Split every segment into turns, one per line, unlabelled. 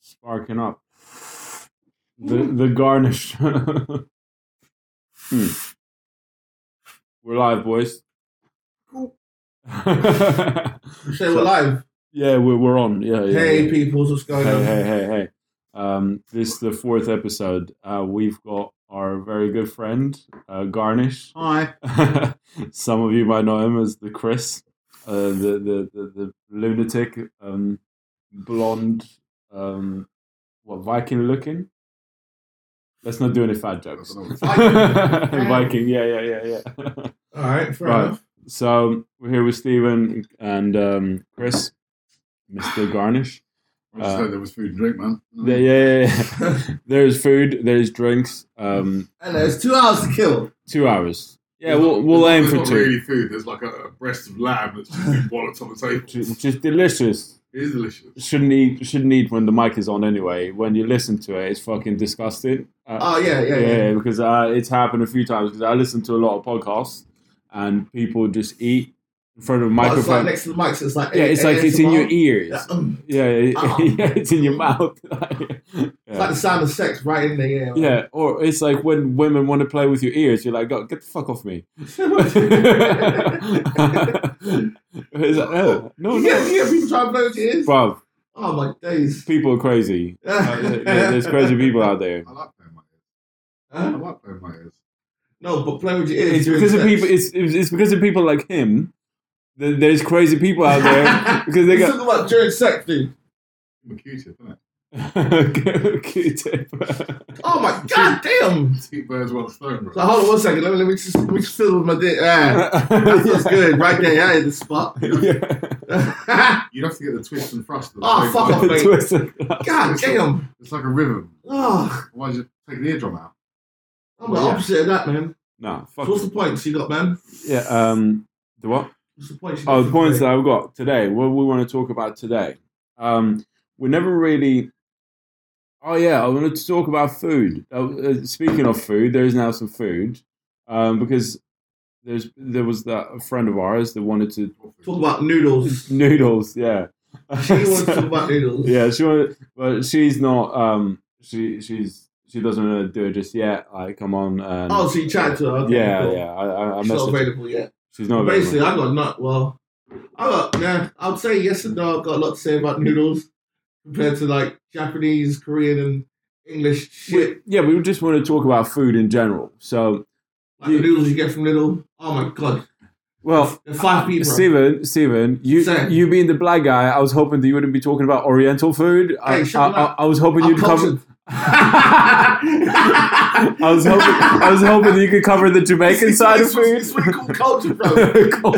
sparking up. The the garnish. hmm. We're live, boys.
Cool.
yeah,
You say we're live.
we're, we're on. Yeah, yeah.
hey,
yeah.
peoples, what's going
hey,
on?
hey, hey, hey. Um, this is the fourth episode. Uh, we've got our very good friend uh, Garnish.
Hi.
Some of you might know him as the Chris, uh, the, the, the, the lunatic, um, blonde, um, what, Viking looking? Let's not do any fat jokes.
I don't know.
Viking, yeah, yeah, yeah, yeah.
All right, fair
Right.
enough.
so we're here with Stephen and um, Chris, Mr. Garnish.
I just
Uh,
said there was food and drink, man.
Yeah, yeah, yeah, yeah. there's food, there's drinks. Um,
And there's two hours to kill.
two hours. Yeah,
There's
we'll,
not-
we'll aim
there's not-
for
there's not
two.
really food. There's like a, a breast of lamb that's just been walloped on the table.
Which is- which is delicious.
It is delicious.
shouldn't eat shouldn't eat when the mic is on anyway. When you listen to it, it's fucking disgusting. Uh,
Oh, yeah, yeah, yeah.
because uh, it's happened a few times. Because I listen to a lot of podcasts and people just eat in front of a
But Oh, It's like
microphone.
next to the mics, it's like.
yeah, it's like it's in your
ASMR.
ears. Yeah,
Yeah,
yeah,
um,
yeah,
Ah.
it's in your mouth.
It's like
yeah.
the sound of sex right in the air.
Yeah, or it's like when women want to play with your ears, you're like, "God, get the fuck off me!" It's like, oh, no,
You get,
no,
you get people trying to blow your ears?
bruv,
Oh, my days.
people are crazy. Uh, yeah, yeah, there's crazy people out there.
I like playing my ears. I
Huh?
like playing my ears.
No, but play with your ears.
It's
during
because of
sex.
people. It's, it's it's because of people like him. That there's crazy people out there because they
Let's
got
talk about during sex, dude.
I'm a cutie, isn't it?
Q-tip.
Oh, my god damn.
Two birds, one stone, bro.
So hold on one second. Let me, let me, just, let me just fill with my dick. Ah, that feels
yeah.
good. Right there. Yeah, in the spot. god
You'd have to get the twist and thrust. at the
Oh,
same
fuck
time.
off. mate.
Twist it.
damn.
It's like a rhythm.
Oh,
Why did you take the eardrum out?
I'm the opposite of that, man.
Nah,
So
fuck.
what's the points you got, man?
Yeah. Um. The what?
What's the points? You
Oh,
got
the points
today?
that I've got today. What we want to talk about today. Um. We never really. Oh yeah, I wanted to talk about food. Uh, uh, speaking of food, there is now some food, um, because there's there was that a friend of ours that wanted to
Talk about noodles.
noodles. Yeah,
She wants to talk about noodles.
yeah. She wanted, but she's not. Um, she she's she doesn't want to do it just yet. Like, come on. And,
Oh, so you chatted to her? Okay,
yeah,
cool.
yeah. I, I, I
She's not
messaged.
available yet.
She's not available.
Basically, I got not well. I got yeah. I'd say yes and no. I've got a lot to say about noodles compared to like Japanese, Korean, and English shit.
Yeah, we just want to talk about food in general. So,
Like the noodles you get from Lidl. Oh my god,
well,
they're five people.
Steven, Steven, you
Sir.
you being the black guy, I was hoping that you wouldn't be talking about Oriental food. I,
Hey, shut
I,
your mouth.
I, I was hoping
I'm
you'd cover.
cultured. I
I was hoping I was hoping that you could cover the Jamaican side of food.
It's what you call culture, bro.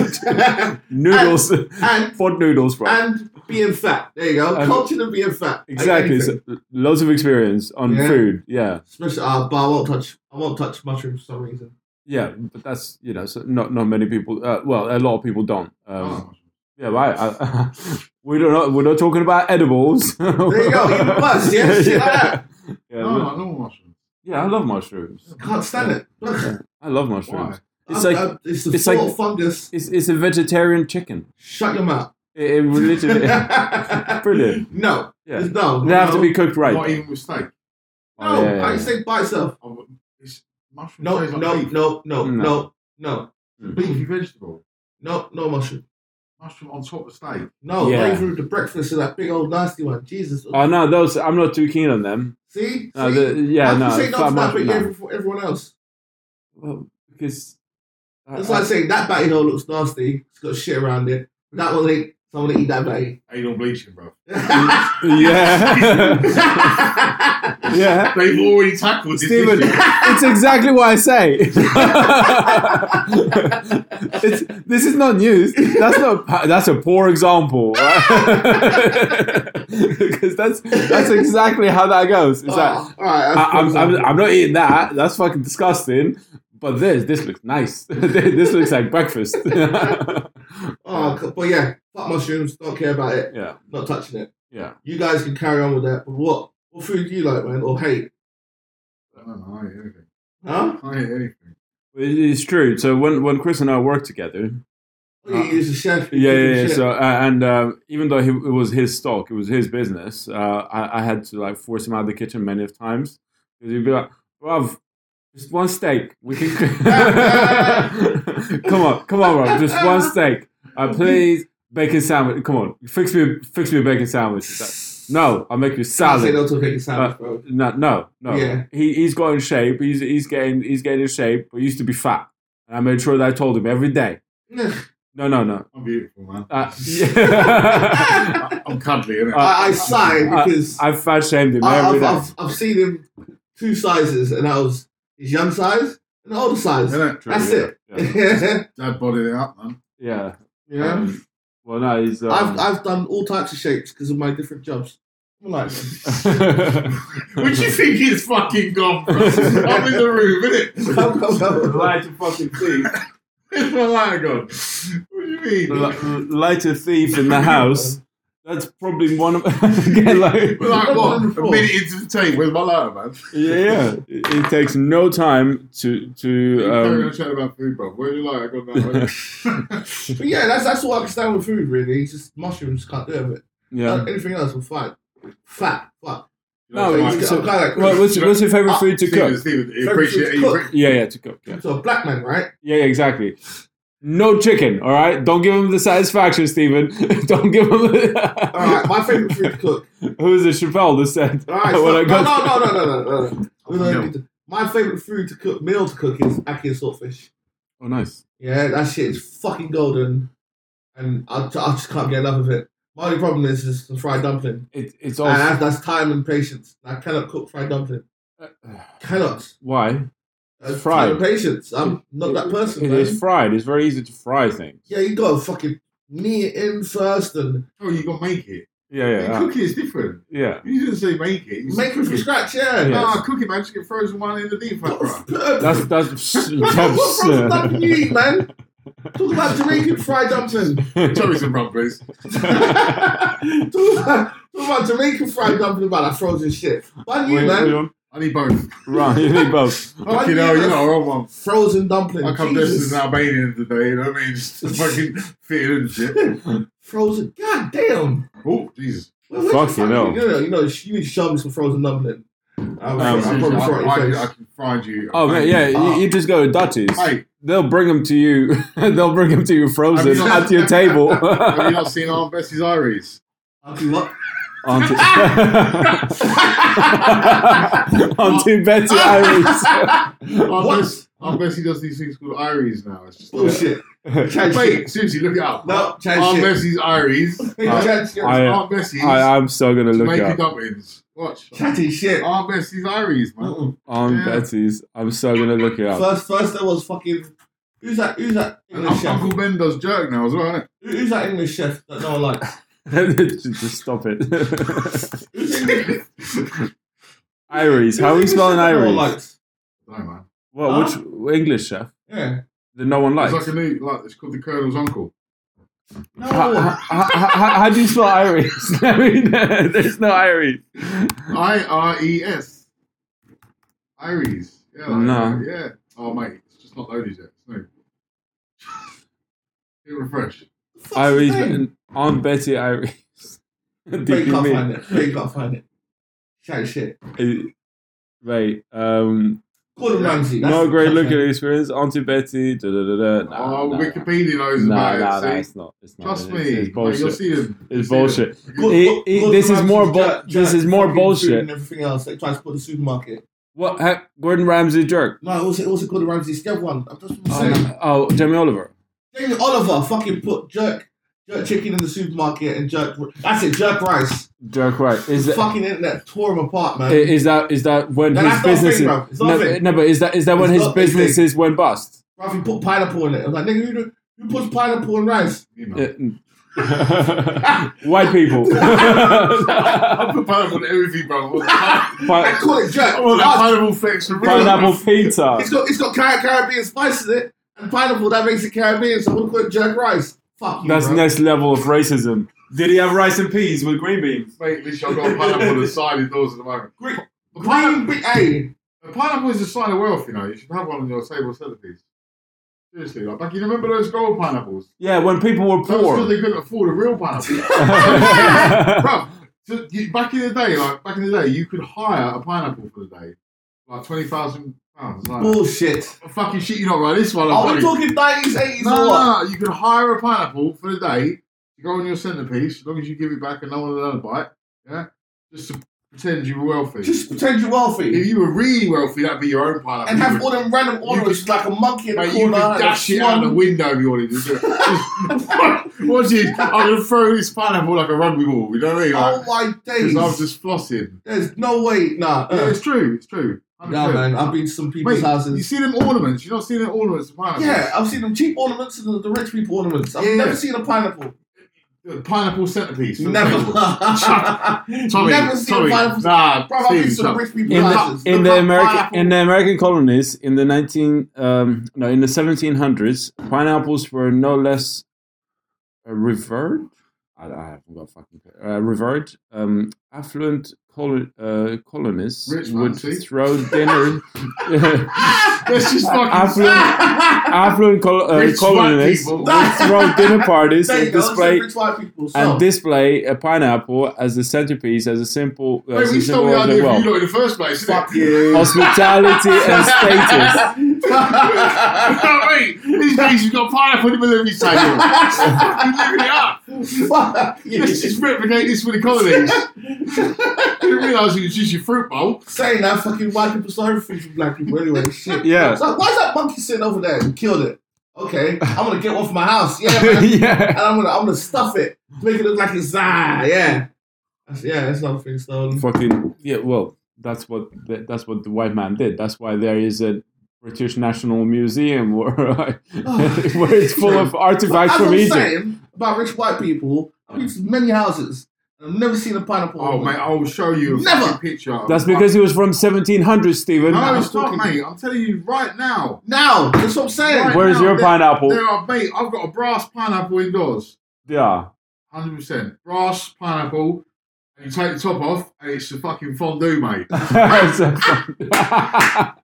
and
noodles,
Uh,
pot noodles, bro.
and being fat. There you go.
And-
culture and being fat. Like
Exactly.
anything.
So, lots of experience on
Yeah.
food. Yeah.
Especially, uh, but I won't touch. I won't touch mushrooms for some reason.
Yeah. But that's, you know, so not, not many people, uh, well, a lot of people don't. Um,
Oh,
Yeah, right. I, we don't know, we're not talking about edibles. there you
There you go. Even worse. Yeah, shit like that. Oh.
Yeah,
no,
no-
no, normal mushrooms.
yeah, I love mushrooms.
Can't stand it.
I love
Why?
mushrooms. It's
I'm-
like-
I'm- it's the
it's
thought
like-
fungus.
It's, it's a vegetarian chicken.
Shut your mouth.
It, it literally, brilliant.
No,
Yeah.
It's no.
They have to
no.
be cooked right.
Not even with steak.
No,
Oh, yeah, yeah,
I
yeah.
say by itself.
I would- It's mushroom
No,
tastes like
no,
beef.
no, no,
No.
no, no,
Beefy vegetable.
no, no mushroom.
Mushroom on top of steak.
No,
Yeah.
yeah. through the breakfast is that big old nasty one. Jesus.
Oh no, those I'm not too keen on them.
See?
No,
See?
the, yeah,
Why'd
no,
you say no
fat
to that, but
mushroom,
yeah,
no.
for everyone else.
Well, because I-
That's
I-
like saying that batty hole looks nasty. It's got shit around it. That one ain't. Someone eat that batty.
Anal bleaching, bro.
yeah, yeah.
They've already tackled this
Stephen,
issue.
it's exactly what I say. it's, this is not news. That's not. That's a poor example, right? because that's that's exactly how that goes. It's like
Oh, all right,
I, I'm,
that's
I'm, I'm not eating that. That's fucking disgusting. But this this looks nice. this looks like breakfast.
Oh, c- but yeah, fuck mushrooms. Don't care about it.
yeah,
Not touching it.
yeah.
You guys can carry on with that. But what? What food do you like, man? Or hate?
I don't know, I hate anything.
Huh?
I hate anything.
It- It's true. So when when Chris and I worked together,
Oh, he was a chef. he
Uh, Yeah,
cooked
yeah. yeah.
shit.
So, uh, and um, even though he, it was his stock, it was his business. Uh, I, I had to like force him out of the kitchen many of times because he'd be like, "Bruv, just one steak. We can come on, come on, bro. Just one steak. Uh, please, bacon sandwich. Come on, fix me, fix me a bacon sandwich." It's like, no, I'll make you
Can't say
salad. Uh,
no to a bacon sandwich, bro.
No, no, no.
Yeah.
He he's got in shape. He's he's getting he's getting in shape. But he used to be fat, and I made sure that I told him every day. No, no, no.
I'm beautiful, man.
Uh, yeah.
I- I'm cuddly, innit?
Uh,
I, I sighed
uh,
because
I fat shamed him
I,
every
I've,
day.
I've, I've seen him two sizes, and that was his young size and the older size.
Innit?
True,
that's
yeah,
it.
Yeah.
Yeah.
Dad bodied it up, man.
Um, well, no, he's. Um,
I've, I've done all types of shapes because of my different jobs. I'm like,
Would you think he's fucking gone, bro? I'm in the room, innit?
come, come, come.
lighter fucking thief.
It's my light gone. What do you mean? Like,
lighter thief in the house. That's probably one of. Again, like,
what? A minute into the tape, where's my lighter, man?
yeah, yeah. It, it takes no time to
You
to.
carry
Um,
on chatting about food, bro. Where's your lighter gone now?
But yeah, that's that's all I can stand with food. Really, it's just mushrooms can't do it. uh,
yeah.
Anything else, I'm fine. Fat, fuck.
No,
Like,
it's-
I'm
so-
kinda like,
Well, what's, what's your favorite
Ah,
food to
Steven,
cook?
Steven, you
Favorite
appreciate
food
you
to
appre-
Yeah, yeah, to cook. Yeah,
so a black man, right?
yeah, yeah exactly. No chicken, all right? Don't give him the satisfaction, Stephen. Don't give him the.
All right, my favorite food to cook.
Who is it? Chappelle that said.
All right,
when
so,
I
no,
got-
no, no, no, no, no, no, no. no,
Meal.
no, no. My favorite food to cook, meal to cook, is ackee and saltfish.
Oh, nice.
Yeah, that shit is fucking golden, and I, I just can't get enough of it. My only problem is is the fried dumpling,
It, it's
and
all.
that's, that's time and patience. I cannot cook fried dumpling. Cannot.
Why?
That's
Fried.
Time and patience. I'm not that person.
It
man.
is fried. It's very easy to fry things.
Yeah, you gotta fucking knee it in first and
Oh, you got to make it.
Yeah,
Yeah.
yeah,
Cooking is different.
yeah.
You didn't say make it. You said
make it
cook
from scratch. Yeah.
Yeah.
Nah, cook it, man. Just get frozen one in the deep fryer.
What,
That's
what,
that's.
what frozen dumpling you eat, man? Talk about Jamaican fried dumpling.
uh,
Tell me some rum, please.
Talk about, talk about Jamaican fried dumpling about that frozen shit. Why do you, man?
I need both.
Right, you need both.
Why do
Fucking hell, you
man?
know, I want one.
frozen dumpling.
I come dressed as
Jesus.
an Albanian today, you know what I mean? Just fucking fit in and shit.
Frozen. God damn.
Oh, Jesus.
Where- where's
Fuck
the
you, no.
You know, you know, you need to show me some frozen dumpling. I'm,
Um,
I'm
I,
probably sorry.
I,
your
I
face.
can find you.
Oh man, yeah,
Ah.
you, you just go to Dutch's.
Hey,
They'll bring them to you. They'll bring them to you frozen
Have you not-
at your table.
have you not seen Aunt Bessie's Iris?
Auntie what?
Auntie, Auntie Betty Iris.
Aunt,
What?
Bess- Aunt Bessie does these things called Iris now. It's just like,
Bullshit. Chad shit.
Wait, seriously, look it up.
No, Chad
Aunt
shit.
Bessie's Iris.
I-
Chad shit.
I-
Aunt Bessie's
I, I'm so gonna look
Jamaica
up
dumplings. Watch.
Chatty shit.
Aunt Bessie's Iris, man.
Mm-mm.
Aunt
Yeah.
Betty's. I'm so gonna look it up.
First, first there was fucking. Who's that? Who's that
And
English chef?
Uncle Ben does jerk now as well, isn't
Who- Who's that English chef that no one likes?
just stop it.
Who's the English-
Iris.
who's the
How are we
English
spelling
chef that No one
Iris?
likes.
No, man.
Well, which English chef
Yeah.
that no one
It's
likes?
like a new, like, it's called the Colonel's Uncle.
No.
How, how, how, how do you spell Iris? I mean, there's no Iris.
I R E S. Iris. Yeah. like
No.
that, Yeah. Oh, mate, it's just not loaded yet. No. Hit refresh.
Fuck's
Iris.
his name?
Aunt Betty Iris.
Wait,
Did
you
you
can't find
mean?
it. Wait, you can't find it. Chatty shit.
Eh, Wait. Um,
Gordon Ramsay. that's
not a
the
great
chef's
looking
name.
experience. Auntie Betty. Da, da, da, da. Nah,
oh,
nah,
Wikipedia knows
Nah, nah,
about
nah,
it.
nah,
see?
it's not. It's not.
Trust
It's-
me.
It's,
mate, you'll
bullshit.
see them.
It's
You'll see
bullshit.
them.
Gordon-
It- it-
Gordon
this is
Ramsay's
more
jack-
bull-
jack
this is more
fucking food
bullshit.
And everything else they try to put the supermarket.
What? Ha- Gordon Ramsay jerk.
No, it was it was Gordon Ramsay's the other one. I'm just
Oh,
saying.
no. oh, Jamie Oliver.
Jamie Oliver fucking put jerk jerk chicken in the supermarket and jerk. That's it. Jerk rice.
Jerk right. Is
the
that?
fucking internet tore him apart, man.
Is that is that when
No,
his
that's not a thing,
business is,
bro. It's not a
no,
thing.
no, but is that is that when
It's
his
not a thing.
businesses went bust?
Bruv, he put pineapple in it. I was like, nigga, who, do- who puts pineapple in rice?
You know.
Uh, mm. White people.
I'm prepared for everything, bro. I
I
Pi-
call it jerk.
Oh,
want that
Ah,
pineapple flex from
pineapple pizza.
it's got it's got Car- Caribbean spice in it and pineapple that makes it Caribbean. So I wouldn't call it jerk rice. Fuck you,
That's
bro.
next level of racism. Did he have rice and peas with green beans?
Mate, literally, I've got a pineapple on the side of doors at the moment.
Green,
The
green, big, hey,
A pineapple is a sign of wealth, you know. You should have one on your table centerpiece. Seriously, like, like you remember those gold pineapples?
Yeah, when people were
That was because
poor.
they couldn't afford a real pineapple. Bruv, so you, back in the day, like back in the day, you could hire a pineapple for the day, like twenty thousand pounds. Like,
Bullshit.
fucking shit, you know, right? This one, I'm
Are we
funny.
talking 90s, 80s,
No,
or
no,
what?
no, you could hire a pineapple for the day to go on your centerpiece, as long as you give it back and no one will ever bite. Yeah, just to pretend you were wealthy.
Just pretend you're wealthy
if you were really wealthy, that'd be your own pineapple.
and
You
have
would-
all them random ornaments like a monkey in the
Mate, you
corner.
could
and a
dash it out the
swan.
window if you wanted to do it. Just- Watch it. I'm going to throw this pineapple like a rugby ball. You know what I mean?
Oh my
Because
days.
I was just flossing.
There's no way. Nah.
Yeah,
Uh,
it's true. It's true.
nah,
100%.
man. I've been to some people's
Mate, You
houses.
see them ornaments. You're not seeing them ornaments of pineapples.
Yeah, I've seen them cheap ornaments and the, the rich people ornaments. I've
Yeah.
never seen a pineapple.
The pineapple centerpiece. for
Never.
example. Tommy,
never seen
Tommy,
a pineapple.
Nah,
Bro, I've been
Steve,
to some
stop.
rich people
in the,
houses.
in
Look
the
up
American
pineapple.
in the American colonies in the nineteen um, no in the seventeen hundreds, pineapples were no less uh, revered. I, I haven't got a fucking uh, revered. Um, affluent col- uh, colonists
Rich man,
would
see?
throw dinner.
Let's just fucking.
affluent affluent col- uh,
Rich white
colonists
people.
would throw dinner parties
There you
and
go.
display
Rich white people. So.
and display a pineapple as the centerpiece as a simple
Mate,
as a
we stole
symbol
the
of their
idea of
wealth.
you lot in the first place. didn't
Fuck you.
Hospitality and status.
Mate, these days you've got pineapple in the middle of your table. You're living it up.
Fuck you.
Let's just replicate this with the colonies. didn't realise it was just your fruit bowl.
Saying that fucking white people stole everything from black people anyway. Shit.
Yeah.
So why is that monkey sitting over there? You killed it. Okay, I'm gonna get one from my house. Yeah, man.
yeah.
and I'm gonna I'm gonna stuff it, make it look like it's ah yeah. That's, yeah, that's another thing stolen.
Fucking yeah. Well, that's what the, that's what the white man did. That's why there is a British National Museum where where it's full of
As
artifacts
I'm
from Egypt.
saying about rich white people, I've been to many houses. and I've never seen a pineapple.
Oh, mate, I'll show you a
Never.
fucking picture. of
That's
a pine-
because he was from 1700 Stephen.
No,
I'm
it's not,
talking-
mate. I'm telling you right now.
Now that's what I'm saying.
Right.
Where's
now,
your
there-
pineapple?
There are, mate, I've got a brass pineapple indoors.
Yeah.
100%. Brass pineapple. And you take the top off, and it's a fucking fondue, mate.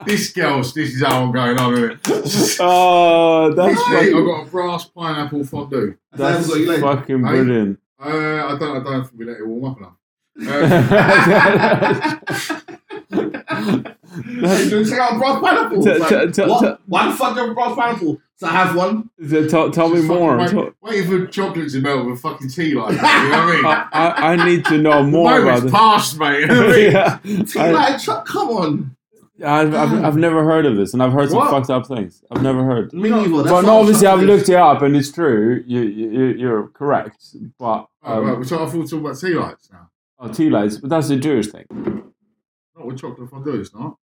This girl's, this is how I'm going on with it.
oh, that's
Mate, I've
fucking,
got a brass pineapple fondue.
that's
what you like.
fucking
Mate.
brilliant.
Uh, I don't, I don't think we let it warm up enough. Uh,
That's-
Hey, you check out brass pineapple.
T-
It's like,
t- t-
what?
t-
Why the fuck do you have a brass pineapple? So I have one.
t- tell, tell me
Just fucking
more.
Wait,
Tell-
waiting for chocolate to melt with a fucking tea like that. You know what I mean?
I, I, I need to know
The
Uh, more about
moment's
this.
past, mate. You know what I mean?
yeah.
Tea
I-
light truck, come on.
I've, I've, I've never heard of this, and I've heard some
What?
fucked up things. I've never heard.
Me neither. That's
Well,
what
no,
I'm
obviously
shocked
I've
at.
looked it up, and it's true. You, you, you're correct, but
Oh, right,
um,
we're talking, I thought we were talking about tea lights now.
oh, tea lights, but that's a Jewish thing.
Not with chocolate fondue, it's not.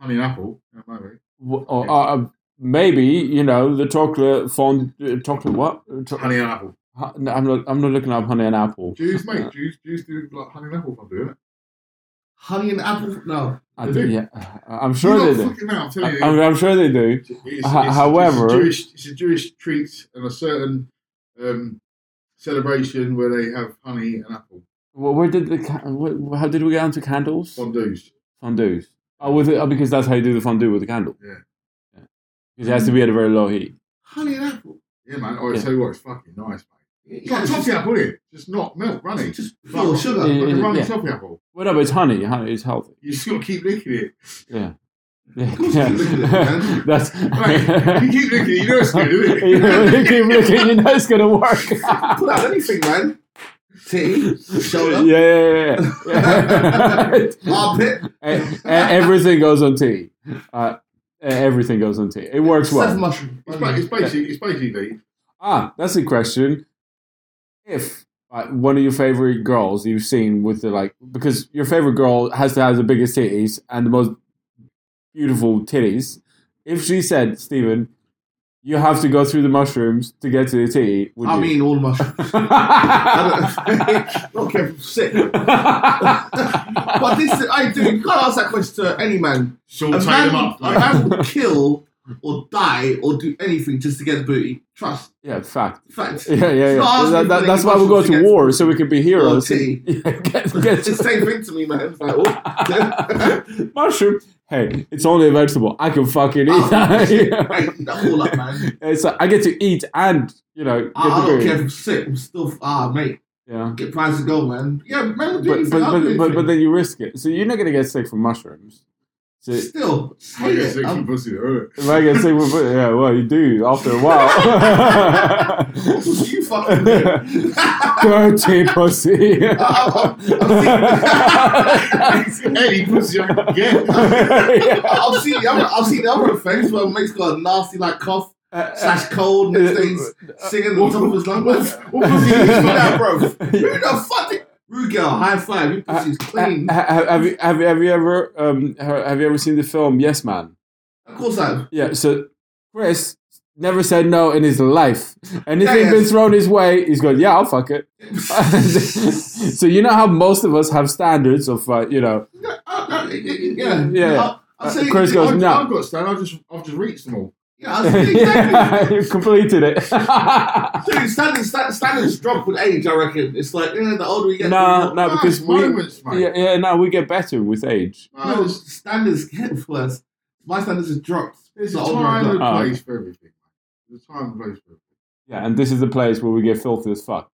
Honey and apple. Yeah, maybe.
W- Or, uh, maybe you know the chocolate fond, uh, chocolate what? Cho-
Honey and apple.
ha- no, I'm not. I'm not looking up honey and apple.
Jews, mate. Jews, Jews do like honey and apple fondue, innit?
Honey and apple. No.
I
They
do,
do.
yeah, I'm sure
You're
they
not
do.
fucking mad, I'm telling you.
I, am I'm sure they do.
It's- it's-
Ho-
it's-
however-
it's a Jewish, it's a Jewish treat and a certain um, celebration where they have honey and apple
Well, where did the ca- wh- how did we get onto candles?
fondues.
Fondues. Oh, with it, oh, because that's how you do the fondue with the candle.
Yeah.
Yeah. Because it has to be at a very low heat.
Honey and apple.
Yeah, man. Oh, I
Yeah.
tell you what, it's fucking nice, mate. It's
Yeah,
like
it's
toffee
just,
apple, is Just not milk, runny.
just pure sugar.
Yeah.
Like a runny
Yeah.
toffee apple.
Well, no, but it's honey. Honey is healthy.
You just got to keep licking it.
Yeah. Yeah.
course you keep looking at it, man.
That's.
Right. You keep licking it, you know it's good, isn't it?
You keep looking, you know it's gonna work. yeah,
Pull out anything, man. Tea,
yeah,
shoulder,
yeah. yeah.
armpit,
E- e- everything goes on tea. Uh, e- everything goes on tea. It works
seven
well.
mushroom.
It's, ba- it's basically, it's basically
Ah, that's a question. If like, one of your favorite girls you've seen with the like, because your favorite girl has to have the biggest titties and the most beautiful titties. If she said, Stephen, you have to go through the mushrooms to get to the titty, would
I
you?
mean, all mushrooms. I don't, not careful, sick. But this, is- I do. You can't ask that question to any man. A
saute
man,
them up.
a
Like,
man will kill or die or do anything just to get the booty. Trust,
yeah, fact.
fact.
Yeah, yeah,
It's
yeah.
not asking
That- that-
for
that's
any
why we go
mushrooms
to
against-
war, so we can be heroes.
tea.
Yeah, get-
It's the
get-
same thing to me, man. It's like, oh.
mushroom. hey, it's only a vegetable. I can fucking eat that. You know?
I eat that all up, man.
It's like I get to eat and you know get
I, I
the
don't
food.
care if I'm sick. I'm still ah mate.
Yeah.
Get prize to go, man. Yeah, man. Will
But
do
but,
anything. I'll
but, but
do
but
anything.
then you risk it. So you're not gonna get sick from mushrooms. So if
still, just
I
hate
get
it.
sick from
I'm-
pussy, alright.
I get sick with yeah, well you do after a while.
What would you fucking do?
Dirty pussy.
I- I-
Any pussy I can get.
I've seen the other, I've seen the other effects where mate's got a nasty like cough slash cold
Uh,
and things singing the
What-
top of his lungs.
what-
What pussy you use for that, bro? Who the fuck? did- Rude girl, high five. Your pussy's clean.
Ha- ha- have you have, you- have you ever um ha- have you ever seen the film Yes Man?
Of course I have.
Yeah. So Chris never said no in his life. Anything
Yeah, yeah.
been thrown his way, he's going. Yeah, I'll fuck it. so you know how most of us have standards of uh, you know.
Yeah, yeah.
Yeah.
I- I'll
Uh,
say,
Chris goes,
I've,
no.
I've got stand. I've just, I've just reached them all.
yeah, I'll say exactly.
you completed it.
Dude, standards, sta- standards drop with age, I reckon. It's like, eh, the older we get,
Nah,
the more-
nah. No,
Nice
because we-
moments, mate. Uh,
yeah, yeah. Now we get better with age.
No,
Nice.
standards get worse. My standards have dropped.
There's a
The older I've
time and
got.
Oh,
place for everything. There's a time and place for everything.
Yeah, and this is the place where we get filthy as fuck.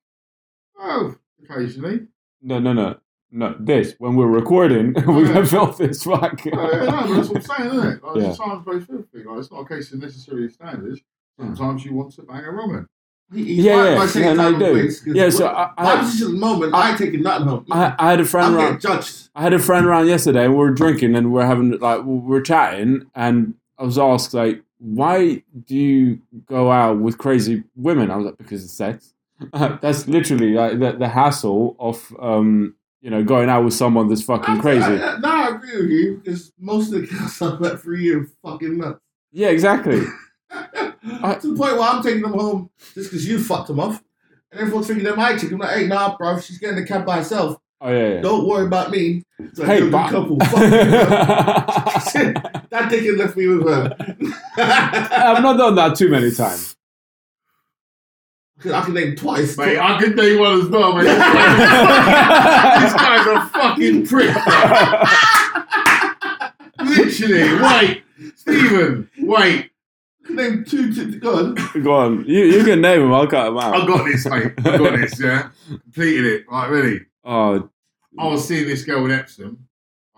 Oh, occasionally.
No, no, no, no. This when we're recording, we
Yeah.
get filthy as fuck.
Oh, yeah, no, but that's what I'm saying, isn't it? Like,
Yeah.
There's a time and place for everything. Like, it's not a case of necessarily standards. Sometimes you want to bang a woman.
He- he's
Yeah,
right
yeah,
by saying
yeah, no,
time
I do.
place, 'cause
Yeah, so
what-
I- I-
my position at the moment, I ain't taking nothing home.
I, I had a friend
I'm
round.
getting judged.
I had a friend round yesterday. and We were drinking and we are having like we were chatting, and I was asked like, "Why do you go out with crazy women?" I was like, "Because of sex." That's literally like the, the hassle of um, you know going out with someone that's fucking
I,
crazy.
I, no, I agree with you because most of the girls I've met for you are fucking nuts.
Yeah, exactly.
to the point where I'm taking them home just because you fucked them off. And everyone's thinking they're my chick. I'm like, hey, nah, bro, she's getting the cab by herself.
Oh yeah. yeah.
Don't worry about me. It's like,
Hey,
you're a good
but-
couple. Fuck you. that dickhead left me with uh, her. 'Cause
I've not done that too many times.
I can name twice.
Mate, I could name one as well, mate. This guy's a fucking prick. Literally, wait. Stephen, wait.
I can name two chicks. Go on.
Go on, you you can name him. I'll cut him out.
I got this, mate. I got this, yeah. Completed it. Like, really.
Oh,
I was seeing this girl in Epsom.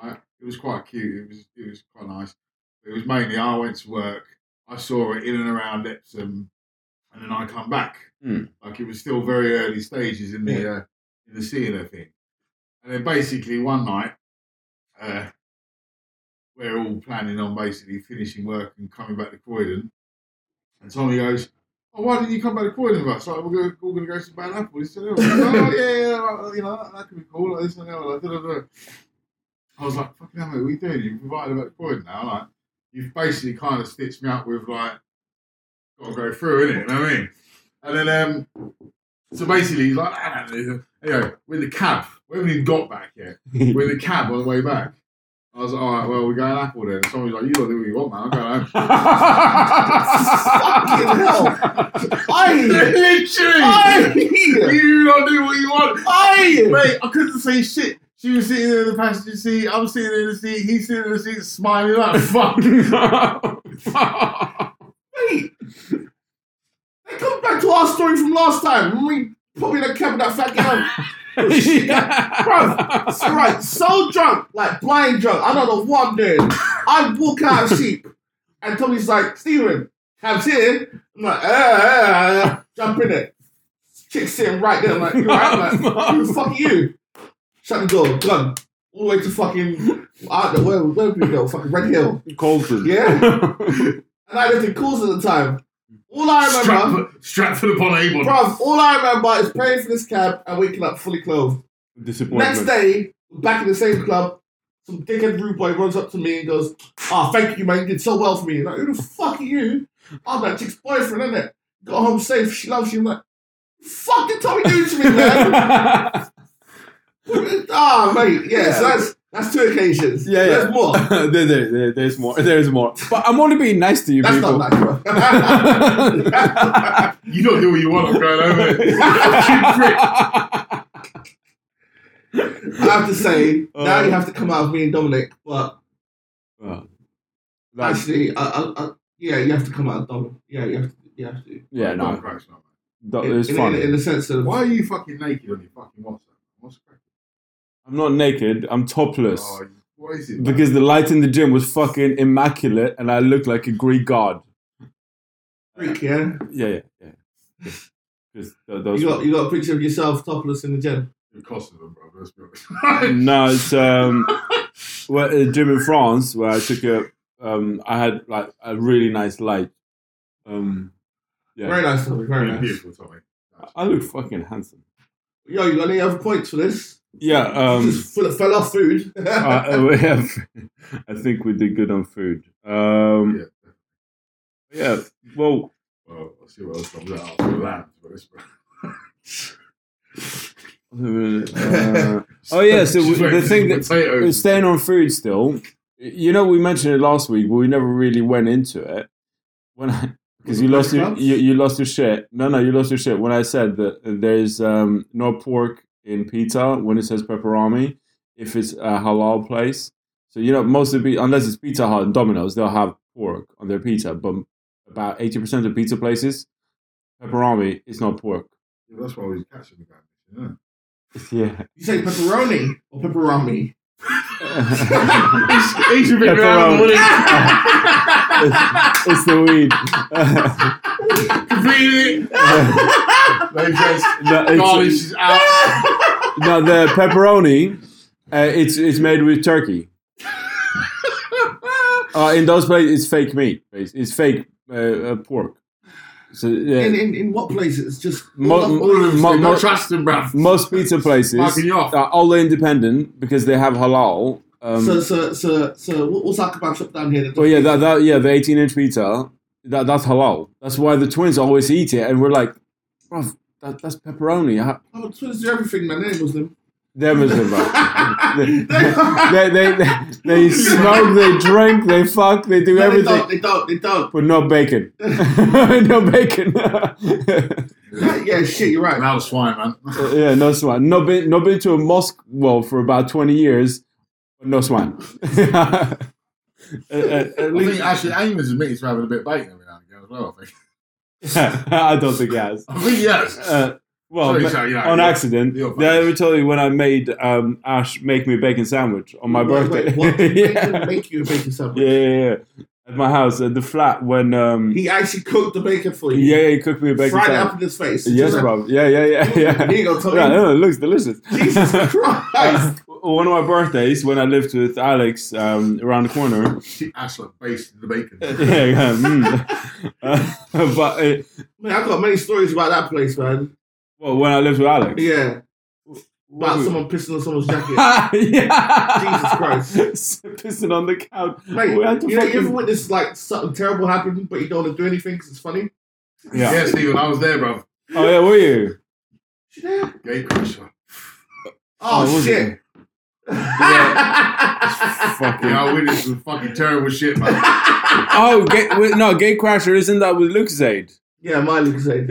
Right? It was quite cute. It was it was quite nice. It was mainly I went to work. I saw her in and around Epsom, and then I come back.
Hmm.
Like it was still very early stages in the uh, in the seeing her thing. And then basically one night, uh, we're all planning on basically finishing work and coming back to Croydon. And Tommy goes, "Oh, why didn't you come back to Croydon with us? Like we're gonna, we're gonna go to Bad Apple." He said, "Oh yeah, yeah, like, you know that, that could be cool." Like this and that. Like, da, da, da. I was like, "Fucking hell, mate, what are you doing? You've invited back to Croydon now. Like you've basically kind of stitched me up with like, got to go through, innit? You know what I mean?" And then um, so basically, he's like, ah, nah, nah, nah." anyway, we're in the cab. We haven't even got back yet.
Oh,
We're in the cab on the way back. I was like, all right, well, we're going Apple then. And somebody's like, you got to do what you want, man. I'm going home.
Fucking hell. I.
Literally!
I.
You don't do what you want.
I.
Mate, I couldn't say shit. She was sitting in the passenger seat. I'm sitting in the seat. He's sitting in the seat, smiling like fuck.
Wait. That comes back to our story from last time when we put me in a cab with that fat girl. Bro, it's right, so drunk, like blind drunk. I don't know what I'm doing. I walk out of sheep, and Tommy's like, Steven, cab's here. I'm like, uh, uh, uh, jump in it. Chick sitting right there, I'm like, you right? I'm like, who the fuck are you? Shut the door, gun. All the way to fucking, I don't know, where, where we go? Fucking Red Hill.
Colton.
Yeah. And I lived in Cools at the time. All I remember.
Stratford, Stratford upon Avon.
Bruv, all I remember is paying for this cab and waking up fully clothed.
Disappointment.
Next day, back in the same club, some dickhead rude boy runs up to me and goes, Ah, thank you, man, you did so well for me. Like, who the fuck are you? I'm that chick's boyfriend, innit? Got home safe, she loves you. I'm like, fucking Tommy do to me, man. ah, mate, yeah, so that's that's two occasions.
Yeah, yeah.
There's more.
there, there, there, there's more. There's more. But I'm only being nice to you
That's
people.
not nice, bro.
You don't do what you want. I'm going home. innit? Fucking prick.
I have to say, now
Uh.
you have to come out with me and Dominic, but
Well, that's,
Actually, I, I, I, yeah, you have to come out and double. Yeah, you have to. You have to.
yeah,
Don't
no,
crash, no, mate.
that,
in,
Oh, it's
in,
fun.
in the sense of
Why are you fucking naked on your fucking WhatsApp? What's the crack?
I'm not naked. I'm topless
Oh, you- what is it? man?
because the light in the gym was fucking immaculate, and I looked like a Greek god.
Greek, yeah.
Yeah, yeah, yeah. Because that, that was
You got you got a picture of yourself topless in the gym.
the cost of them, bro. Let's be honest.
no, it's um, well, a gym in France where I took a um, I had like a really nice light. Um, yeah,
Very nice, Tommy. Very
You're
nice.
beautiful, Tommy.
I look fucking handsome.
Yo, you got any other points for this?
Yeah, um, uh,
Just full of fell off food.
I, I- we have- I think we did good on food. Um, yeah. Well,
Well, I'll see what else comes out after the lambs, but it's bro.
uh, Oh, yeah, so
Just
the
waiting for
thing
the
that-
potatoes.
staying on food still. You know, we mentioned it last week, but we never really went into it. When I because you lost your you, you lost your shit. No, no, you lost your shit when I said that there's um, no pork in pizza when it says pepperami if it's a halal place. So you know, most of the unless it's Pizza Hut and Domino's, they'll have pork on their pizza. But about eighty percent of pizza places, pepperami is not pork.
Yeah, that's why we catching the guy. Yeah.
Yeah,
you say pepperoni or pepperami?
He's a bit
Pepperoni.
round,
it's the weed.
completely. They just
No, it's-
garnish is out.
no, the pepperoni, uh, it's it's made with turkey. Uh, in those places, it's fake meat. It's, it's fake uh, uh, pork. So
in,
yeah,
in in what place? It's just
Mo- mm,
all of-
All of them,
Mo-
still,
mo-
don't trust them, bruv.
most pizza
Marking
places
you off.
are all independent because they have halal. Um,
so, so, so, so, what- what's that kebab shop down here? that-
oh yeah, that, that yeah, the eighteen inch pizza, that that's halal. That's why the twins always eat it, and we're like, "Bruv, that, that's pepperoni. How-
Oh, twins do everything, man. They're Muslim.
They're Muslim, bro.
They-
they, they, they, they smoke, they drink, they fuck, they do
No, they
everything.
don't. They don't. They don't.
But no bacon. no bacon.
Yeah, shit. You're right.
And that was swine, man.
yeah, no swan. No been, no been to a mosque well for about twenty years, but no swan. at, at- at
I think
least,
actually Amos admitted to having a bit of bacon every now and again as well. I think.
I don't think it has.
I think yes.
Uh, well,
Sorry,
ma-
sorry, yeah,
on
yeah.
accident.
You're
Did I ever tell you when I made um, Ash make me a bacon sandwich on my
Wait,
birthday?
Wait, what?
yeah.
Make, make you a bacon sandwich.
yeah, yeah, yeah. At my house, at the flat, when um,
He actually cooked the bacon for you.
yeah, yeah, he cooked me a bacon
Fried it
sandwich.
up in his face.
Yes,
Just like,
bro. Yeah, yeah, yeah, yeah.
Here you go, Tommy.
Yeah, no, it looks delicious.
Jesus Christ.
Uh, One of my birthdays, when I lived with Alex um, around the corner,
She actually basted the bacon.
yeah, yeah, mm. Uh, but uh,
Man, I've got many stories about that place, man.
well, when I lived with Alex,
Yeah.
what
About
we-
someone pissing on someone's jacket.
yeah,
Christ.
Jesus Christ, pissing on the couch.
Mate,
we had to
you, know, you ever
fucking,
witness like something terrible happening, but you don't want to do anything because it's funny?
yeah.
yeah, Stephen, I was there, bro.
Oh yeah, were you?
She there?
Gate crusher.
Oh,
Oh,
was
shit.
it? Fucking.
Yeah, I witnessed some fucking terrible shit, man.
Oh, gay, wait, no, Gate Crasher isn't that with Lucasade?
yeah, my Lucasade.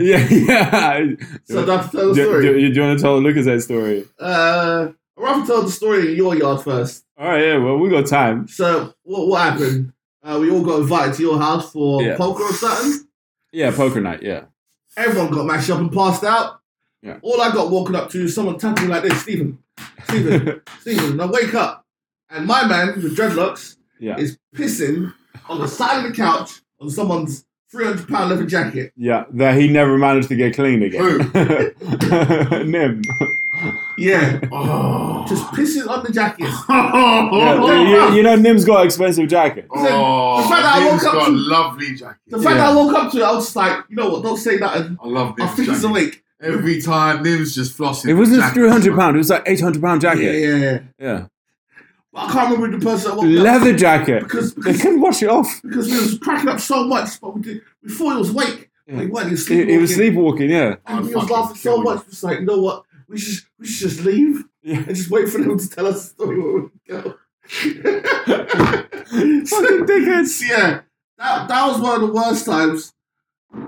Yeah, yeah.
So that's tell
do,
the story.
do- do you want to tell the Lucasade story?
Uh, I'd rather tell the story in your yard first.
All right, yeah. Well, we got time.
So what what happened? Uh, we all got invited to your house for
Yeah.
poker or something.
Yeah, poker night. Yeah.
Everyone got mashed up and passed out.
Yeah.
All I got walking up to is someone tapped me like this, Stephen, Stephen, Stephen. Now wake up! And my man with dreadlocks
Yeah.
is pissing on the side of the couch on someone's three hundred pound leather jacket.
Yeah, that he never managed to get clean again. Nim.
Yeah,
Oh.
just pissing on the jacket. Oh,
Yeah, you, you know, Nim's got an expensive jacket.
Oh,
The fact that I
Dean's
woke up
got
to-
a lovely jacket.
The
Yeah.
fact that I woke up to it, I was just like, you know what? Don't say nothing.
I love
I
Nim's
think he's
jacket.
awake.
Every time Nim's just flossing.
It wasn't
jackets,
three hundred
man.
pound. It was like eight hundred pound
Yeah, yeah,
jacket.
yeah. Oh,
Yeah,
But I can't remember the person. I woke up
leather jacket.
because
They
because
couldn't wash it off.
because we was cracking up so much, but we did we thought it was wake.
Yeah.
We weren't. He was
It,
sleepwalking.
it was sleepwalking. Yeah.
And we
Oh,
was
fucking
laughing so
killed
much. It's like you know what? We should we should just leave
Yeah.
and just wait for them to tell us the story where we go.
Fucking dickheads.
yeah, that that was one of the worst times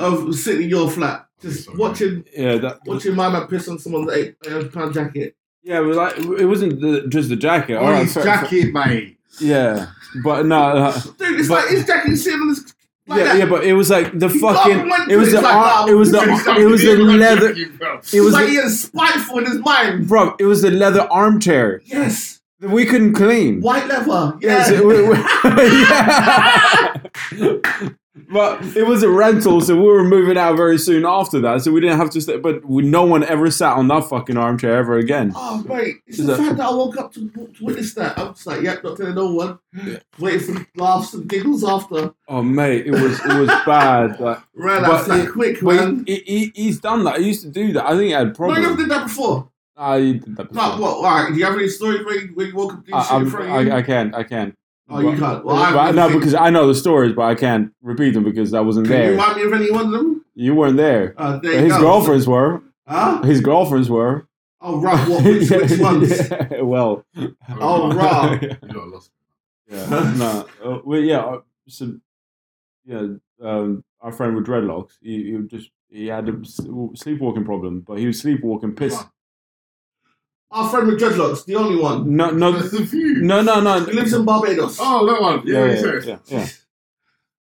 of sitting in your flat, just
Sorry.
watching
Yeah. That,
watching my man piss on someone's eight hundred pound jacket.
yeah. It was like it wasn't the, just the jacket. All
Oh,
On
right.
his
Fair,
jacket, mate.
yeah, but no, no.
Dude, it's
But-
like his jacket sitting on his like
yeah,
that.
yeah, but it was like the
You
fucking.
can't want
It was
to,
the
it's like,
ar-
nah,
it was the
Exactly.
it was the leather. It
It
was
was like
the-
he is spiteful in his mind.
Bro, it was the leather armchair
Yes,
that we couldn't clean.
white leather. Yeah.
Yes, it wa- wa- Yeah. But it was a rental, so we were moving out very soon after that, so we didn't have to stay. But we, no one ever sat on that fucking armchair ever again.
Oh mate, it's
Is
the
that-
fact that I woke up to, to witness that. I'm just like, yep, not telling no one. Waiting for laughs and giggles after.
Oh mate, it was it was bad. Like,
Ran
But
out that
it-
quick,
but
man.
he, he, he's done that. He used to do that. I think he had
No, you never
problems.
did that before.
I did that
No,
before.
what? All right, do you have any stories where you, where you woke up to
I,
shit in
I'm-
front of
I,
you?
I can't. I can't.
oh, you
But-
can't. Well,
but I-
I
no,
think-
because I know the stories, but I can't repeat them because I wasn't
can you
there. You,
remind me of any one of them?
weren't there.
Uh, there
But
you
his
go.
girlfriends were.
Huh?
His girlfriends were.
Oh, right. What? Which, which ones?
Yeah, well,
Oh, right.
You got lost.
yeah, no, uh, well, yeah. uh, So, yeah, um, our friend with dreadlocks. He, he would just he had a s- sleepwalking problem, but he was sleepwalking piss.
Our friend with dreadlocks, the only one.
No, no,
That's a few.
no, no, no.
He lives in Barbados.
Oh, that one. Yeah,
yeah,
exactly.
yeah, yeah,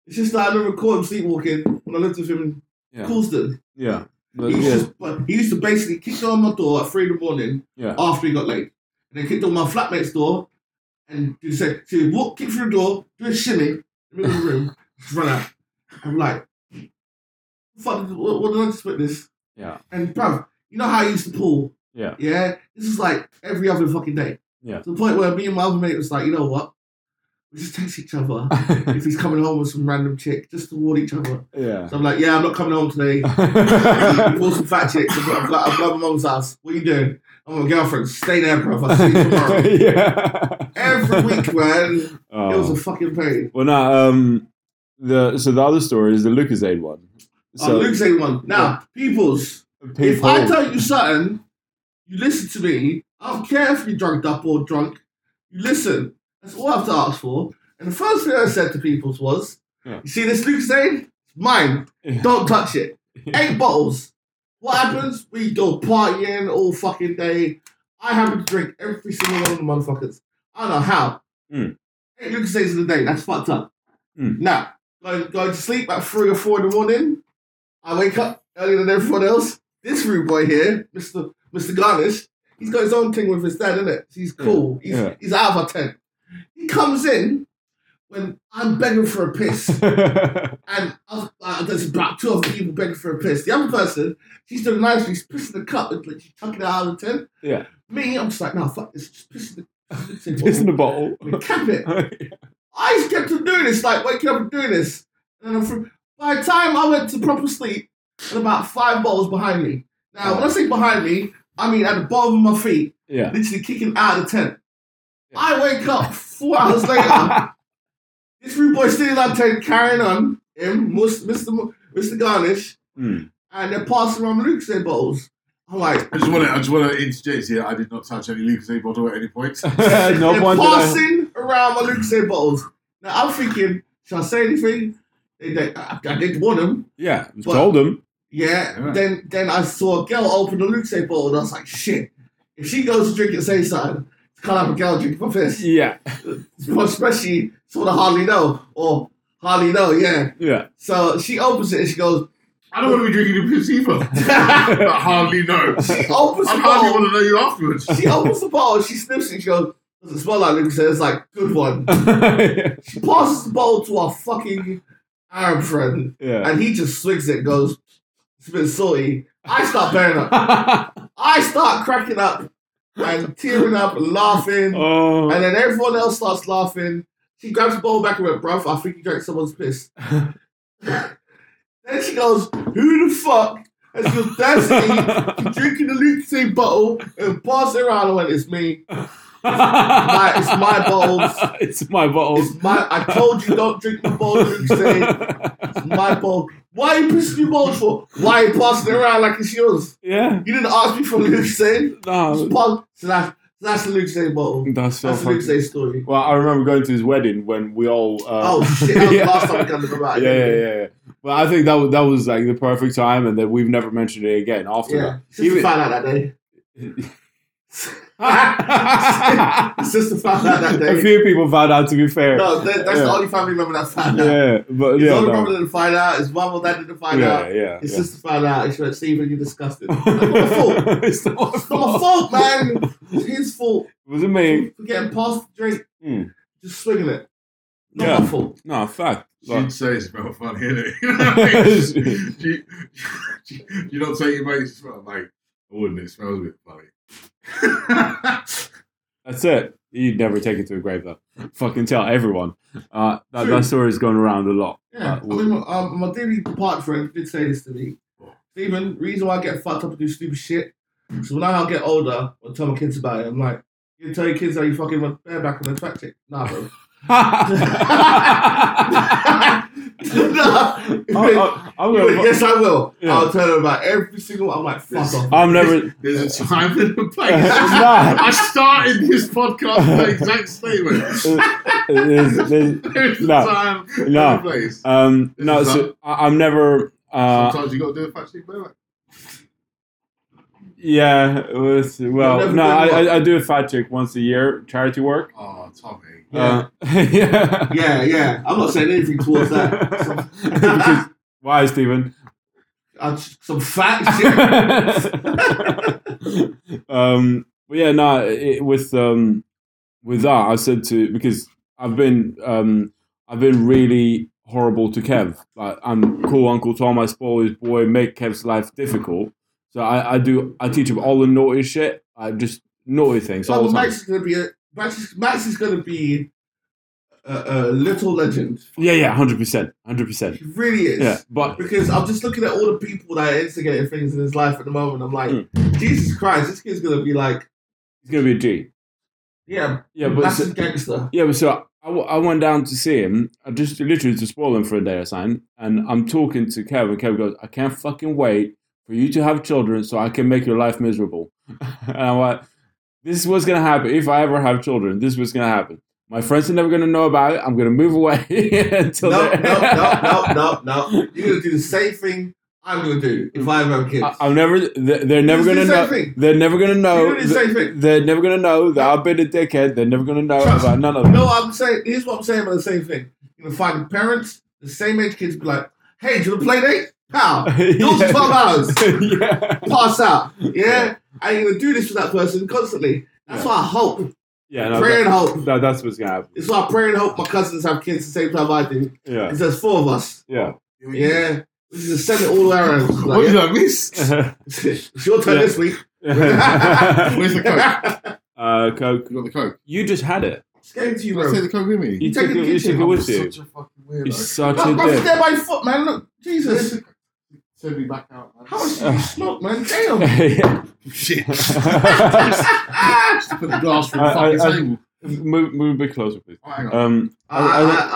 It's just that I never caught him sleepwalking when I lived with him in
Yeah.
Coulston.
yeah. But,
He,
yeah,
used to, but he used to basically kick on my door at three in the morning
Yeah.
after he got late. And then kicked on my flatmate's door and he said, so he walked, kicked through the door, do a shimmy in the middle of the room, just run out. I'm like, fuck, what, what did I expect this?
yeah,
And bruv, you know how I used to pull?
Yeah.
Yeah? This is like every other fucking day.
Yeah.
To the point where me and my other mate was like, you know what? We just text each other if he's coming home with some random chick, just to warn each other.
yeah.
So I'm like, yeah, I'm not coming home today. Call some fat chicks. I'm like, I'm at my mum's house. What are you doing? I'm with my girlfriend. Stay there, bro. I'll see you tomorrow.
yeah.
Every week, man. It was
Oh.
a fucking pain.
Well, no. Um, the so the other story is the Lucas Aid one.
So,
So
Luke's ain't one. Now, peoples, if
people-
I tell you something, you listen to me. I don't care if you're drugged up or drunk. You listen. That's all I have to ask for. And the first thing I said to peoples was,
Yeah.
you see this Luke's aid? It's mine. Don't touch it. Eight bottles. What happens? We go partying all fucking day. I happen to drink every single one of the motherfuckers. I don't know how.
Mm.
Eight liquor days in the day. That's fucked up.
Mm.
Now, go, go to sleep at three or four in the morning. I wake up earlier than everyone else. This rude boy here, Mister Mister Garnish, he's got his own thing with his dad, innit? He's cool. He's,
Yeah.
he's out of our tent. He comes in when I'm begging for a piss. And I was, uh, there's about two other people begging for a piss. The other person, she's doing nicely, she's pissing the cup, and like, she's chucking it out of the tin.
Yeah.
Me, I'm just like, no, fuck this, just piss in the, piss in the
It's in
bottle.
the bottle.
I mean, cap it. I just kept on doing this, like waking up and doing this. And then from, by the time I went to proper sleep, and about five bottles behind me. Now, when I say behind me, I mean at the bottom of my feet,
yeah.
literally kicking out of the tent.
Yeah.
I wake up four hours later. This rude boy still out there carrying on, and Mus- Mr. Mo- Mr. Garnish,
Mm.
and they're passing around Luke's aid bottles. I'm like,
I just want to, I just want to interject here. I did not touch any Lucas A bottle at any point.
no
they're
one. did I-
passing around my Luke's aid bottles. Now I'm thinking, should I say anything? They, they, I, I did warn him.
Yeah, I
But-
told him.
Yeah.
Yeah.
Then then I saw a girl open the Luke's aid bottle, and I was like, shit. If she goes to drink and say something, can't have a girl drink my piss.
Yeah,
Especially sort of hardly know or hardly know. Yeah.
yeah.
So she opens it and she goes.
I don't want to be drinking your piss either. I hardly know.
She opens
I
the
hardly
bottle.
want to know you afterwards.
She opens the bottle, she sniffs it, she goes, Does it smell like liquor? So It's like, good one. She passes the bottle to our fucking Arab friend,
yeah.
and he just swigs it and goes, It's a bit salty. I start bearing up. I start cracking up and tearing up and laughing,
oh.
and then everyone else starts laughing. She grabs the bottle back and went, Bruv, I think you drank someone's piss. then she goes, Who the fuck has your dancing? Drinking the Lucasade bottle and pass it around. I went, it's me.
my,
it's my balls.
It's my balls.
It's my. I told you don't drink the ball. You say it's my ball. Why are you pissing your balls for? Why are you passing it around like it's yours?
yeah.
You didn't ask me for Luke saying. So
No,
that's that's the Luke saying bottle.
that's Oh. Mm, so
That's the Luke
funny.
saying story.
Well, I remember going to his wedding when we all. Uh,
Oh shit! That was
yeah.
the last time I got about it.
yeah, yeah, yeah, yeah. But I think that was that was like the perfect time, and that we've never mentioned it again after
Yeah,
that.
Just to find out that day.
a
It's just the fact that that day.
few people found out. To be fair,
No, that, that's the
Yeah.
only family member that found out.
yeah, but
His
yeah,
only
no.
brother didn't find out. His mum or dad didn't find
yeah,
out.
yeah,
His
yeah.
sister found out. And she went, Stephen, you're disgusted. That's not my fault.
it's not my
It's not my
fault.
fault, man. It's his fault
It wasn't me.
for getting past the drink.
Hmm.
Just swinging it. Not
Yeah.
my fault.
No, fact.
She'd
Like,
say it's about funny, innit? You know what I mean? you, you, you not say your mates smell like I wouldn't. It smells a bit funny.
that's it. You'd never take it to a grave though. Fucking tell everyone. Uh, that,
True.
that story's gone around a lot.
Yeah.
Uh,
I mean, my, um, my dearly departed friend did say this to me. Stephen, reason why I get fucked up and do stupid shit. So when I get older, I tell my kids about it. I'm like, you tell your kids how you fucking went bareback on the track chick. Nah, bro. no.
I, I, am gonna,
Yes, I will.
Yeah.
I'll tell them about every single. I'm like, fuck
Yes.
off.
I'm never.
There's a time and a place.
Nah.
I started this podcast with the exact statement.
uh, there's- there's-
There's a
No.
time and
No.
a place.
um,
This
no,
is
so I, I'm never. Uh,
Sometimes you got to do a fact check, baby.
yeah, it was, well,
never
no,
done
I,
what?
I, I do a fat check once a year, charity work.
Oh, Tommy.
Uh, yeah.
Yeah, yeah. I'm not saying anything towards that. Some,
Because- why, Stephen?
uh, some fat shit.
um, but yeah, no, it, with um, with that, I said to because I've been um, I've been really horrible to Kev. Like I'm cool, Uncle Tom. I spoil his boy, make Kev's life difficult. So I, I do I teach him all the naughty shit. I just naughty things all the
So
time.
Oh, Max is gonna be a Max is, Max is gonna be a, a little legend.
Yeah, yeah, hundred percent, hundred percent.
He really is.
Yeah, but
Because I'm just looking at all the people that are instigating things in his life at the moment. I'm like,
Hmm.
Jesus Christ, this kid's gonna be like,
he's gonna be a G.
yeah,
Yeah, but
that's
so-
a gangster.
Yeah, but so I, w- I went down to see him, I just literally to spoil him for a day or something. And I'm talking to Kev, and Kev goes, I can't fucking wait for you to have children so I can make your life miserable. and I'm like, this is what's going to happen. If I ever have children, this is what's going to happen. My friends are never going to know about it. I'm going to move away until
No, no,
they-
no, no, no, no. You're gonna do the same thing I'm gonna do if I ever have kids.
I, I'm never, they're, they're never
It's the
going to
same
know.
thing.
They're never going to know.
You're doing the same thing.
They're never going to know that I've been a dickhead. They're never going to know
Trust
about none of that.
No, I'm saying here's what I'm saying about the same thing. You know, find parents, the same age kids be like, hey, do you wanna play date? Pow. Yours
Yeah.
is twelve hours.
yeah.
Pass out. Yeah? And you're gonna do this to that person constantly. That's
Yeah.
why I hope.
Yeah, no,
Pray
that-
and hope.
No, that's what's gonna happen.
It's why I pray and hope my cousins have kids the same time I do.
Yeah,
Because there's four of us.
yeah.
Yeah. We just send it all around. It's
What
like,
did
yeah.
I miss?
It's your turn
Yeah.
this week.
Where's the coke?
uh, Coke,
You got the coke?
you just had it.
Just gave it to you,
Did I take
bro.
the coke with me?
You
Take
took
the
it, you
kitchen.
took it
I'm
with you.
such a fucking
You're
weirdo.
such a
Bro, bro,
dick.
there by foot, man. Look, Jesus.
Send me back out. Man.
How much
Uh.
did you smoke, man? Damn.
Shit.
Ah!
Put the glass from the
I- I- I-
fucking table.
move, move a bit closer, please.
Oh, hang on.
Um,
I, I, I,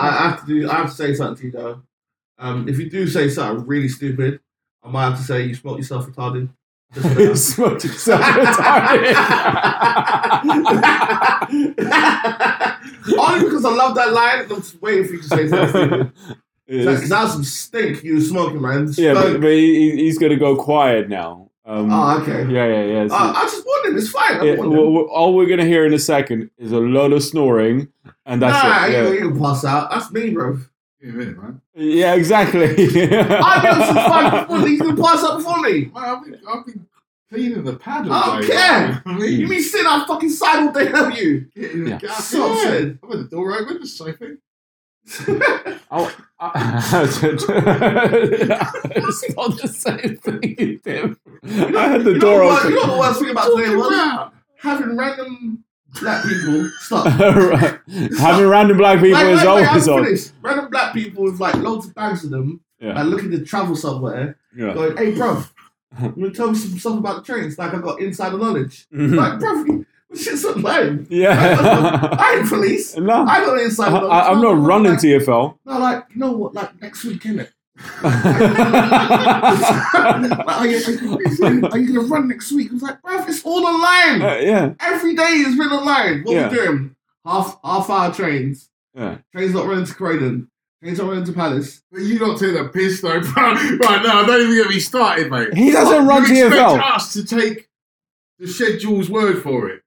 I have to do. I have to say something to you though. Um, if you do say something really stupid, I might have to say you smoked yourself retarded. Just for
you
that.
smoked yourself retarded.
Only because I love that line. I'm just waiting for you to say something stupid. Because
It's-
that was some stink you were smoking, man.
yeah, but,
Smoke.
but he, he- he's gonna go quiet now. Um,
oh, okay.
yeah, yeah, yeah. so-
Uh, I just warned him. It's fine. I
yeah,
warned
well,
him.
well, all we're gonna hear in a second is a lot of snoring, and that's
nah,
it.
you,
yeah.
you can pass out. That's me, bro.
Give me a minute, man.
Yeah, exactly.
I know some fun before that you can pass out before me.
man I've, been, I've been cleaning the paddle.
I don't care. You mean sitting on fucking side all day, have you?
Yeah.
Sorted.
I'm at the door open, the sofa.
Oh, it's not the same thing, Tim. I had the
you
door
know what,
open.
You know the worst thing about today was
Wow.
having random black people. Stop.
Having random black people
Like,
is
like, like, I'm
always on.
finished. Random black people with like loads of bags of them,
Yeah.
like looking to travel somewhere,
Yeah.
going, "Hey, bro, you gonna tell me some stuff about the trains? Like I got insider knowledge.
Mhm.
Like, bro, shit's online.
Yeah.
I ain't police.
no, I,
I got insider knowledge.
I, am
No,
Uh, not
no,
running
like,
TFL.
No, like you know what? Like next week, innit?
Uh,
Like, are, you, are, you, are you gonna run next week? I was like, bro, it's all online.
yeah.
Every day is written online. What
Yeah.
we doing? Half half hour trains.
Yeah.
Trains not running to Croydon. Trains not running to Palace.
But you don't take the piss though, bro. Right now, don't even get me started, mate.
He doesn't run
you expect
TFL.
us to take the schedule's word for it.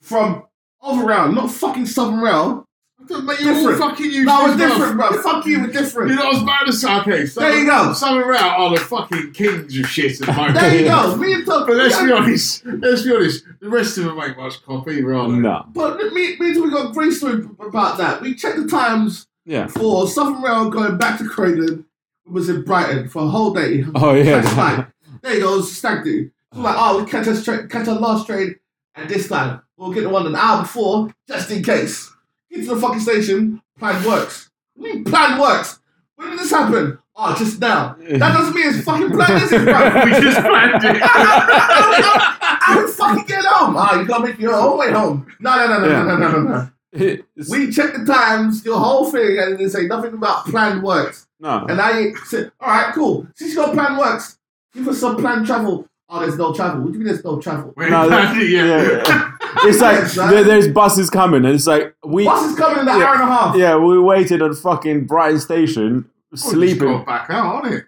from other rail, not fucking southern rail.
Mate, you're all
Different.
fucking you.
No, it's different, bro. Fuck you, it's
You're
different.
not as bad as okay. So
There you go.
Some around are the fucking kings of shit at the moment.
There you go. Me and Tom.
But let's be honest. Let's be honest. The rest of them ain't much coffee, rather.
No.
But me, me and Tom, we got grey about that. We checked the times
Yeah.
for Southern Rail going back to Croydon. It was in Brighton for a whole day.
Oh yeah.
That's fine. There you go, stag do. So like, oh, we catch our, tra- catch our last train at this time. We'll get the one an hour before, just in case. Get to the fucking station, plan works. What do you mean plan works? When did this happen? Oh, just now. That doesn't mean it's fucking planned, is it, bro?
We just planned it.
I would fucking get home. Ah, you gotta make your own way home. No, no, no, no,
Yeah.
no, no, no, no.
It's-
We check the times, your whole thing, and they say nothing about planned works.
no.
And I said, all right, cool. Since your plan works, give us some planned travel. Oh, there's no travel. What do you mean there's no travel?
We
No,
planned it, yeah.
yeah, It's like there, there's buses coming, and it's like we.
Bus is coming in an
Yeah.
hour and a half.
Yeah, we waited at fucking Brighton Station,
Well,
sleeping.
Oh, Just got back out, on it?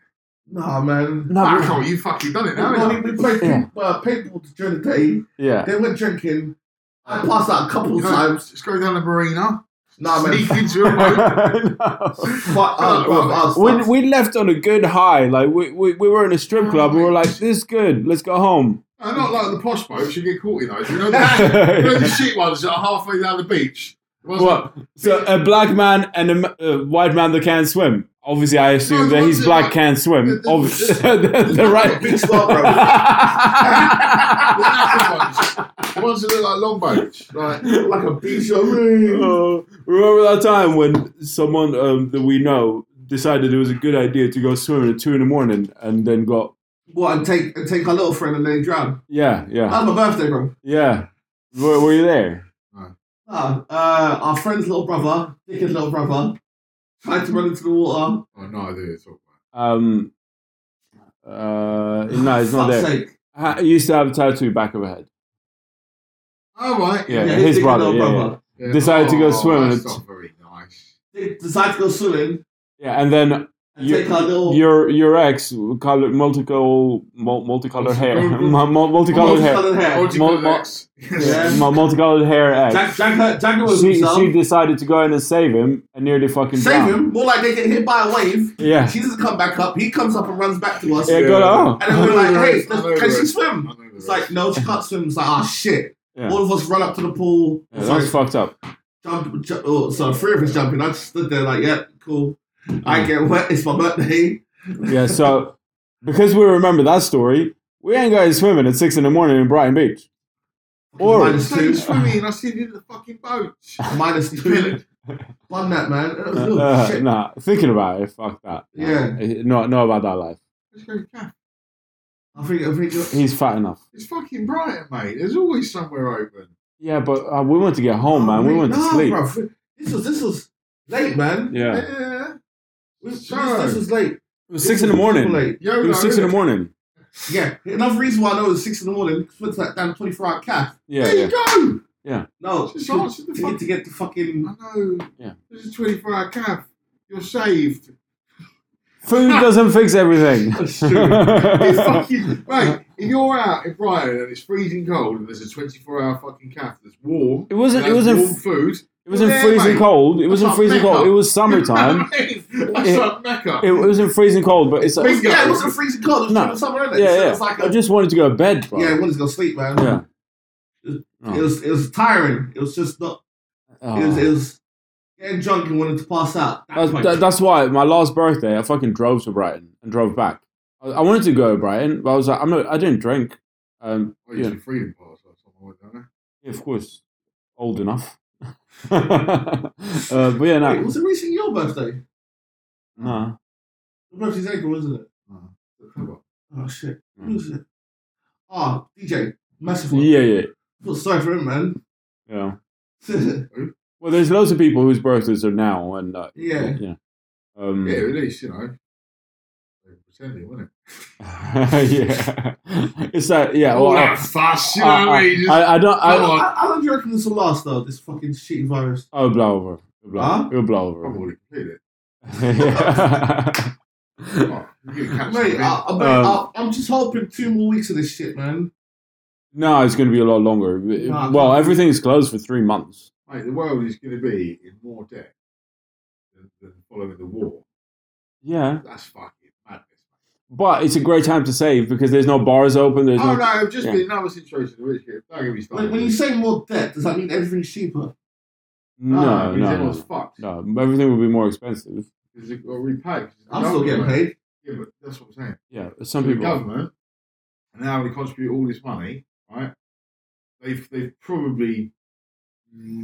Nah, man.
No,
Back
but-
out. You fucking done it
We,
now. you
only- we played
Yeah.
pink- uh, paintball during the day.
yeah.
They went drinking. I passed out a couple
You
of
know,
times.
Just go down the marina.
Nah, man.
sneak into a boat.
No.
Fuck, uh, bro, I was
We,
fucked.
we left on a good high. Like we, we, we were in a strip club. We were like, "This is good. Let's go home."
No, not like the posh boats. You get caught in those. You know the, you know the shit ones that are halfway down the beach. The ones
What? So a black man and a m- a white man that can't swim. Obviously, I assume
the
that
ones
he's
that
black
like-
can't swim.
the- the-
Obviously, the, the right.
Big slot, bro.
The knackered ones. The ones that look like longboats. Like,
like a beach. Like,
Oh, remember that time when someone um, that we know decided it was a good idea to go swimming at two in the morning and then got
what, and take, and take our little friend and then drown.
yeah yeah
That was my birthday, bro.
yeah. Were, were you there?
Nah, uh, our friend's little brother, Dick's little brother, tried to run into the water.
oh, no idea. It's all
Um. Uh, no, it's not
Fuck's
there.
sake.
Ha- He used to have a tattoo back of her head.
All right.
Yeah,
Yeah,
his,
his big
brother.
little
Yeah, yeah.
brother.
Yeah. oh,
Decided to go swimming.
That's not very nice.
They decided to go swimming
Yeah, and then
and
You-
take our little.
your your ex color multicolor mul- multicolored hair, Mu- mu- multicolored hair,
multicolored hair.
Orgy
Mo-
Codex.
Yeah.
Mu- multicolored hair
Jack,
ex.
Jack, Jack was
She she
himself.
decided to go in and save him and nearly fucking
Save
drowned.
him. More like they get hit by a wave.
Yeah,
She doesn't come back up. He comes up and runs back to us.
yeah,
Yeah.
go on.
And then we're like, hey,
I know
let's- can
the
she
rest. I
swim?
know the
It's
rest.
like, no, she can't swim. It's like, ah, shit.
Yeah.
All of us run up to the pool.
Yeah,
Sorry,
that's fucked up.
jump, ju- oh, so three of us jumping. I just stood there like, yeah, cool. I get wet. It's my birthday.
Yeah, so because we remember that story, we ain't going swimming at six in the morning in Brighton Beach. Or-
I
minus two.
stayed swimming. I stayed in the fucking boat.
Minus two. Bun that, man. Oh,
Uh,
shit.
nah, thinking about it, fuck that.
Yeah.
Eh, no, no about that life.
Let's go, Gaff.
I think, I think
He's fat enough.
It's fucking Brighton, mate. There's always somewhere open.
Yeah, but uh, we want to get
Oh
home, man. We want to
Nah,
sleep.
bruv. This was this was late, man.
Yeah,
Yeah.
This, this,
Sure.
this was late.
it was
This
six in the
was
morning.
super Late.
Yo,
It was six in the morning.
Yeah. Another reason why I know it's six in the morning because it's like damn twenty four hour calf.
Yeah,
There
yeah.
you go.
No,
Just
to,
answer the
to get, to get the fucking.
I know.
Yeah.
This is 24 hour cab. You're saved.
Food doesn't fix everything.
That's true.
It's fucking, mate, if you're out in Brighton and it's freezing cold and there's a 24 hour fucking cab that's warm,
It wasn't.
and
It
has
wasn't.
warm food.
It wasn't
Yeah,
freezing
mate.
cold. It wasn't
That's
freezing
not
cold. It
Mecca.
was summertime.
That's
It-
like Mecca.
It wasn't freezing cold, but it's.
Bingo.
Yeah, it wasn't freezing cold. It was
No.
no. somewhere in it.
Yeah,
so
yeah.
It's like
I
a,
just wanted to go to bed, bro.
yeah, I wanted to go sleep, man.
Yeah.
It was it was tiring. It was just not. It was
Oh.
it was getting drunk and wanted to pass out.
That's,
my-
that, that's why my last birthday, I fucking drove to Brighton and drove back. I, I wanted to go to Brighton, but I was like, I'm not. I didn't drink. Um,
I
yeah,
used to Oh, freedom pass last time I went down there.
yeah, of course, old enough. uh, but yeah,
Wait,
no,
was it recently your birthday?
no.
Your birthday's April, isn't it?
Clever.
Oh shit.
Mm.
Who was it? Oh, DJ. Massive one.
yeah, yeah,
feel sorry for him, man.
yeah.
yeah.
Well, there's loads of people whose birthdays are now, and uh, yeah. Um,
Yeah, at least, you know. They were pretending, wasn't it?
yeah, it's like yeah.
All
Well, I,
that fuss, you know what I
I,
mean? Just-
I, I don't.
How,
I,
on.
how- how long do you reckon this will last, though? This fucking shitty virus.
I'll blow over. It'll blow,
Huh?
it'll blow
I've
over.
already completed it.
Yeah.
Oh, you catch
Mate,
something.
I, I, mate
Um,
I, I'm just hoping two more weeks of this shit, man.
No, it's going to be a lot longer.
No,
well,
it's-
everything's closed for three months.
Mate, the world is going to be in more debt than, than following the war.
Yeah,
That's fucking madness.
but it's a great time to save because there's no bars open. There's
Oh
no.
no, I've just
yeah.
been in another situation. Rich, don't get me started.
When, when you say more debt, does that mean everything's cheaper?
No, no,
it means
no,
Ah, everyone's
no,
fucked.
no. Everything will be more expensive.
Because it got repaid.
I'm still getting paid.
Yeah, but that's what I'm saying.
Yeah, some
the
people.
government and how they contribute all this money, right? They've they've probably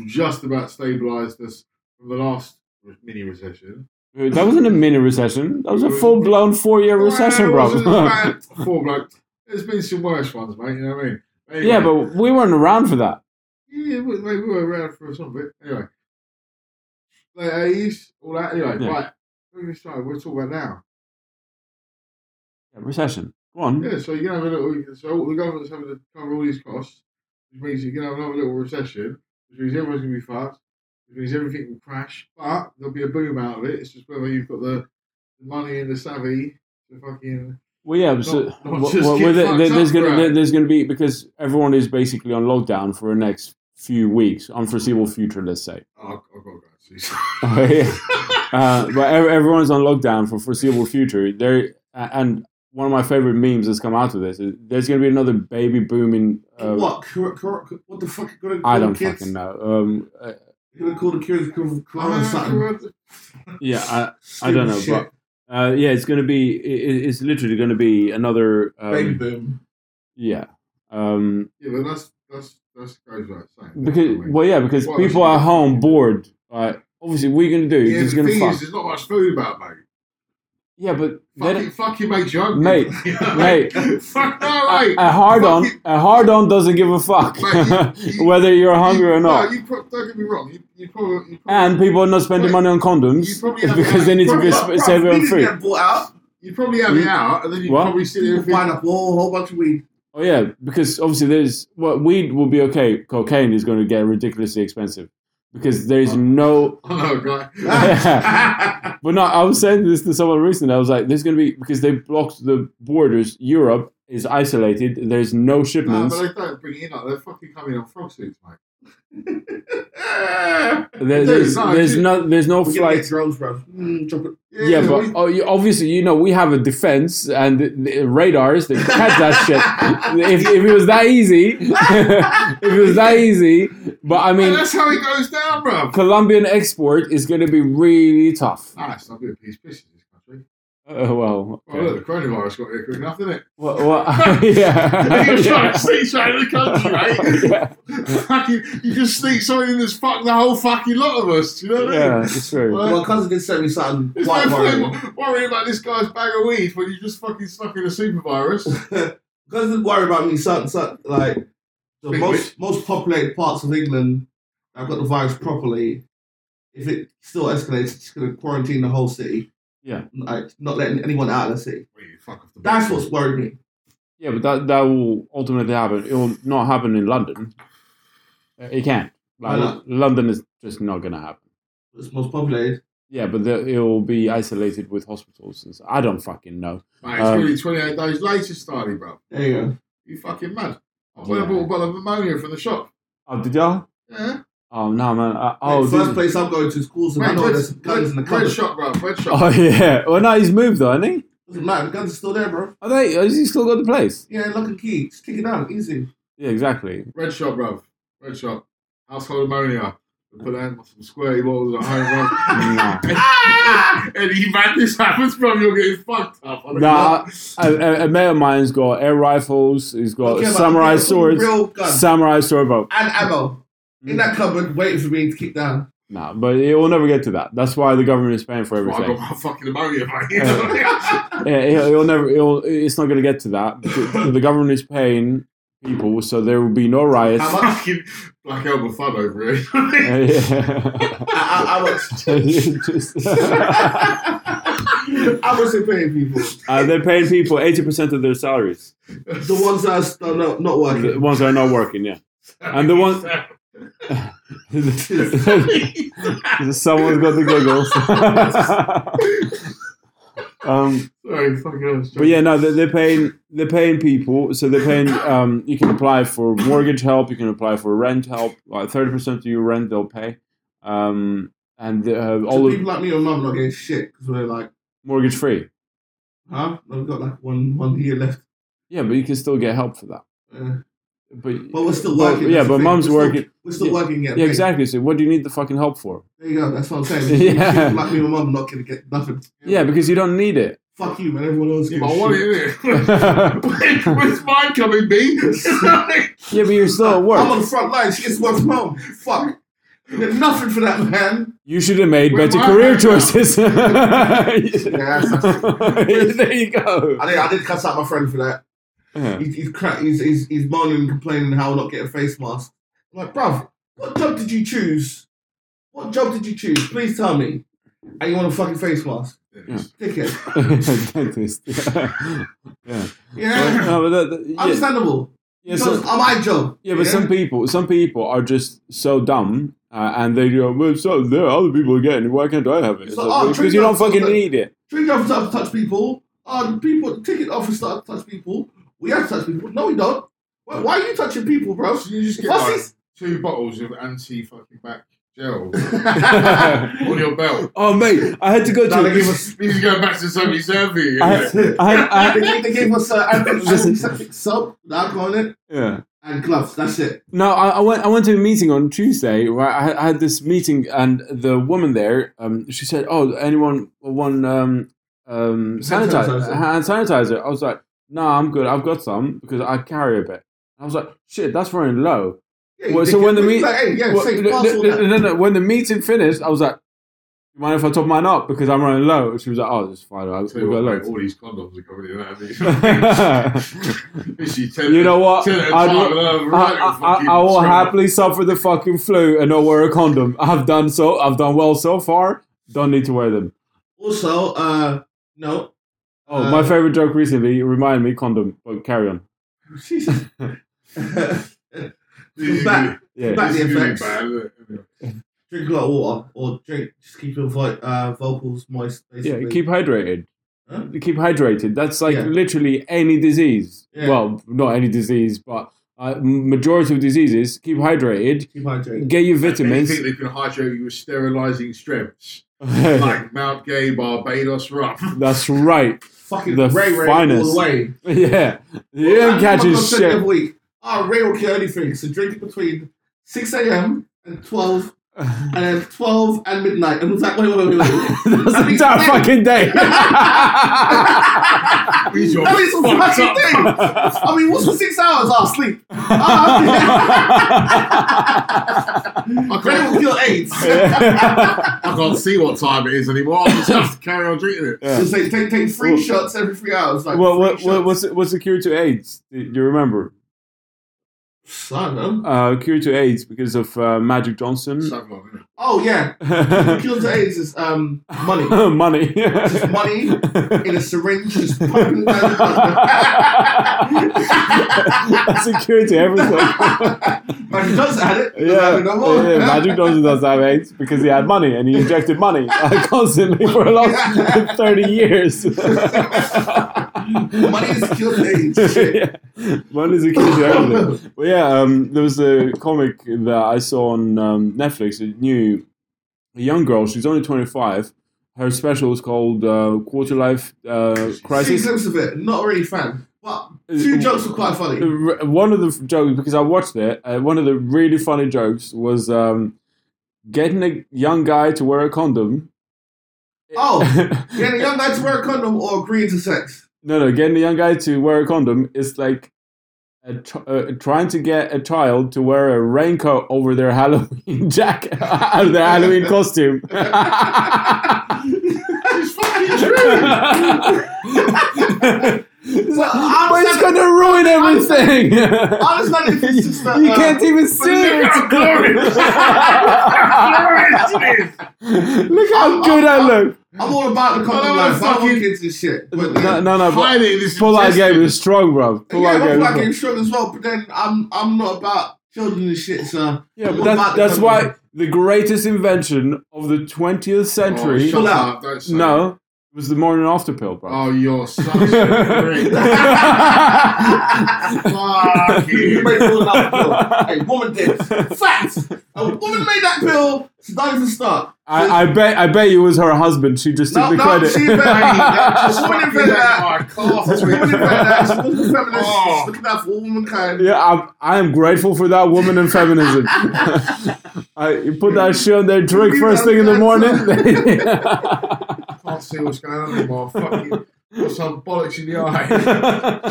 just about stabilised us from the last mini recession.
Uh, That wasn't a mini recession. That was a full blown four year recession,
Well, it
bro.
wasn't as bad before, bloke. There's been some worse ones, mate. You know what I mean? Anyway,
yeah, but we weren't around for that.
yeah, we, we were around for some bit. Anyway, late eighties, all that. Anyway,
Yeah.
right. We're going to start. We're talking about now.
Yeah, recession. Go on.
Yeah, so you can have a little. So the government's having to cover all these costs, which means you can have another little recession, which means everyone's going to be fucked, which means everything will crash. But there'll be a boom out of it. It's just whether you've got the, the money and the savvy to fucking.
Well, yeah. So,
Not- not
well,
just
well,
get
there-
fucked
there-
up,
there's going
bro.
to there's going to be because everyone is basically on lockdown for the next few weeks, unforeseeable future, let's say.
Oh, I've got to go. Jeez.
Yeah. uh, but ev- everyone's on lockdown for foreseeable future. There a- and one of my favorite memes that's come out of this is there's going to be another baby boom in. Uh,
what? Cor- cor- cor- what the fuck? are Gonna
I
call
don't
the kids?
fucking know. Um, uh,
You're gonna call the kids cor- corona something.
Ah,
yeah, I, I don't know,
Stupid shit.
but uh, yeah, it's going to be. It, it's literally going to be another. Um,
baby boom.
Yeah. Um,
yeah, but that's that's that's goes without saying.
Because
Anyway.
well, yeah, because
Well,
people
actually-
at home bored. Like, obviously, what are you gonna do? You're
yeah,
just
the
gonna
thing
fuck.
is, there's not much food about, mate.
yeah, but
Fucking,
then
fucking makes you hungry.
Mate,
You know what I
mate.
mean? Fuck no,
a,
mate.
a hard on,
fucking-
a hard on doesn't give a fuck
Mate, you- you-
whether you're hungry or
You- no,
not.
you pro- don't get me wrong. You, you probably, you probably
And people are not spending
Mate,
money on
you
condoms
probably have-
because they need to
Bro,
be
bro,
sp- saving
we
on
didn't
food.
get bought out.
you probably have it out, and then you
What?
probably sit
People
there and think,
buying up a whole, whole bunch of weed.
Oh yeah, because obviously there's well, weed will be okay. Cocaine is going to get ridiculously expensive because there is
Oh.
no.
"Oh no, guy."
But no, I was saying this to someone recently. I was like, "There's going to be because they blocked the borders. Europe is isolated. There's no
no,
shipments.
but they don't bring it in. Like, they're fucking coming on frog suits, mate.
There,
Dude,
there's
no,
there's
dude.
no there's no
We're gonna get
flights.
drones, bro. Mm, drop it.
Yeah, but
we-
oh, you, obviously you know we have a defense and the, the radars that catch that shit. If, if it was that easy, if it was that easy, but I
Mate,
mean,
that's how it goes down, bro.
Colombian export is going to be really tough.
Nah, it's not good piece of piss in this country.
Uh, well,
Well,
okay.
look, the coronavirus got here quick enough, didn't it?
well, well, yeah.
You're trying to sneak something in the country, mate.
yeah.
fucking, you just sneak something in that's fucked the whole fucking lot of us. You know what I
yeah,
mean?
it's true.
Well,
My cousin did send me something
There's
quite
no
worrying.
point worrying about this guy's bag of weed when you just fucking stuck in a super virus.
Cousin did worry about me something, something like the
Wait,
most most populated parts of England that have got the virus properly. If it still escalates, it's going to quarantine the whole city.
Yeah.
like not letting anyone out of the city.
Well, you fuck off the
That's what's worried me.
Yeah, but that that will ultimately happen. It will not happen in London. It can't.
Why
Like,
not?
London is just not going to happen.
It's most populated.
Yeah, but the, it will be isolated with hospitals. And so, I don't fucking know.
Mate, it's
Um,
really 28 days later, Starley, bro.
There you go.
You fucking mad. I'm
Yeah.
yeah. bought a bottle of ammonia from the shop.
Oh, did y'all?
Yeah.
Oh no, man. I, oh,
Like, first
did-
place I'm going to is schools, and I
Mate,
know
red,
there's some guns in the
red, red
cupboard.
shop, bro. Red shop.
oh yeah. Well, no, he's moved though, hasn't he?
Doesn't matter. The guns are still there, bro.
Are they? Has he still got the place?
Yeah, lock and key. Just kick it out. Easy.
Yeah, exactly.
Red shop, bro. Red shop. Household ammonia. We put that in with some squirty bottles at home,
Nah.
bro. and you mad this happens, bro, you're getting fucked up. I don't
Nah,
know.
A, a, a mate of mine's got air rifles. He's got
Don't care about-
samurai
I'm talking
swords. Mm.
Real guns.
Samurai sword, but
and ammo in that cupboard waiting for me to kick down.
nah. But it will never get to that. That's why the government is paying for
Well, I
everything.
got my fucking ammonia, mate. You
Yeah.
know what I mean?
Yeah, it'll, it'll never. It'll, it's not going to get to that. The- the government is paying people, so there will be no riots.
How much?
fucking black elbow fun over here.
Yeah, yeah.
How how much?
Just- uh,
How much they paying people?
they're paying Uh, people eighty percent of their salaries.
The ones that are still not, not
The
working.
ones that are not working, yeah. And the one- Someone's got the giggles. Um,
Sorry, fucking I was
but yeah, no, they're, they're paying they're paying people, so they're paying. Um, you can apply for mortgage help, you can apply for rent help. Like thirty percent of your rent they'll pay, um, and uh, all
So
of
people like me and mum not getting shit because we're like,
mortgage free.
huh? No, We've got like one one year left.
Yeah, but you can still get help for that.
Uh,
But,
but we're still working.
yeah,
that's the
but
thing.
mum's
We're still-
working.
We're still
yeah.
working. Yeah,
Yeah, exactly. So what do you need the fucking help for?
There you go. That's what I'm saying.
Yeah.
People like me and mum not gonna get nothing.
Yeah, because you don't need it.
Fuck you, man. Everyone else.
Yeah,
Yeah,
but I want it, innit?
yeah,
Where's mine coming, B?
but you're still at
I'm on
work.
the front line. She gets work from home. Fuck. You get nothing for that, man.
You should have made
Where
better
my
career
hand now?
choices.
Yeah, that's-
there you go.
I did. I did cuss out my friend for that.
Yeah.
He's he's, cra- he's, he's, he's moaning and complaining how I'm not getting a face mask. I'm like, bruv, what job did you choose? What job did you choose? Please tell me. And you want a fucking face mask? Dickhead.
Dentist. Yeah. Yeah.
Yeah.
No, but that- that- uh, yeah,
Understandable.
yeah,
Because
so-
I'm my job.
yeah, but some people, some people are just so dumb, uh, and they go, "Well, so there are other people getting it. Why can't I have it?" It's like,
So, oh,
well,
treat
because you
them
don't fucking
something.
need it.
Tree drivers start to touch people. Uh, the people, the ticket office start to touch people. We have to touch people. No, we don't. Why, why are you touching people, bro?
you just get
What's
like
this?
two bottles of anti fucking back gel on your belt.
oh, mate, I had to go
Now
to.
they give us.
He's going back to Sophie Survey.
I had, I had, I
They
had,
gave, they gave us uh,
Listen.
antiseptic soap, with alcohol in it,
yeah.
and gloves. That's it.
No, I, I went. I went to a meeting on Tuesday. Where I, had- I had this meeting, and the woman there, um, she said, "Oh, anyone want um, um,
Hand
sanitizer?
sanitizer.
Hand sanitizer." I was like, "No, I'm good. I've got some because I carry a bit." I was like, "Shit, that's running low."
Yeah,
Well,
they
so
can-
when the meet-
like, hey, yeah,
Well,
say,
no,
pass all
no,
that.
no, no, no, When the meeting finished, I was like, "You mind if I top mine up because I'm running low?" She was like, "Oh, it's fine. I've
Tell you what, mate,
got
all these condoms are coming in. aren't
loads."
they? She tell-
you know what?
tell her
I'd-
time, uh,
I,
right,
I,
fucking
I- I will
scrub.
happily suffer the fucking flu and not wear a condom. I've done so. I've done well so far. Don't need to wear them.
Also, uh, no.
Oh,
Uh,
my favorite joke recently. Remind me, condom. But carry on.
Uh, Jesus.
This is
Back-
Yeah.
back-
this is
the
really
effects.
bad, isn't it?
drink a lot of water, or drink. Just keep your vo- uh, vocals moist. Basically.
Yeah, keep hydrated.
Huh?
Keep hydrated. That's like
Yeah.
literally any disease.
Yeah.
Well, not any disease, but uh, majority of diseases. Keep hydrated.
keep hydrated.
Get your
Anything
vitamins.
that can hydrate you with sterilizing strips, like Mount Gay, Barbados Rum.
That's right.
Fucking
The
Ray Ray all
finest.
the way.
Yeah, you didn't
I'm-
catch
I'm
his
upset
shit.
every Week. Oh, Ray will kill anything. So drink it between six a.m. and twelve, and then twelve and midnight. And it was like, wait, wait, wait, wait. wait.
That's
That'd
the
be
entire
great.
fucking day.
These are
That is a
fucked
fucking
up.
thing. I mean, what's for six hours? I'll sleep.
I
Ray
can't,
will kill AIDS.
I can't see what time it is anymore. I just have to carry on drinking it.
Yeah.
Just like take take three
Well-
shots every three hours. Like
Well,
three
what, what, what's
shots.
what's the cure to AIDS? Do you remember?
I don't know.
Uh, cure to AIDS because of uh, Magic Johnson.
Something like that.
Oh yeah, cure to AIDS is um money,
Money.
just money in a syringe, just pumping it down your throat.
That's a cure to everything.
Like he does had it.
Yeah.
no more.
yeah, Magic Johnson does have AIDS because he had money and he injected money uh, constantly for the last 30 years.
money is cure to AIDS. Shit.
yeah. Money's a cure to everything. Well, yeah, um, there was a comic that I saw on um, Netflix. A new, a young girl. She's only twenty five. Her special is called uh, Quarter Life uh,
Seen
Crisis. Uh,
glimpse of it. Not really a fan, but two jokes were quite funny.
The r- One of the f- jokes because I watched it. Uh, one of the really funny jokes was um, getting a young guy to wear a condom.
Oh, getting a young guy to wear a condom or agreeing to sex.
No, no, getting a young guy to wear a condom is like a ch- uh, trying to get a child to wear a raincoat over their Halloween jacket, out of their Halloween costume.
It's fucking
but
I'm
it's
saying-
gonna ruin everything.
I understand if it's just that,
you
uh,
can't even see
Look
it.
how glorious! Look
Ah,
how glorious it is!
Look how
I'm-
good I
I'm-
look.
I'm all about the condom
I'm
life. I
fucking-
want kids and shit. But
No, no, no. But
Hide it in this
pull out
intestine.
game is strong, bro. Pull
yeah,
out
I'm
game. is
fucking
strong.
short as well, but then I'm I'm not about children and shit, so
Yeah,
I'm
but
all
that's,
about the
that's
condom
why
life.
the greatest invention of the 20th
Oh,
century.
shut
Pull
up, don't say
No, was the morning after pill, bro.
Oh, you're such a prick. Fuck
You
you.
made all that pill. Hey, woman did. Facts. A woman made that pill. She doesn't even start.
I, I bet I bet you was her husband. She just
No,
took the
no,
credit.
she bet-
That's
Woman
fucking
invented that.
like my car.
She's a woman in fact, that. She's a feminist.
Oh.
She's looking out for all womankind.
yeah, I'm, I am grateful for that woman and feminism. I, you put that shit on their drink
You
first thing in the
know
morning.
can't see what's going on anymore. Fucking got some bollocks in the eye.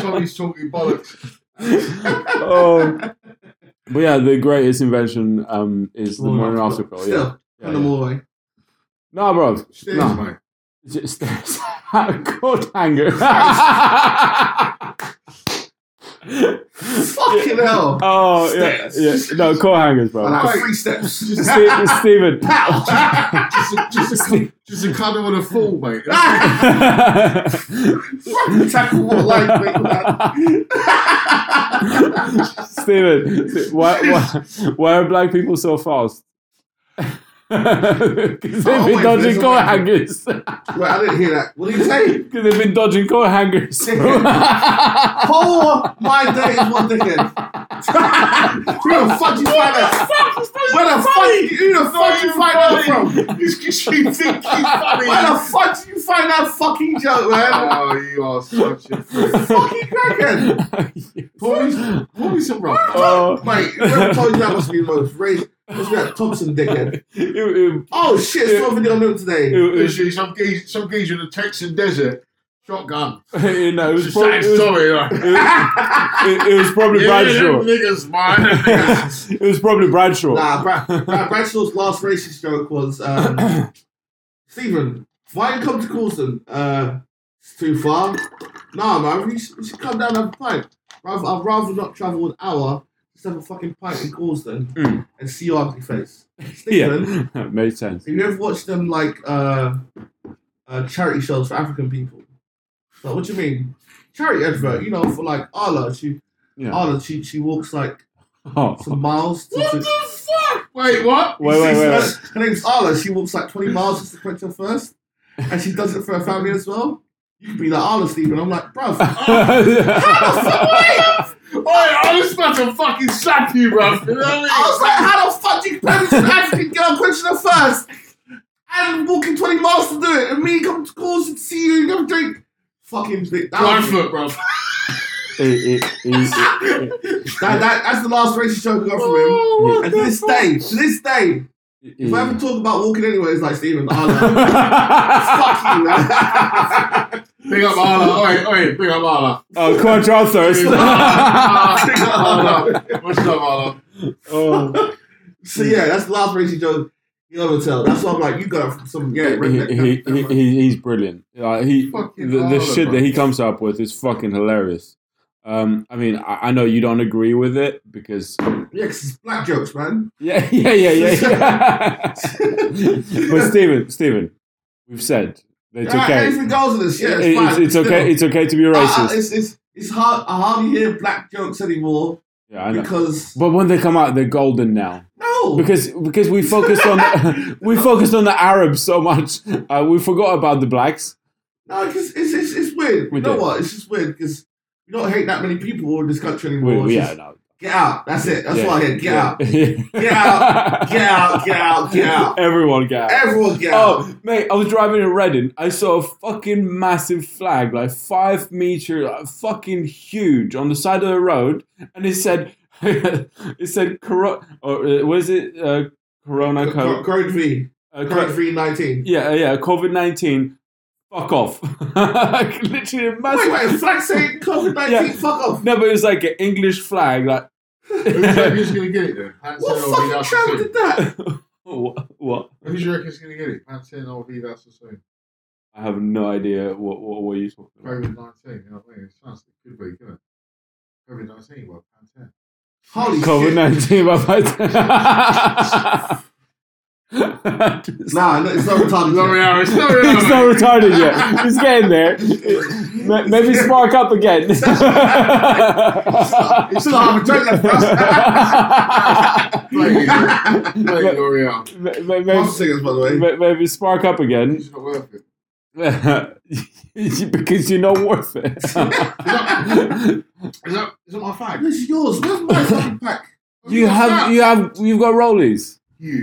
Tommy's talking bollocks.
oh. But yeah, the greatest invention um, is the morning after pill. Yeah.
Still,
Yeah,
on the
yeah.
motorway.
No, bro.
Stairs,
No.
mate.
Just coat hanger.
Fucking hell.
oh yeah, yeah. No coat hangers, bro.
I like
Right.
three steps.
Ste- Steven.
Just a, just, a, just a cuddle and a fall, mate.
Tackle what like, mate, man.
Steven, Ste- why, why, why are black people so fast? Because they've been
Always,
dodging
there's
coat
always-
hangers.
Wait, I didn't hear that. What did he say?
Because they've been dodging coat hangers.
Oh my days, one dickhead. Who the fuck you find that? Where the fuck? Who the fuck you find that from?
It's because you think he's funny.
Where the fuck did you find that fucking joke, man?
Oh, you are such a prick.
fucking crackhead.
Pour me, some- pour me some rum.
Oh.
Mate, whoever told you that must be the most racist. Must be that Thompson dickhead.
It- it-
Oh shit, it's not video on them today.
it- it-
Literally, some geezer, some geezer in the Texan desert, shotgun.
you know, it was
Just
prob-
saying
it was-
sorry. Like,
it was- it- it was probably
yeah, them
Bradshaw.
niggas, man. them
It was probably Bradshaw.
Nah, Brad, Brad Bradshaw's last racist joke was um, Stephen, why you come to Coulson? Uh, it's too far. Nah, man, we should, we should come down and have a pint. Rather, I'd rather not travel an hour just have a fucking pint in Coulson
Mm.
and see your ugly face. Stephen,
Yeah, that made sense.
have you ever watched them like uh, uh, charity shows for African people? Like, what do you mean? Charity advert, you know, for like Arla. She,
Yeah.
Arla, she, she walks like
Oh.
some miles to, to,
fuck? Wait, what?
Wait, wait, wait, wait.
Her name's Arla. She walks like 20 miles just to quench her first. And she does it for her family as well. You could be like, Arla, Stephen. I'm like, bruv.
Oi, I was about to fucking slap you, bruv. You know what I mean?
I was like, how the fuck do you parents an African girl quenching her first? And walking 20 miles to do it. And me come to calls and see you and have a drink. Fucking bit. That,
Blind
was-
foot, bruv.
It- it- it-
that, that, that's the last racist joke I got from
Oh,
him. And to this day, to this day,
it-
if I ever
it-
talk about walking anywhere, it's like, Stephen, Arla, fuck you, man.
Big up Arla. Oi, oi, big up Arla.
oh, quench our thirst.
Big up Arla. Big up Arla. What's up, Arla?
oh.
So yeah, that's the last racist joke you'll ever tell. That's why I'm like, you got it from some yeah,
he,
redneck.
he, he, he- he's brilliant. Like, he,
Fucking
the, the
Arla,
shit
bro.
that he comes up with is fucking hilarious. Um, I mean, I, I know you don't agree with it because
yeah, 'cause it's black jokes, man.
Yeah, yeah, yeah, yeah. yeah. but Stephen, Stephen, we've said that it's
Alright,
okay.
Anything goes with this. Yeah, Ah,
It-
it's,
it's,
fine.
it's okay. It's okay to be
Still,
racist.
I- I- it's, it's, it's hard. I hardly hear black jokes anymore
yeah, I know.
because
But when they come out, they're golden now
no,
because because we focused on the, we focused on the Arabs so much, uh, we forgot about the blacks.
no, 'cause it's, it's it's weird.
We
you know
did.
what? It's just weird because you don't hate that many people in this country
We,
anymore.
we,
It's
yeah,
just,
no.
Get out. That's it. That's
Yeah.
why I hear. Get out.
Get
out. Get out. Get out. Get out.
Everyone get out.
Everyone get out.
Oh, mate, I was driving in Reading. I saw a fucking massive flag, like five meter, like, fucking huge, on the side of the road, and it said, it said, Coro- or uh, was it uh, Corona
Co-
code?
Code V.
Uh,
Code
cor-
V nineteen.
yeah, uh, yeah, COVID nineteen. Fuck off! Like, Literally a
Wait,
massive.
wait. Flag saying COVID nineteen.
Yeah.
Fuck off.
No, but it was like an English flag, like.
Who's who's going to get it then? Hansen
What
or
fucking
Vidas
tramp
Sassoon?
did that?
what? What?
Who do you reckon's going to get it? Hansen or Vidas Sassoon?
I have no idea what what, what you talking about.
COVID 19. You know what I mean? It's chance it could be, couldn't it? COVID 19, well, Hansen.
Holy
COVID
shit.
nineteen, my bad.
Nah, no, it's not retarded.
Sorry,
yet.
Harry. Sorry,
He's
Harry.
not retarded yet. He's getting there. M- Maybe spark up again.
You still have a drink left for us.
M-
Blame you. Blame you, L'Oreal.
m-
One
maybe-
singers, by the way.
m- Maybe spark up again.
It's not worth it.
because you're not worth it.
Is that, is that my flag?
This is yours. Where's my fucking pack?
you have you have you've got rollies.
You.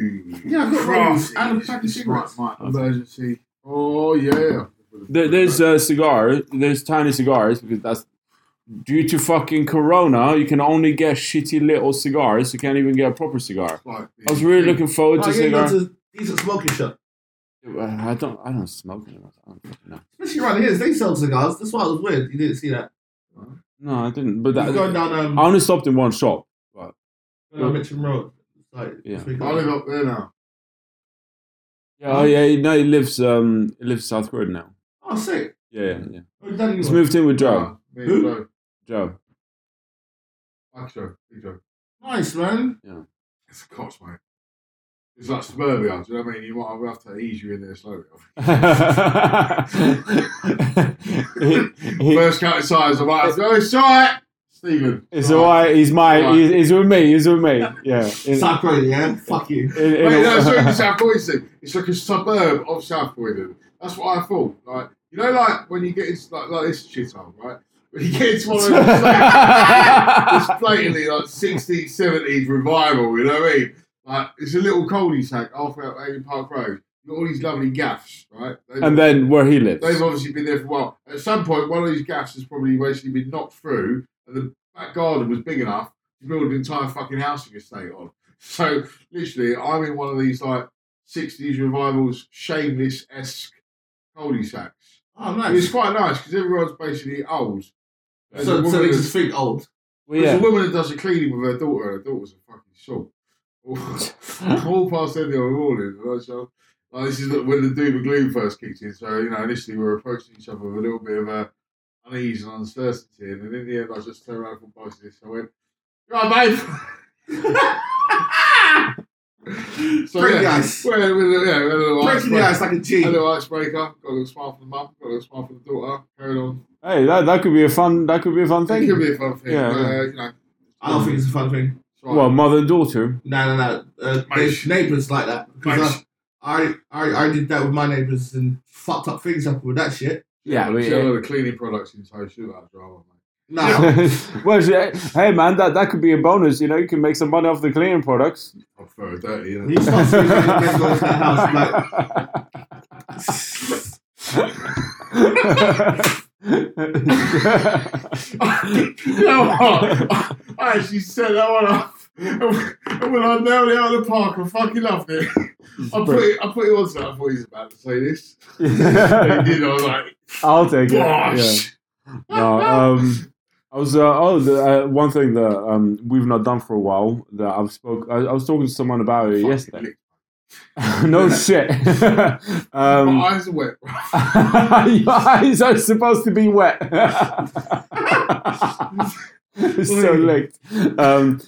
Yeah, I've got
Crafty.
rolls and a pack of cigarettes.
Right, Emergency. Oh, yeah.
There, there's uh, cigars. There's tiny cigars because that's due to fucking corona. You can only get shitty little cigars. You can't even get a proper cigar.
I
I was really looking forward to
Like, yeah,
cigar.
that's a decent smoking shop.
I don't. I don't smoke anymore. I don't fucking know.
Especially around here, they sell cigars. That's why it was weird. You didn't see that.
No, I didn't. But
He's going
that,
down um,
I only stopped in one shop.
going down Mitcham Road. Like,
Yeah.
so we
I
got-
live up there now.
Yeah, oh yeah. No, he lives. Um, he lives South Korea now.
Oh, sick.
Yeah, yeah. yeah.
We've done
He's
anyway.
moved in with Joe.
Me and
Who?
Joe.
Joe.
Like Joe. Big Joe.
Nice, man.
It's a cots, mate. It's like suburbia. Do you know what I mean? You might have to ease you in there slowly.
He- he-
First count of signs. I might have to. Oh, it's all right. Stephen.
it's alright. He's my.
Right.
He's, he's with me. He's with me. Yeah. In-
South Korea, yeah? Fuck you.
in- in
Mate,
a-
that's what the South Croydon. It's like a suburb of South Croydon. That's what I thought. Like you know, like when you get into like, like this shit hole, right? When you get into one of those like, it's blatantly like sixties, seventies revival. You know what I mean? Like it's a little coldy sack halfway up Alien Park Road. You got all these lovely gaffs, right? They've,
and then where he lives.
they've obviously been there for a while. At some point, one of these gaffs has probably basically been knocked through, and the back garden was big enough to build an entire fucking housing estate on. So literally, I'm in one of these like '60s revivals, shameless esque cul-de-sacs.
Oh,
And it's
nice.
quite nice because everyone's basically old. There's a
So,
woman
so they
that's-
just think old.
Well,
there's
yeah.
a woman that does the cleaning with her daughter, and her daughter's a fucking salt. All past her the other morning, and I was like, like, this is the- when the doom and gloom first kicked in. So, you know, initially we were approaching each other with a little bit of uh, unease and uncertainty, and then in the end I just turned around from both of this and I went, "You Right, babe! so,
Break the
yeah,
ice.
we're, we're, yeah, we're a little
Breaking the
icebreaker-
ice like a G.
A little icebreaker, got a little smile from the mum, got a little smile from the daughter, carried on.
Hey, that, that could be a fun. That could be a fun
Thank
thing.
you. It could be a fun thing,
Yeah.
but, uh, you know, it's
I don't think it's a fun thing.
all right.
Well, mother and daughter.
No, no, no. Uh,
Mate.
there's neighbours like that. 'Cause
Mate.
I, I, I, I did that with my neighbours and fucked up things up with that shit.
Yeah.
Sell
we-
a lot of cleaning products in tow shoot that drama, mate.
No.
well, she- hey man, that, that could be a bonus. You know, you can make some money off the cleaning products.
I'm very oh, dirty, isn't
He
it?
starts doing that again, goes to the house, like,
you know what? I actually set that one up. And when I nailed it out of the park, I fucking loved it. I put it, I put it on to that. I thought he was about to say this. and he did, I was like,
I'll take it. Yeah.
gosh.
No, um, I was uh, oh the, uh, one thing that um, we've not done for a while that I've spoke. I, I was talking to someone about it
Fucking
yesterday.
lick.
no shit. um,
My eyes are wet. bro.
your eyes are supposed to be wet. It's so licked. Um,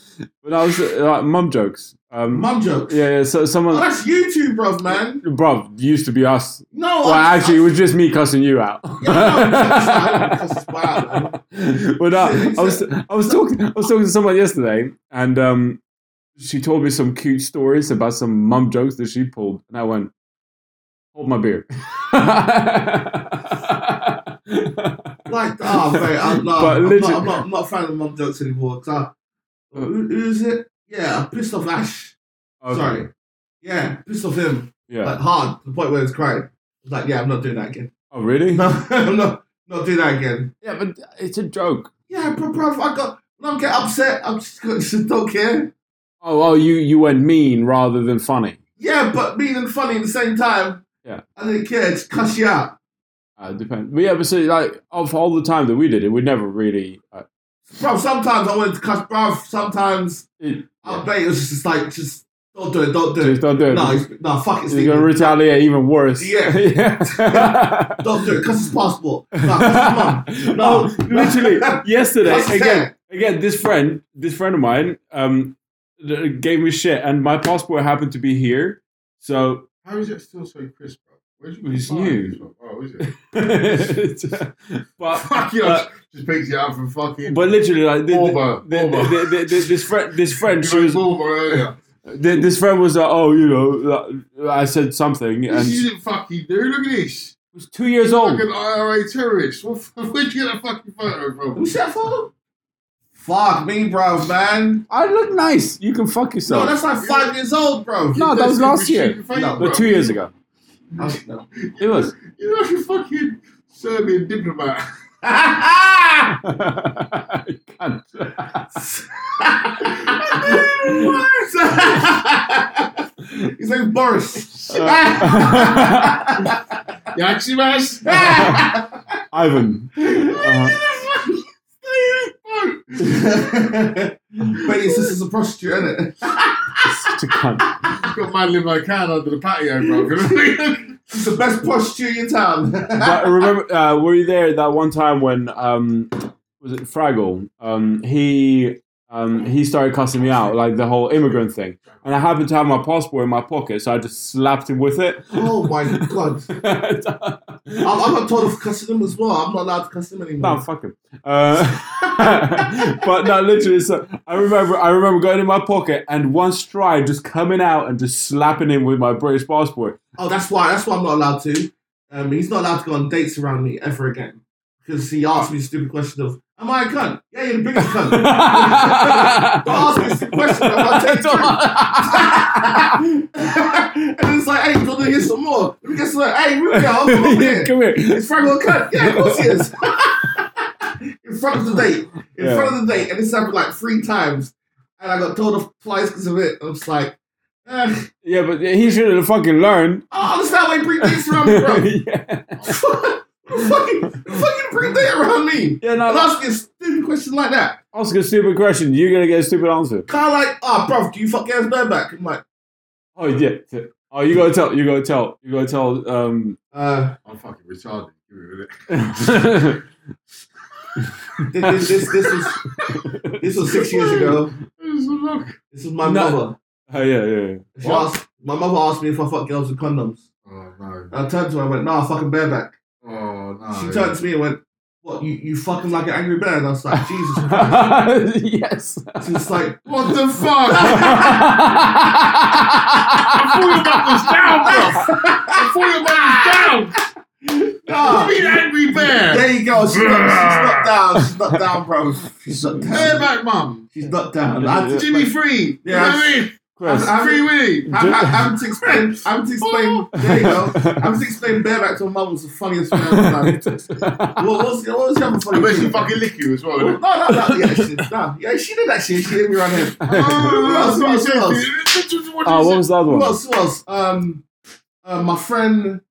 but I was uh, like, mum jokes. Um,
Mum jokes.
yeah, yeah. So
Oh,
someone,
that's YouTube, bruv, man.
bro, used to be us.
No,
Well,
I-
actually, it was just me cussing you out.
Yeah, no, it's wild.
but no, I was I was talking I was talking to someone yesterday, and um, she told me some cute stories about some mum jokes that she pulled, and I went, "Hold my beer."
I- like, oh, mate, I'm, no,
But
I'm,
literally-
not, I'm, not, I'm not a fan of mum jokes anymore. 'cause I- who, who is it? Yeah, I pissed off Ash.
Okay.
Sorry. Yeah, pissed off him.
Yeah.
Like, hard, to the point where it's crying. It's like, yeah, I'm not doing that again.
Oh, really?
No, I'm not, not doing that again.
Yeah, but it's a joke.
Yeah, bro, bro, I got. When I get upset, I'm just, gonna- just don't care.
Oh, well, you you went mean rather than funny.
Yeah, but mean and funny at the same time.
Yeah.
I didn't care. Just cuss you out.
Uh, depends. But yeah, but so like of all the time that we did it, we never really. Uh,
Bro, sometimes I wanted to cuss. Bro, sometimes
it,
I bet it was just, just like, just don't do it, don't do
Just
it.
don't do it.
No, it's, no, fuck it,
You're gonna
Stephen.
retaliate even worse.
Yeah.
Yeah.
Don't do it. Cuss his passport. No, cuss his mum. No.
Oh, literally yesterday
Cuss his
again.
hair.
Again, this friend, this friend of mine, um, th- gave me shit, and my passport happened to be here, so
How is it still so crisp, bro? Where'd you
It's
find
new.
this one? Oh, is it?
but.
Fuck you.
Uh,
just picks it up from fucking.
But literally, like the, the-
Wilbur,
the-
Wilbur.
the- the- the- this friend, this friend, she
You
was,
know, Wilbur earlier.
th- this friend was like, "Oh, you know," like, I said something,
This
and
isn't fucking new. Look at this.
was two years old.
Like an IRA terrorist. What, where'd you get that fucking photo from?
We should have photo. Fuck me, bro, man.
I look nice. You can fuck
No,
yourself.
that's like five years old, bro.
No, that was last year.
No,
But two years ago.
No.
It was.
You're like a fucking Serbian diplomat.
Cunt.
He's like Boris.
Uh,
Yaximas!
Ivan. Uh,
but his sister's a prostitute, isn't it?
such a cunt.
Got my limo can under the patio, bro.
She's the best prostitute in town.
But remember, uh, were you there that one time when um, was it Fraggle? Um, he um, he started cussing me out, like the whole immigrant thing. And I happened to have my passport in my pocket, so I just slapped him with it.
oh my god. I'm, I'm not told of cussing him as well. I'm not allowed to cuss him
No,
anymore.
fuck him. Uh, but no, literally, so I remember, I remember going in my pocket and one stride just coming out and just slapping him with my British passport.
Oh, that's why. That's why I'm not allowed to. Um, he's not allowed to go on dates around me ever again because he asked me the stupid question of, "Am I a cunt?" Yeah, you're the biggest
Don't
cunt.
ask
me this question, I'm not taking and it's like, "Hey, do you want to hear some more?" And he gets like, "Hey, Rubio, come over here.
Come here.
It's Frank a cunt." Yeah, of course he is. in front of the date, in
Yeah.
front of the date, and this happened like three times, and I got told off twice because of it. I was like, eh,
Yeah, but he should have fucking learned.
"I don't understand why you bring dates around me, bro."
yeah.
fucking, fucking bring that around me.
yeah,
I'm
no,
asking a stupid question like that.
ask a stupid question. You're gonna get a stupid answer.
Kind of like, ah, bro, do you fuck Gaz Burback? I'm like,
Oh yeah. Oh, you gotta tell. You gotta tell. You gotta tell. Um.
uh,
I'm fucking retarded. Give me a minute.
Oh,
thi- thi- this, this, this was, this was six years ago.
There's a look.
This was my
No.
mother.
oh yeah, yeah. yeah.
She
What?
asked, my mother asked me if I fuck girls with condoms.
Oh no.
And I turned to her and went, nah, fucking bareback.
Oh no.
she turned to me and went, what, you, you fucking like an angry bear? And I was like, Jesus.
yes.
She's like,
What the fuck? I
I
thought your mouth was down, bro. I thought your mouth
Ah.
was down.
nah.
Be an angry bear.
There you go. She's not, she's not down. She's not down, bro. She's not down.
Bear back, mum.
She's not down. I had to-
Jimmy Free.
Yeah.
You know what I mean?
Chris.
I-
Free Willy.
I'm, I'm, I'm to explain. I'm to
Oh.
explain. There you go. I'm to explain bareback to my mum was the funniest thing I've ever done. What what was what was the other
I
funny
bet she
thing?
fucking lick you as well,
No,
innit?
no, no. Yeah, she, no. yeah, she did actually. She hit me around here.
Oh,
Who else?
that's what
Who
you
else?
said. What
oh, what
did you
was the other
Who
one?
else? Who else? Um, uh, my friend.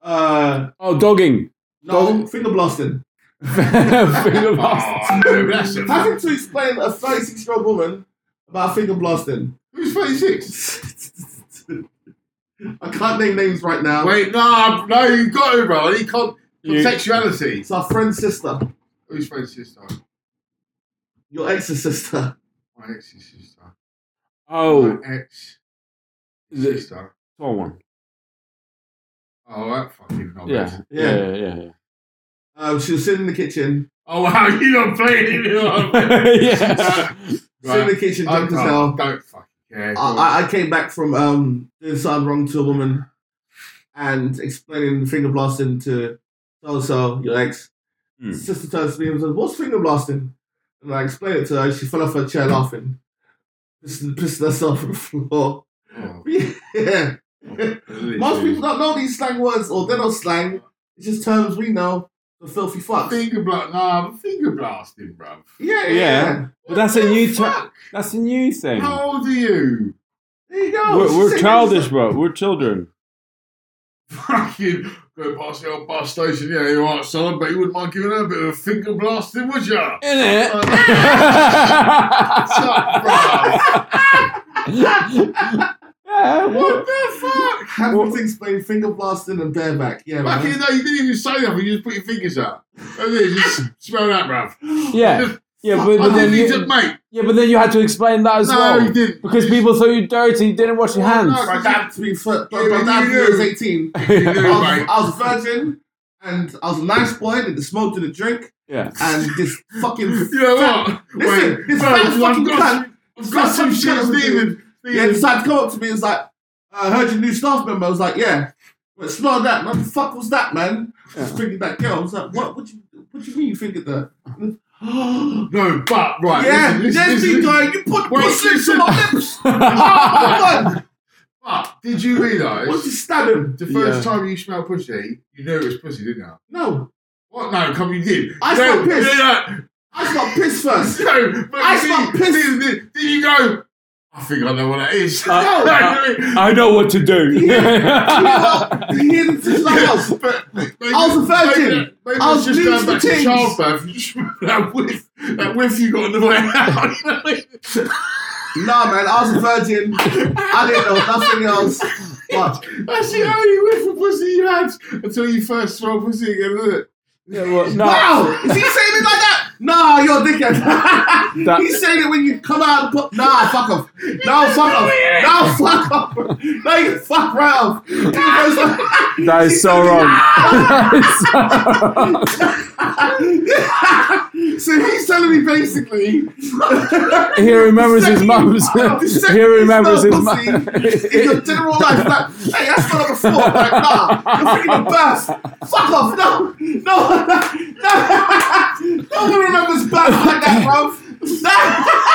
Uh,
Oh, dogging.
no, finger blasting.
Finger
say? Oh,
blast.
no, that's it.
Having to explain a 36 year old woman about finger blasting.
Who's 36?
I can't name names right now.
Wait, no, no, you got it, bro. He can't.
You-
Sexuality.
It's our friend's sister,
Who's friend's sister?
your ex's sister.
My ex's sister.
Oh,
My ex
the
sister.
tall one.
Oh, that fucking knob.
Yeah.
Yeah.
Yeah, yeah, yeah.
Um, she was sitting in the kitchen.
Oh, wow, you don't play it. You don't play it.
yeah.
Sitting in the kitchen,
I
drunk as hell.
don't, don't fucking care.
I, I- I came back from um, doing something wrong to a woman and explaining finger blasting to so so your ex.
Hmm.
Sister turns to me and says, "What's finger blasting?" And I explained it to her. She fell off her chair laughing, pissing, pissing herself on the floor.
Oh,
yeah.
literally.
Most people don't know these slang words, or they're not slang. It's just terms we know. The filthy fucks.
Finger blast. Nah, I'm finger blasting, bro.
yeah, yeah,
Yeah.
yeah.
But that's a
What the
new term.
fuck?
That's a new thing.
How old are you?
There you go.
We're,
She's
we're
sitting
childish,
there-
bro. We're children.
Fucking go past the old bus station. Yeah, you're outside, but you wouldn't mind giving her a bit of a finger blasting, would ya?
In it.
Uh, Shut up, bro.
yeah,
What
what?
the fuck?
Having
What-
to explain finger blasting and bareback. Yeah,
Back in
man.
the day, you didn't even say nothing. You just put your fingers out. That was it. Just smell that, bruv.
yeah, yeah, but, but
I
then
didn't need to,
you,
mate.
yeah, but then you had to explain that as
no, you
well
didn't.
because
You
people thought you dirty, you didn't wash your hands.
No,
My dad to be fir- my
Yeah,
dad
you
to me was
knew.
18.
just-
I
you knew,
was,
mate.
I was a virgin and I was a nice boy, didn't smoke, didn't drink,
yeah,
and this fucking.
You know
fat-
what?
Listen,
Wait,
this
bruv,
fat
I've
fucking
got-
cunt
I've got some
Fat
shit,
cunt.
Stephen.
yeah,
Stephen.
decided to come up to me and was like, I heard your new staff member. I was like, yeah. But it's not that. What the fuck was that, man?
Yeah.
Just bringing that girl. I was like, what? What do you, what do you mean you think of that? yeah,
No, but right.
there's
listen, listen, listen,
me going, you put
Wait,
pussy lips
listen.
on my lips. oh, my God.
But did you
What did
realise
you stab him?
the first
Yeah.
time you smelled pussy, you knew it was pussy, didn't you?
No.
What? No, come you did.
I
no,
smelled piss.
Yeah,
I just got pissed first.
no, no, but
I
did
smelled
you-
piss.
Did, did, did you go? I think I know what that is.
Uh,
No,
uh, I know what to do.
You know what? You hear the shit like us.
but maybe-
was a virgin.
Maybe, that- maybe
I was
it's
loose
just going back
for
to
teens.
childbirth. You just remember that whiff, that whiff you got on the way out.
Nah, man, I was a virgin. I didn't know nothing else. But
That's the only whiff of pussy you had until you first smelled pussy again, isn't it?
Yeah, well, no,
wow, is he saying it like that? Nah, you're a dickhead.
That-
He's saying it when you come out. And put, nah, fuck off. No, fuck off. No, fuck off. No, you fuck right off. He goes like-
that is so wrong. That is so wrong.
so he's telling me basically.
He remembers his mum's.
The second
He
you
remembers his
smell pussy
mum.
In your general life, like, hey, that's not before. Like, nah, you're thinking of birth. Fuck off. No, no, no. No one remembers birth like that, bro.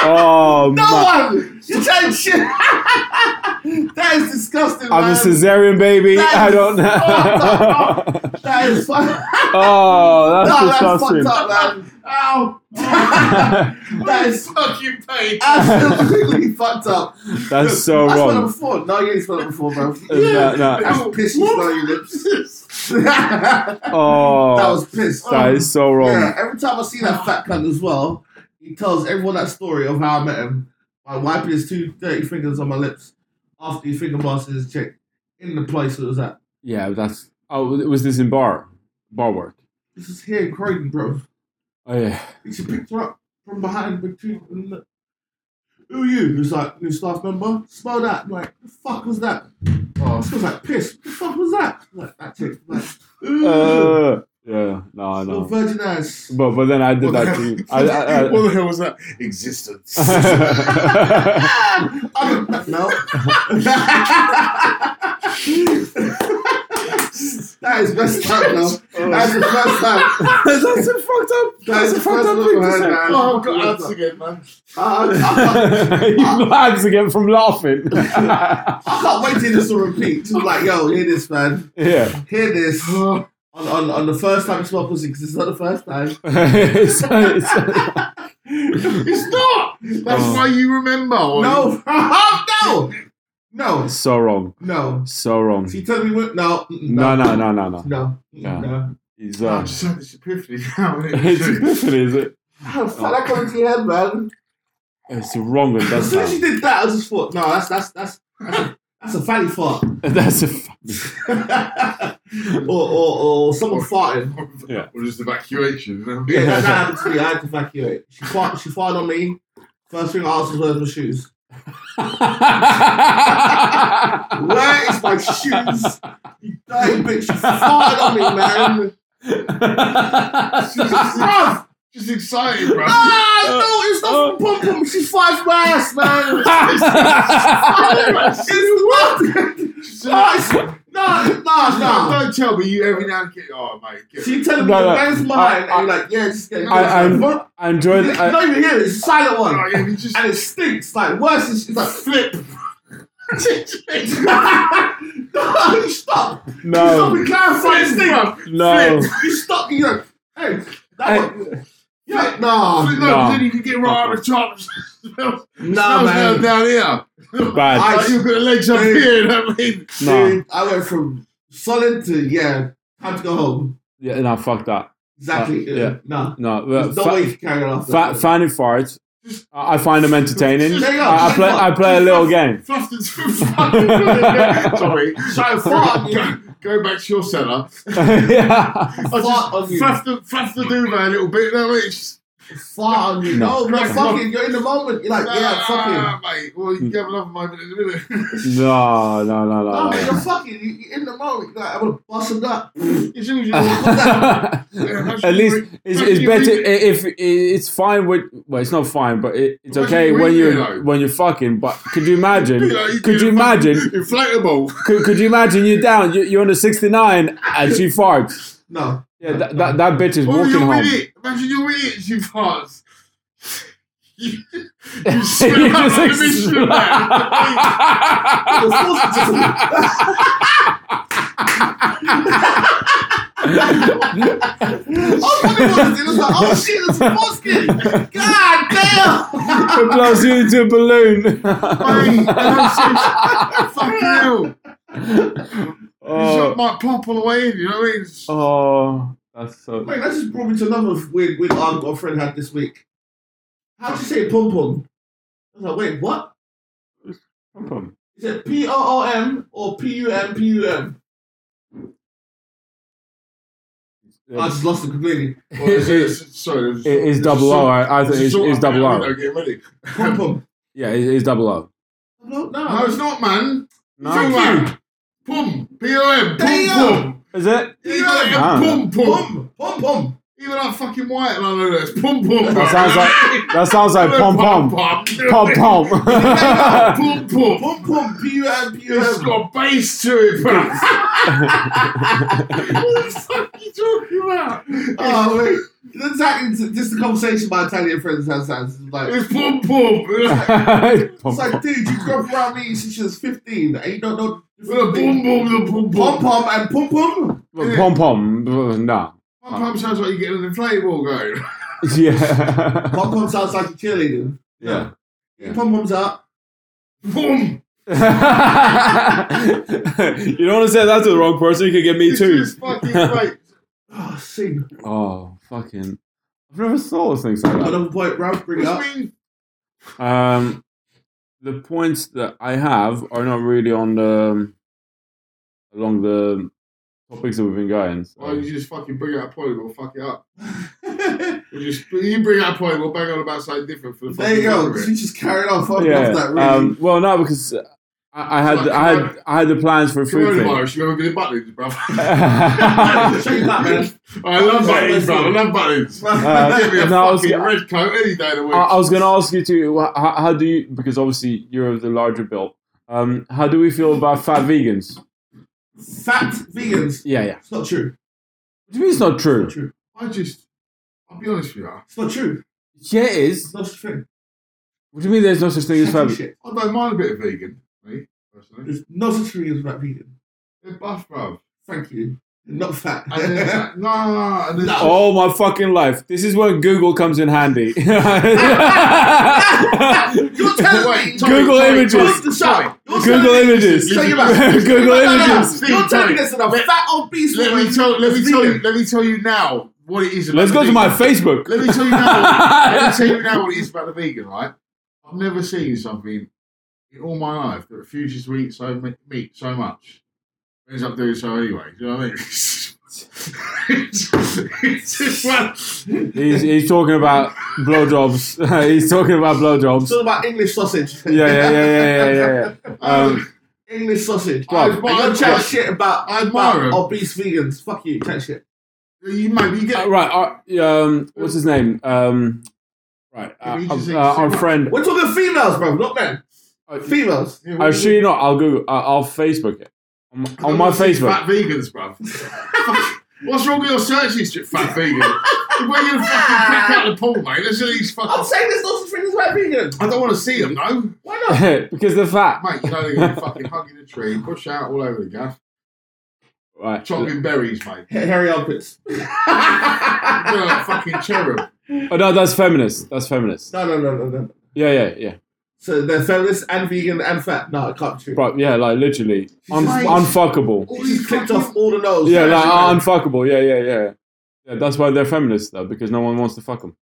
Oh,
No,
man.
one. You change shit. that is disgusting,
I'm a
man.
cesarean baby.
That
I
is
don't
fucked
know.
That is fucked.
Oh, that's
Nah, that's
disgusting.
fucked up, man. Ow. that is
Fucking pain.
absolutely fucked up.
That's so
I smelled it
wrong. Uh,
before. No, you ain't smelled it before, bro.
No, no.
That's piss you smell on your lips. that
Oh,
was piss.
that is so wrong.
Yeah, every time I see that fat cunt as well, he tells everyone that story of how I met him by wiping his two dirty fingers on my lips after he finger blasted his chick in the place that was at.
Yeah, but that's. Oh, it was this in bar, bar work.
This is here in Croydon, bro.
Oh yeah.
And she picked her up from behind between and look, who are you? He's like, new staff member. Smell that. I'm like, the fuck was that?
Oh,
She was like, piss. The fuck was that? I'm like, that chick. I'm like, "Ooh."
Uh, yeah. No, I
Little
know.
virgin ass.
But but then I did
What the
that to
hell-
you. I, I, I,
what the hell was that? Existence. Oh,
I'm a, no. that is best up, no.
Oh.
That's the first time.
that's a fucked up.
That's the first time I heard that.
oh, I've got ads again, man.
I, I,
you lads again from laughing.
I, I can't wait till this will repeat. Just like, yo, hear this, man.
yeah.
Hear this.
Oh,
On, on, on the first time you smell pussy, because it's not the first time.
It's- it's-
it's not. That's
Oh.
why you remember. or you-
No, no, no,
so wrong.
no.
So wrong.
She told me, what- no,
No,
no,
no, no, no, no.
no,
Yeah.
no.
He's,
Oh,
uh,
I'm just having this epiphany now. isn't
it's
it?
epiphany, is it?
How the fuck that come into your head, man?
It's the wrong one.
As
Oh. That's
soon as you
that.
did that, I just thought, no, that's that's that's that's a, that's a fatty fart,
That's a. F-
or, or or someone farting.
Yeah.
Or just evacuation. you know?
Yeah, that, that happened to me. I had to evacuate. She fart, she farted on me. First thing I asked was where's my shoes. Where is my shoes? You dirty bitch! She farted on me, man. Bruv,
Just excited, bro.
ah, no, it's not for pom pom. She farted my ass, man. It's not.
Just-
No, it's- no, no, no.
Don't tell me you every now and again. Oh, mate. Get
She telling me
No, no.
the man's mine, and
I-
you're like, yeah, just get it.
I,
It's
I'm,
like,
I enjoyed.
what?
I,
not even hear it, it's a silent
Oh,
one.
yeah, we just,
And it stinks, like, worse, it's, it's like flip. no, you stop. You stop
no,
and clarify this thing.
no.
Flip. You stop, and you're like, hey, that
I-
one. You're like, nah,
no,
Nah.
then you can get right on the top.
Oh,
Smells
nah, man.
down, down here.
Bad.
Like, you've got the legs up
Dude.
here, you know what I mean?
No.
Dude, I went from solid to, yeah, time to go home.
Yeah, no. Fuck that.
Exactly.
Uh,
yeah.
yeah.
Nah.
No.
There's no
fa-
way you can carry it off.
fa- fan and farts. I I find them entertaining.
There you go.
I, I play. I play a little game.
Fluffed into Sorry.
So far, you
Go back to your cellar.
yeah.
I
Fart on you.
just fluffed the, fluffed the duvet a little bit. You know what I mean? It's just-
fart on you. No, no,
Crack
fuck it. You're in the moment. You're like, yeah, fucking.
Ah, mate. Well, you have another moment in a minute.
No, no, no,
No,
no. no.
man, you're fucking. You, you're in the moment. You're like, I'm gonna bust him up.
It's usually
At least it's, it's better if it's fine with well, it's not fine, but it, it's
Imagine
okay
you
when
eat
you
it, though.
when you're fucking. But could you imagine? Could you imagine?
Inflatable.
Could, could you imagine? You're down. you- You're on a 69, and she farts.
No.
Yeah, that that, that bitch is
Or
walking
you're
home.
with it. Imagine you're with it. She farts. You
You
smell
just
like the mission, man.
You're forced to. I was wondering what this is. It was like, oh shit, it's Boskin. God damn.
It blows you into a balloon.
Mate, that's just- Fucking hell. It
oh,
might pop all the way in, you know what I mean? It's-
oh, that's so.
Wait, that just brought me to another weird, weird argument our friend had this week. How would you say pom pom? I was like, wait, what?
Pom-pom.
Is it P O O M or P U M P U M? I just lost it completely.
Well, it's- it's- Sorry.
It is double O. I, I think it's, it's double O.
Pom pom.
Yeah, it is double O.
No, no,
No, it's not, man.
No.
It's all right. Pum. P-O-M. Pum,
Damn.
pum.
Is it?
You know, like
Ah.
a pum, pum.
pom pom pom.
Even like fucking white, and I know that's pum, pum.
That sounds like that sounds like pom pom pom pom.
Pum, pum.
Pom pom. P U M P U
It's
M.
got bass to it, man. what the fuck are you talking about?
Oh wait. That's exactly just the conversation my Italian friends have sometimes. It's like,
It's pum, pum.
it's like, dude, you grew up around me since you was 15 and you don't know
Well, Pum, pum, pum, pum,
pom
pom.
pom and pom pom.
Pom pom. Nah.
Pum, pum sounds like you get an inflatable going.
Yeah.
Pom pom sounds like a cheerleader.
Yeah.
Yeah. Pom pom's up.
Pum.
you don't want to say that to the wrong person. You could get me
It's
too.
just fucking great.
Oh, see.
Oh, fucking! I've never thought of things like that.
Another point, Ralph, bring it
Which
up.
means
Um, the points that I have are not really on the um, along the topics that we've been going. so-
Well, Oh, you just fucking bring out a point, we'll fuck it up. We'll just, you bring out a point, we'll bang on about something different for the
There you
fucking
go.
fuck of it.
She just carried on fucking
yeah.
off that really.
um, well, no, because I, I had
Like,
I had I had the plans for a food thing.
Coronavirus, you haven't been in Butlins, bruv.
Uh,
Check that, man.
I love Butlins, bruv. I love Butlins. Give me a
no, I was,
fucking
I,
red coat any day of the week.
I was going to ask you too. wh- How, how do you? Because obviously you're of the larger build. Um, how do we feel about fat vegans?
Fat vegans.
Yeah, yeah.
It's not true.
What do you mean it's not
It's
true?
not true.
I just, I'll be honest with you,
It's not true.
Yeah, it is.
It's not true.
What do you mean there's no such thing as
It's
fat?
not shit.
I don't mind a bit of vegan, me, personally.
There's no such thing as fat vegan.
They're buff, bruv.
Thank you. Not fat.
And then, no, no, and then,
All my fucking life. This is when Google comes in handy.
You're telling me.
Wait, sorry,
Oh. Google
sorry,
images.
sorry.
Close the shop. You're
Google
telling me-
images.
Take it back.
Google
No, no, no, no.
images.
You're telling me there's a
Let-
fat obese
Let
woman
me tell, let me
that's
tell you,
vegan.
let me tell you now what it is. about
Let's
the
go to
vegan.
my Facebook.
Let me tell you now. let me tell you now what it is about the vegan, right? I've never seen something in all my life that refuses to eat so mu- meat so much. Ends up doing so anyway. Do you know what I mean? it's just like,
He's, he's talking about blowjobs. he's talking about
It's
blowjobs.
all about English sausage.
Yeah, yeah, yeah, yeah, yeah, yeah. Um,
English sausage.
Bro,
I, I don't chat shit about,
I
about
admire him.
obese vegans. Fuck you, chat shit.
Um, You might be
uh,
getting.
right. Uh, um, what's his name? Um, right. Uh, uh, our friend.
We're talking females, bro, not men.
Oh,
Females.
I'll show you not. I'll Google. Uh, I'll Facebook it. On, on my Facebook.
Fat vegans, bruv. What's wrong with your search history, fat vegan? Where you fucking crack out the pool, mate? Let's at least
I'm
fucking.
saying there's no such thing as fat vegan.
I don't want to see them, no.
Why not?
because they're fat.
Mate, you know they're gonna be fucking hugging a tree, push out all over the gaff,
Right.
chopping berries, mate.
Ha- Hairy armpits.
They're
no,
like fucking cherub.
Oh, no, that's feminist. That's feminist.
no, no, no, no.
Yeah, yeah, yeah.
So they're feminist and vegan and fat. No, it can't be true.
Right, yeah, like literally. Un-
Nice.
unfuckable.
All
She's
these
clipped
fucking-
off all the nose.
Yeah, like uh, unfuckable. Yeah, yeah, yeah. Yeah, that's why they're feminists though, because no one wants to fuck them.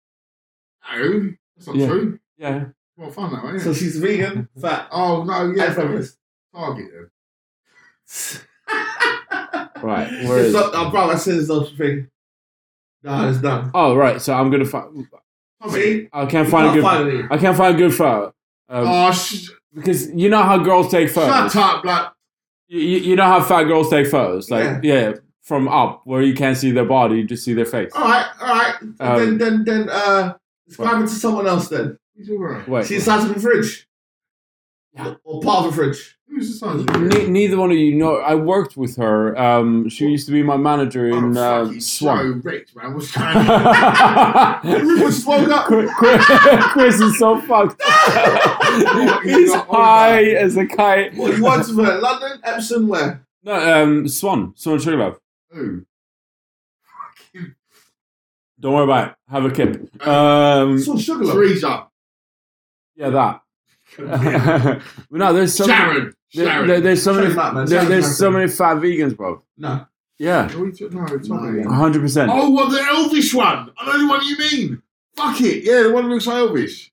No, that's not
Yeah.
true.
Yeah.
Well, fun that way.
So she's vegan, fat,
oh no, yeah,
and feminist.
target them.
Right. Where is?
It's not, oh, bro, I said it's not a thing. Nah, it's done.
Oh, right. So I'm gonna. Fi-
See?
I can't
You
find a
can't
good.
find it.
I can't find a good photo. Um,
Oh, sh-
because you know how girls take photos.
shut up, like
You, you you know how fat girls take photos, like yeah. from up where you can't see their body, you just see their face.
All right, all right.
Um,
then, then, then, uh, describe it to someone else. Then
he's alright.
Wait,
see the size of a fridge,
Yeah.
or part of a fridge.
Who's the size of it?
ne- neither one of you know. I worked with her. Um, she used to be my manager
Oh,
in uh,
fucking
Swamp.
So rich, man. What's going on?
Chris,
Just woke up.
Chris is so fucked. He's high as a kite.
What you want to wear? London, Epsom, where?
No, um, Swan, Swan Sugarloaf.
Who?
Don't worry about it. Have a kip. Um,
It's all sugar. loaf.
Teresa.
yeah, that. no, there's so many,
Sharon.
there,
Sharon.
there- there's so
Shut
many,
him up, man.
there-
Shut him
there's
up,
so
man.
many fat vegans, bro.
No.
Yeah,
Are we t- no, Tommy.
No.
hundred percent.
Oh, well, the Elvish one. I know the one you mean. Fuck it. Yeah, the one that looks like Elvish.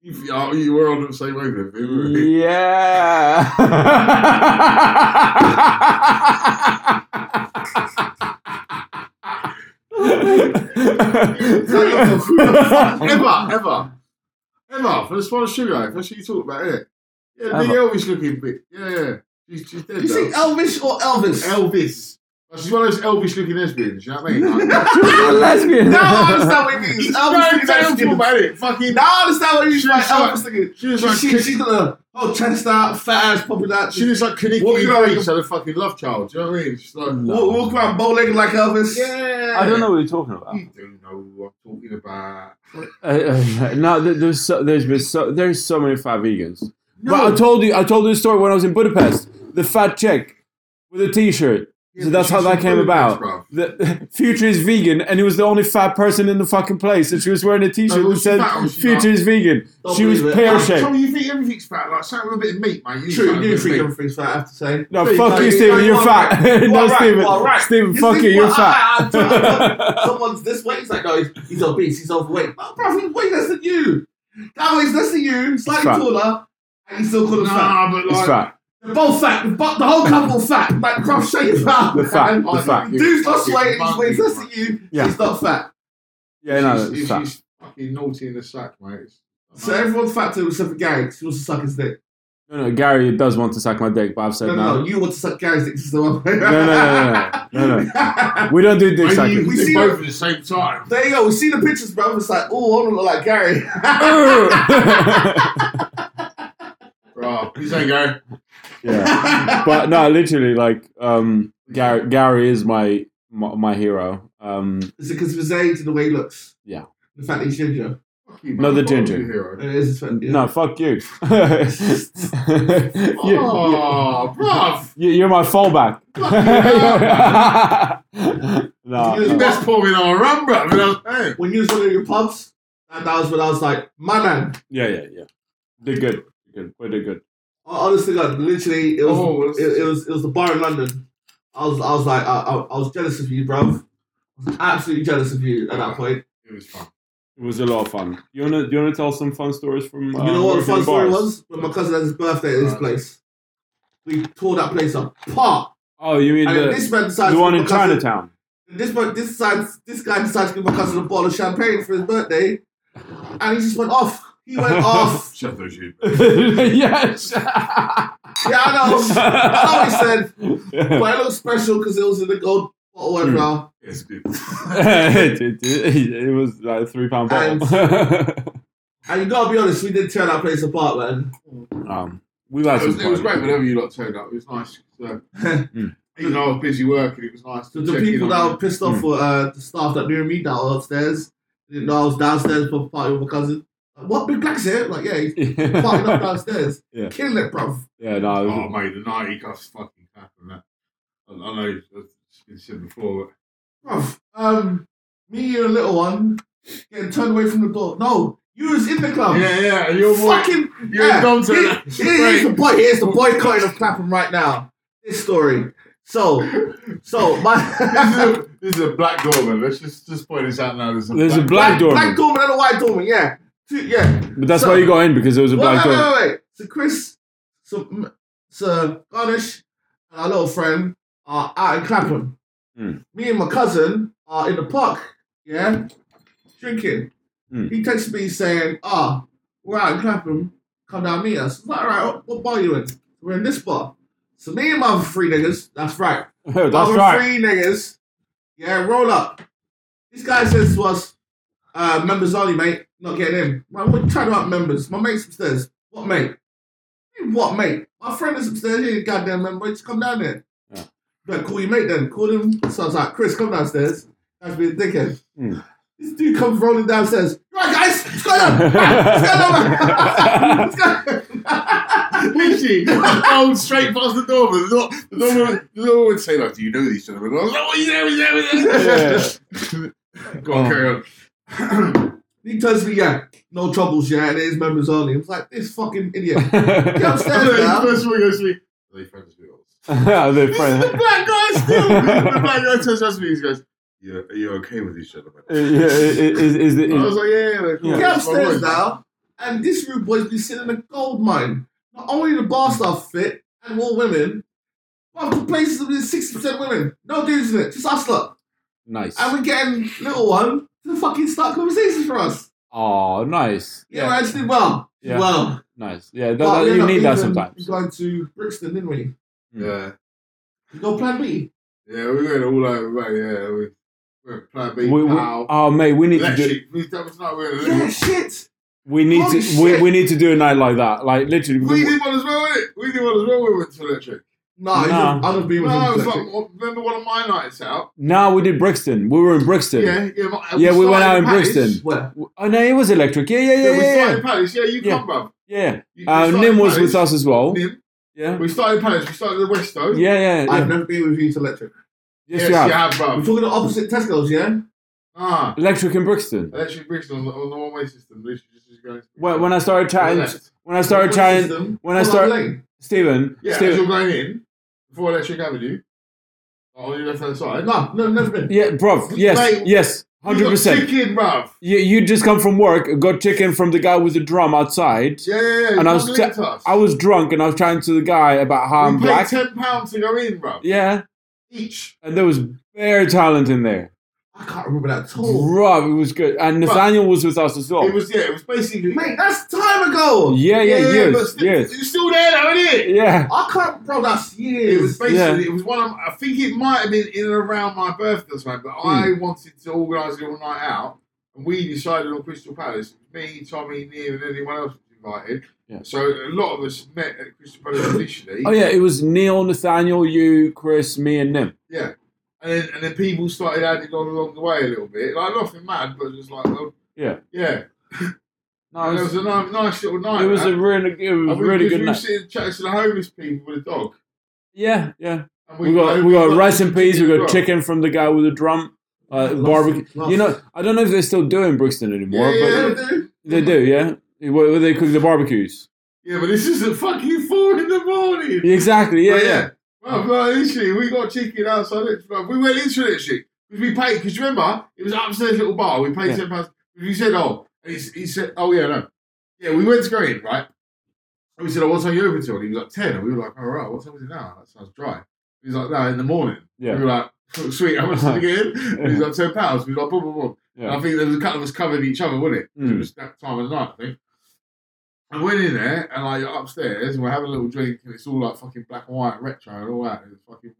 You, oh, you were on the same wavelength. we were.
Yeah.
ever, ever. Ever. For the spot of sugar. That's what you talk about, it. Yeah, big Elvis looking bit. Yeah, yeah. She's, she's dead.
You see
now.
Elvis or Elvis?
Elvis. Well, she's one of those Elvis looking lesbians. You know what I mean? Like,
a lesbian.
now I understand what it means.
He's
Elvis
very
looking
terrible
lesbian.
about it. Fucking.
Now I understand what it means
She
by
was like-
Elvis looking.
She was
She,
like.
she, she's got a whole chest out, fat ass popping out.
She
She
looks like Kaniki
What, you know,
Beach had a fucking love child. Do you know what I mean? She's like,
No.
walk, walk around bow legged like Elvis.
yeah.
I don't know what you're talking about.
You don't know what I'm talking about.
Uh, uh, no, there- there's so, there's been so there's so many fat vegans.
No.
Well, I told you I told you the story when I was in Budapest. The fat chick with a t-shirt. so that's how that came about. The Future is vegan, and it was the only fat person in the fucking place, and she was wearing a T-shirt
No,
that said
fat was she
"Future is vegan."
Don't
she was
believe it.
pear
Tom,
shaped.
you think everything's fat? Like, something with a bit of meat, mate. You
True, you
think
do
it's
think
meat.
everything's fat, I have to say.
No,
Please,
fuck
mate,
you,
you-
Stephen.
you
You're
are
fat.
right. You
no,
are right,
Stephen.
you are right.
Stephen,
You
fuck
think,
you. You're
well,
fat.
I- I- I- Someone's this way, he's like, oh, he's- he's obese, he's overweight. No, bro, he's way less than you. That way, he's less than you, slightly
Fat.
taller, and you still call him fat.
Nah, but
It's
like,
fat.
They're both fat, the, bo- the whole couple fat. Like, bro, show you fat.
The fat.
man.
The fat.
Dude's lost weight, he's way less than you,
Yeah.
he's not fat.
Yeah, no,
she's,
it's
she's,
fat.
fucking naughty in the sack, mate. It's-
So everyone's fat to him except for Gary, 'cause he wants to suck his dick.
No, no, Gary does want to suck my dick, but I've said
No,
no.
no, no, you want to suck Gary's dick, 'cause he's the one.
No, no, no, no, no, no, no. We don't do dick
Maybe
sucking.
you
We
did
see
both
her-
at the same time.
There you go. We see the pictures, bro. It's like, oh, I want to look like Gary.
Bro, he's ain't going.
yeah, but no, literally, like um, Gary, Gary is my my, my hero. Um,
Is it because of his age and the way he looks?
Yeah.
The fact that he's ginger.
No, the ginger.
It is his fact, yeah.
No, fuck you. you.
Oh, bruv.
you- You're my fallback.
It's the
no,
best pouring on a run, bruv. You know what I'm saying?
When you was one of your pubs, that, that was when I was like, my man.
yeah, yeah, yeah. Did good, good, we did good.
Honestly, God, literally, it was,
Oh, it's-
it, it was, it was the bar in London. I was, I was like, I, I, I was jealous of you, bro. I was absolutely jealous of you at that point.
It was fun.
It was a lot of fun. You wanna, you wanna tell some fun stories from? uh,
you know what the fun story
bars?
was? When my cousin had his birthday at this
Right.
place, we tore that place apart.
Oh, you mean
And then
the,
this man decides
the
to
one
give
in
my cousin-
Chinatown?
This man, this decides, this guy decides to give my cousin a bottle of champagne for his birthday, and he just went off. He went off.
Shut those shit.
yes.
Yeah, I know. I know he said,
it,
but it looked special because it was in the gold bottle and
Hmm.
all.
Yes, dude.
it- it was like a three pound bottle.
And you gotta be honest, we did tear that place apart, man.
um, we had
It
some
was, it was
fun.
great whenever you lot turned up. It was nice. So,
Hmm.
even though I was busy working, it was nice.
So
To
the
check in
people
on
that
you.
were pissed off
Hmm.
were uh, the staff that knew me that were upstairs. They didn't know I was downstairs for a party with my cousin. Like, what big black's here? Like, yeah, he's fucking up downstairs,
Yeah.
killing it, bro.
yeah, no, it
Oh,
was,
mate, the night he got fucking crap on that. I, I know it's been said before,
Bruv, um, me, you, and little one getting turned away from the door. No, you was in the
but
club.
yeah, yeah, and your boy,
Oh. Fucking.
your
yeah.
dom turned
Here-
up.
here- here's the boy. Here's the boycotting of Clapham right now. This story. So, so
this, is
my.
a, this is a black doorman. Let's just just point this out now. There's a
There's a
black,
black- doorman.
Black doorman and a white doorman, yeah. Two, yeah.
but that's
So-
why you got in because it was a
Well,
black
wait,
door.
wait, wait, wait. So Chris, so, mm, so Garnish, and our little friend are out in Clapham.
Hmm.
Me and my cousin are in the park, yeah, drinking.
Mm.
He texts me saying, "Ah, we're out in Clapham. Come down and meet us." I'm like, "All right, what, what bar you in? We're in this bar." So me and my other three niggas. That's right.
That's
That's
right.
Three niggas. Yeah, roll up. This guy says to us, uh, members only, mate. Not getting in. Man, we're trying about members. My mate's upstairs. What mate? You What mate? My friend is upstairs. He ain't goddamn member. Just come down there.
Yeah.
But call your mate then. Call him. So I was like, Chris, come downstairs. That's been dickhead.
Mm.
This dude comes rolling downstairs. Right, guys, what's going on? What's going on? man? What's going on?
Literally, rolled Oh, straight past the door. But the door, the door, would, the door would say, like, do you know these gentlemen? I was like, oh, yeah, yeah, yeah. Go on,
Oh.
carry on.
He tells me, yeah, no troubles, yeah, it is members only. I was like, this fucking idiot. Get upstairs
the
now.
first one goes to me, are they friends with yours?
They're
This is the
friends.
black guy still. the black guy turns around to me and goes, yeah, are you okay with these gentlemen?
Yeah, is, is, is,
I
is,
was like, yeah, yeah, they're cool.
Yeah.
Get
It's my
upstairs
voice.
now. And this rude boy's been sitting in a gold mine. Not only the bar staff fit and all women, but the place is with 60% women. No dudes in it, just us lot.
nice.
And we're getting little one to fucking start conversations for us.
Oh, nice.
Yeah, yeah. actually, well,
Yeah.
well.
Nice. Yeah, that,
But
that, you
we ended
need
up
that
even
sometimes.
Going to Brixton, didn't we?
Yeah.
No plan B.
Yeah, we went all over, right? Yeah, we went plan B,
We, we,
pal.
oh, mate, we need to
That
do.
shit, we- that was not
Uh,
really.
Yeah, shit.
We need
Holy
to. We,
shit.
we need to do a night like that. Like literally.
We did one as well, innit? We did one as well. We went to electric.
Nah, you
Nah.
just- I'd have been with
No, it
him.
was like well, remember one of my nights out.
now we did Brixton. We were in Brixton.
Yeah, yeah. my- uh,
Yeah, we went
started
out in
Paris.
Brixton.
Where?
Oh no, it was electric. Yeah, yeah, yeah,
Yeah, we
yeah,
started
yeah.
in Paris. Yeah, you
Yeah.
come, bruv.
yeah.
You- you
Uh,
started
Nim
in
was
Paris.
with us as well.
Nim.
Yeah,
We started in Paris. We started at the Westo.
yeah, yeah.
I've
yeah.
never been with you to Electric.
Yes,
yes,
you have.
you have,
We're
bruv.
talking the opposite Tesco's, yeah?
Ah,
Electric in Brixton.
electric Brixton on the, on the one-way system. Literally just, just going.
When, when I started chatting,
Left.
when I started
trying.
chatting, when I start- Stephen,
Yeah, as
Stephen,
you're going in before Electric Avenue, oh, on your left-hand side.
No, no, never been.
yeah, bro, yes,
Mate,
yes, hundred percent.
Chicken, bruv.
You you just come from work, got chicken from the guy with the drum outside.
Yeah, yeah, yeah.
And I
you
was
can't
te-
do it to us.
I was drunk and I was chatting to the guy about how I'm
we paid
black.
ten pounds to go in, bruv.
Yeah,
Each.
and there was bare talent in there.
I can't remember that at all.
Bro, it was good. And
Bruh.
Nathaniel was with us as well.
It was yeah. It was basically.
Mate, that's time ago.
Yeah, yeah,
but
years,
still-
years.
It's still there, though, isn't it?
Yeah,
I can't, bro, that's
It was
years.
basically
Yeah.
it was one of I think it might have been in and around my birthday or something, but I
Hmm.
wanted to organise a little night out and we decided on Crystal Palace. Me, Tommy, Neil and anyone else was invited.
Yeah.
So a lot of us met at Crystal Palace initially.
Oh yeah, it was Neil, Nathaniel, you, Chris, me, and Nim.
Yeah. And then, and then people started adding on along the way a little bit. Like nothing mad, but just like well,
Yeah.
Yeah.
No,
And
it
it
was,
was a nice, nice little night.
it was
man.
a really, it was
And
a
we-
really
because
good
we were
night.
sitting chatting to the homeless people with a dog.
Yeah, yeah.
And
We got we got rice and peas. We
as
got
well.
chicken from the guy with the drum. Uh,
Lost-
barbecue.
lost.
You know, I don't know if they still do in Brixton anymore,
Yeah, yeah,
but
yeah.
dude.
they do. Yeah, where where they cook the barbecues.
Yeah, but this is at fucking four in the morning.
Exactly. Yeah,
But
yeah.
Well, bro, literally, we got chicken outside it. Bro. We went into it, shit. We paid, because remember, it was upstairs little bar. We paid
Yeah.
£10. We said, oh, and he, s- he said, oh, yeah, no. Yeah, we went to go in, right? And we said, oh, what time you open till? And he was like, 10. And we were like, all right, what time is it now? That sounds dry. He was like, no, in the morning.
Yeah.
We were like, oh, sweet, how much did you get in? And he was like, £10. We were like, boom, boom, boom. And
yeah.
I think there was a couple of us covering each other, wasn't it? 'Cause It
Mm.
was that time of the night, I think. I went in there and like upstairs and we're having a little drink and it's all like fucking black and white retro and all that. It was fucking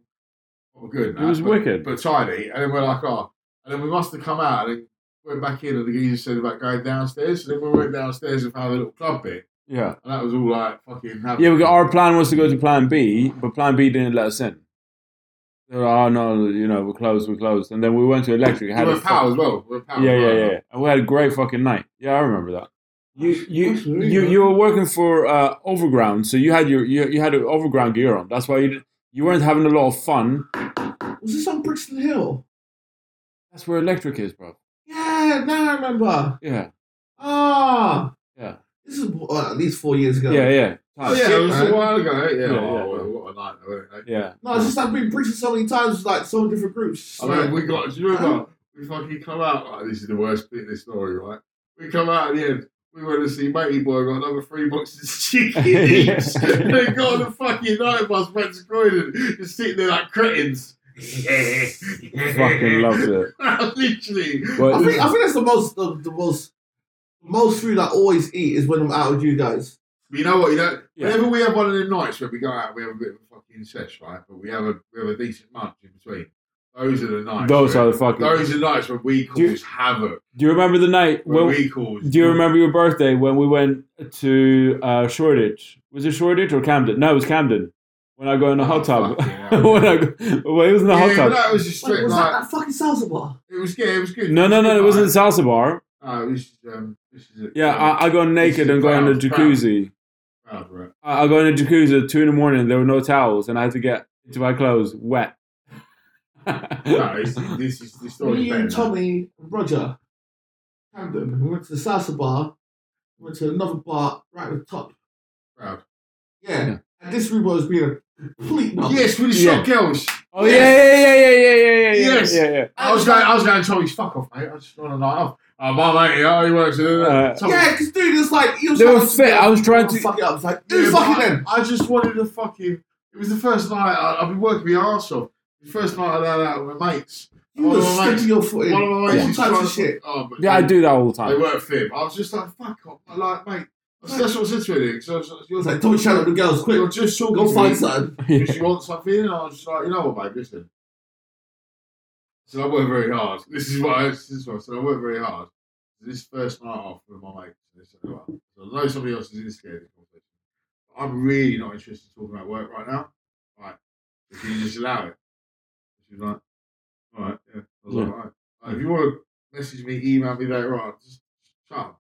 not good.
It
nah,
was
but,
wicked.
But tidy. And then we're like, oh. And then we must have come out and then went back in and the geezer said about going downstairs. So then we went downstairs and found a little club bit.
Yeah,
And that was all like fucking happening.
yeah. We got our plan was to go to Plan B, but Plan B didn't let us in. They were like, oh no, you know, we're closed, we're closed. And then we went to Electric.
We
Had
were
a fuck-
pal as well. We were pal
yeah,
as
yeah,
well.
yeah. And we had a great fucking night. Yeah, I remember that. You, you,
Absolutely.
you, you were working for uh, Overground, so you had your you, you had an Overground gear on. That's why you you weren't having a lot of fun.
Was this on Brixton Hill?
That's where Electric is, bro.
Yeah, now I remember.
Yeah,
Ah.
Yeah.
This is uh, at least four years ago.
yeah, yeah.
Oh,
Tight.
yeah, it was
Shit,
a while ago. eh? Yeah,
Yeah,
oh,
yeah.
well, what a night, though, wasn't it? eh?
yeah,
No, it's just I've been Brixton so many times, like so many different groups.
I mean, we got. Do you remember? We fucking come out. Like, this is the worst bit of this story, right? We come out at the end. We went to see Matey Boy. Got another three boxes of chicken each. and they got on the fucking night bus back to Croydon, just sitting there like cretins.
fucking loved it.
Literally.
Well,
I think I think that's the most the, the most most food I always eat is when I'm out with you guys.
But you know what? You know,
Yeah.
whenever we have one of them nights where we go out, we have a bit of a fucking sesh, right? But we have a we have a decent month in between. Those are the nights.
Those
where-
are the fucking.
those are nights where we cause
Do you-
havoc.
Do you remember the night
Where
when?
we cause.
do you remember your birthday when we went to uh, Shoreditch? Was it Shoreditch or Camden? No, it was Camden. When I go in the hot tub.
Fucking hell.
when I go, well, it was in the
yeah,
hot
but
tub.
that was a
Wait,
strict
was that
night.
that fucking salsa bar?
It was yeah, it was good.
No, no, no, it wasn't
Night.
salsa bar.
No, it was um, this is it.
Yeah, I, I got naked and got in the jacuzzi.
Proud, right?
I, I got in the jacuzzi at two in the morning. There were no towels, and I had to get into my clothes wet.
No, it's, this is the story.
Me and Tommy, and Roger, Camden, we went to the salsa bar, we went to another bar right at the top.
Proud.
Yeah.
Yeah.
And this rumor was being a complete nut.
Yes, with the shot girls.
oh yeah, yeah, yeah, yeah, yeah, yeah, yeah,
Yes.
yeah, yeah.
I was going. I was going. Tommy's fuck off, mate. I just want a night off. Oh, my mate. Oh, he works.
Uh,
Uh, Tommy,
Yeah, because dude, it's like you
They were fit. I was trying to-
fuck it up. It's like
Yeah,
who's
but
fucking
I-
them?
I just wanted to fucking. It was the first night I, I've been working my arse off. The first night I had out with my mates.
You
One
were
of my mates-
sticking your foot in.
One of my mates
All
is
types
trying
of
to-
shit.
Oh, but
Yeah, I
they-
do that all the
They
time.
weren't fit. I was just like, fuck off. I like, mate. That's, that's what I said to her. So I was like,
It
you're,
was like don't shout at the girls,
you're
quick,
just talking
go
to
find
me
something.
Yeah.
because you want something. And I was just like, you know what, mate, listen. So I worked very hard. This is what I, this is what I said. I worked very hard. This first night off with my mates. and This and that. So I know somebody else is in scared of conflict. I'm really not interested in talking about work right now. Right. If you just allow it. She's like, all right, yeah. I was
Yeah.
like, all right. Like, if you want to message me, email me later on, just shut up. man.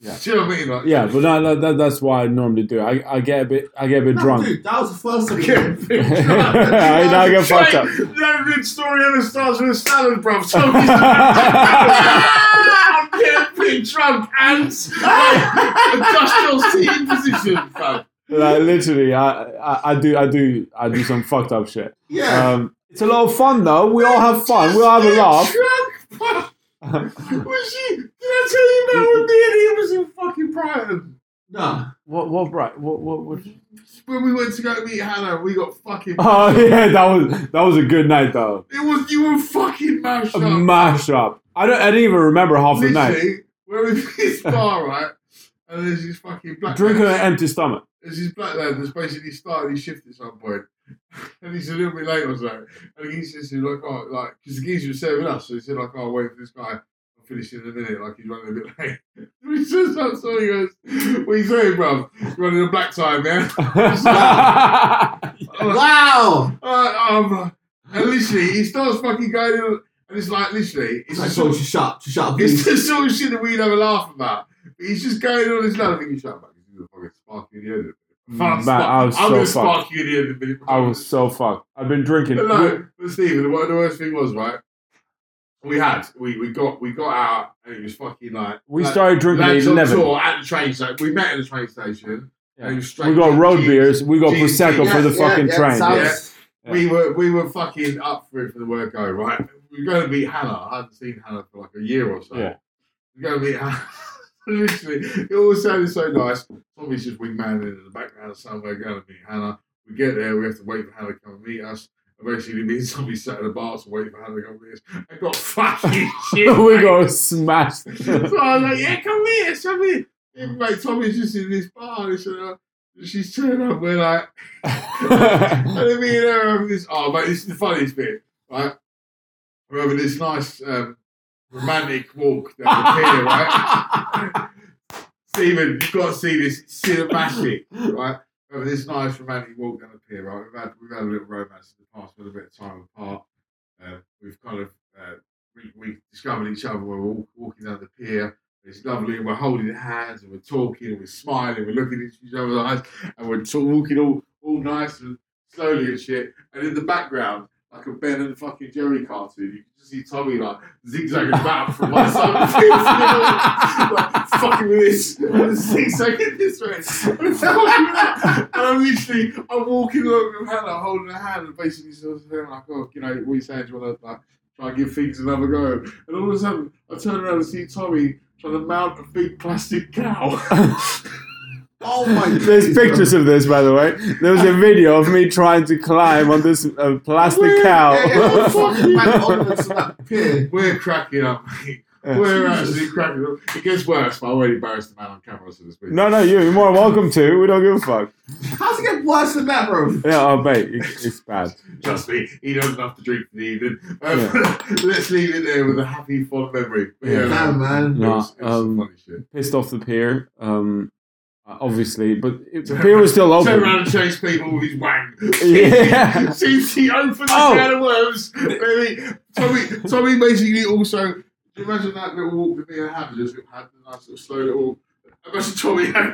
Yeah.
Do you know what I mean? Like,
Yeah, but no, no, that, that's what I normally do. I, I get a bit, I get a bit
No,
drunk.
dude, that was the first time.
Okay.
I now get fucked up.
No good story ever starts with a salad, bruv. So I'm getting pretty drunk and industrial seating position, bruv.
Like literally, I, I, I do, I do, I do some fucked up shit.
Yeah.
Um, it's a lot of fun though. We all have fun. We all have a laugh.
Drunk, bruv. Was she? Did I tell you about when me and he was in fucking Brighton?
Nah.
What, what, right? What, what, what?
When we went to go meet Hannah, we got fucking.
Oh yeah, that was that was a good night though.
It was you were fucking mashed
A
up.
mash up. I don't, I didn't even remember half the night.
Literally, we're in this bar, right? And there's this fucking black.
Drinking
man.
an empty stomach.
There's this black lad that's basically started his shift at some point, and he's a little bit late or so. And he says, to him, like, oh, like, because the geezer was serving us, so he said, like, oh, wait for this guy. I'll finish in a minute, like he's running a bit late. And he says that, so he goes, what are you saying, bruv? You're running a black time, man. I'm like,
Wow.
"Uh, um, and literally, he starts fucking going, in, and it's like, literally, it's
It's
the
like,
sort
so
of
just shut up, just shut up.
It's
please.
the sort of shit that we'd have a laugh about. But he's just going on his lad. I think he's like, you're a fucking spark you in the end of it.
Mm, Man,
I'm spark-
I was
I'm
so
gonna
fucked.
spark you in the end of it.
I was so fucked. I've been drinking.
But no, but Stephen, what the worst thing was, right? We had, we, we got we got out and it was fucking like
We
like,
started drinking at
lads on
eleven.
tour at the train station. We met at the train station.
Yeah.
And it was straight
We got
to
road
Jeeves.
beers. We got
Jeez,
prosecco
yeah,
for the
Yeah,
fucking
yeah,
train.
sounds-
Yeah.
Yeah.
We were we were fucking up for it from the word go, right? We were going to meet Hannah. I hadn't seen Hannah for like a year or so.
Yeah.
We We're going to meet Hannah. Literally, it all sounded so nice. Tommy's just wingman in the background somewhere going to meet Hannah. We get there, we have to wait for Hannah to come and meet us. Eventually, me and Tommy sat in the bar to wait for Hannah to come meet us. I got fucking shit.
we
mate.
got smashed.
so I was like, yeah, come here, come here. And, mate, Tommy's just in this bar. And so, uh, she's turning up. We're like,
yeah,
and then me and her are having this. Oh, mate, this is the funniest bit, right? We're having this nice um, romantic walk down the pier, right? Stephen, you've got to see this. It's cinematic, right? We're having this nice romantic walk down the pier, right? We've had we've had a little romance in the past, we've had a bit of time apart. Uh, we've kind of uh, we, we discovered each other. We're walk, walking down the pier. It's lovely. and We're holding hands and we're talking and we're smiling. We're looking into each other's eyes and we're t- walking all, all nice and slowly and shit. And in the background, like a Ben and fucking Jerry cartoon, you can just see Tommy like zigzagging back from one side of the field to the other. like, fucking with this, and zigzagging this way. And I'm literally, I'm walking along with Hannah, holding her hand, and basically sort of saying like, oh, you know, what are you saying? Do you want to like, try and give things another go? And all of a sudden, I turn around and see Tommy trying to mount a big plastic cow.
Oh my god.
There's pictures of this, by the way. There was a video of me trying to climb on this uh, plastic
Where-
cow.
Yeah, yeah, all fucking man ornaments on that pier.
We're cracking up, mate. We're actually cracking up. It gets worse, but I won't embarrass the man on camera, so to speak.
No, no, you're more welcome to. We don't give a fuck.
How's it get worse than that, bro?
Yeah, oh, mate, it, it's bad.
Trust me, he doesn't have to drink for the evening. Um, let's leave it there with a happy, fond memory. But yeah,
Yeah.
Nah, man.
It was,
Nah,
it was some
um,
funny shit.
Pissed off the pier, um, obviously, but it, the pier was still
Turn
open.
around and chase people with his wang.
Yeah.
Since he opened the
Oh.
can of worms, baby. Tommy, Tommy basically also. Can you imagine that little walk that me and Hannah just had? A nice little slow little. Imagine Tommy had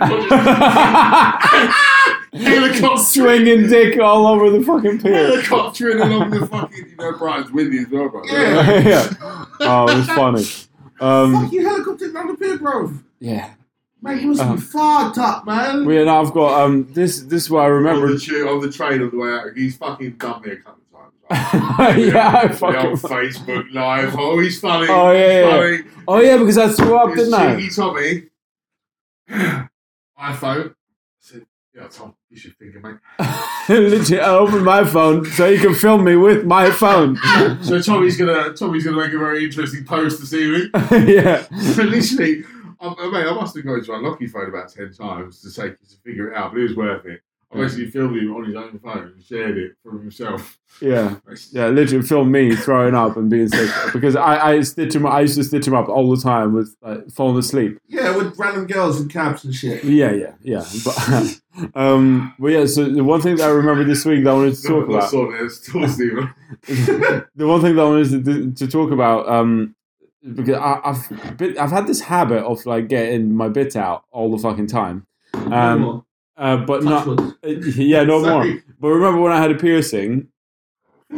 helicopter,
Swinging dick all over the fucking pier.
helicoptering along the fucking. You know, Brighton's windy as well, bro.
Yeah.
yeah. Oh, it was funny. Um,
Fuck you, helicopter down the pier, bro.
yeah.
Mate, you must
Uh-huh.
be fired up, man.
We and I've got um. This this is what I
On
remember.
the, tube, on the train on the way out, he's fucking done me a couple of times. Like,
yeah, I
the old
fucking.
Facebook Live. Oh, he's funny.
Oh, yeah, yeah.
Funny.
Oh yeah, because I threw up,
Here's
didn't I?
Cheeky Tommy. iPhone. I said, yeah, Tom, you should think of me.
Literally, I opened my phone so you can film me with my phone.
So Tommy's gonna Tommy's gonna make a very interesting post this evening.
yeah.
so literally, I, I, mean, I must have gone to unlock his phone about ten times to take to figure it out, but it was worth it. I basically filmed him on his own phone and shared it from himself.
Yeah. Yeah, literally film me throwing up and being sick because I, I stitch him. I used to stitch him up all the time with like falling asleep.
Yeah, with random girls in cabs and shit.
Yeah, yeah, yeah. But um, but yeah. So the one thing that I remember this week that I wanted to talk
I
about,
saw this towards the
the one thing that I wanted to, to talk about, um, because I, I've been, I've had this habit of like getting my bit out all the fucking time, um,
No
uh, but
more. Touch
not uh,
wood.
yeah, no more.
Sorry.
But remember when I had a piercing?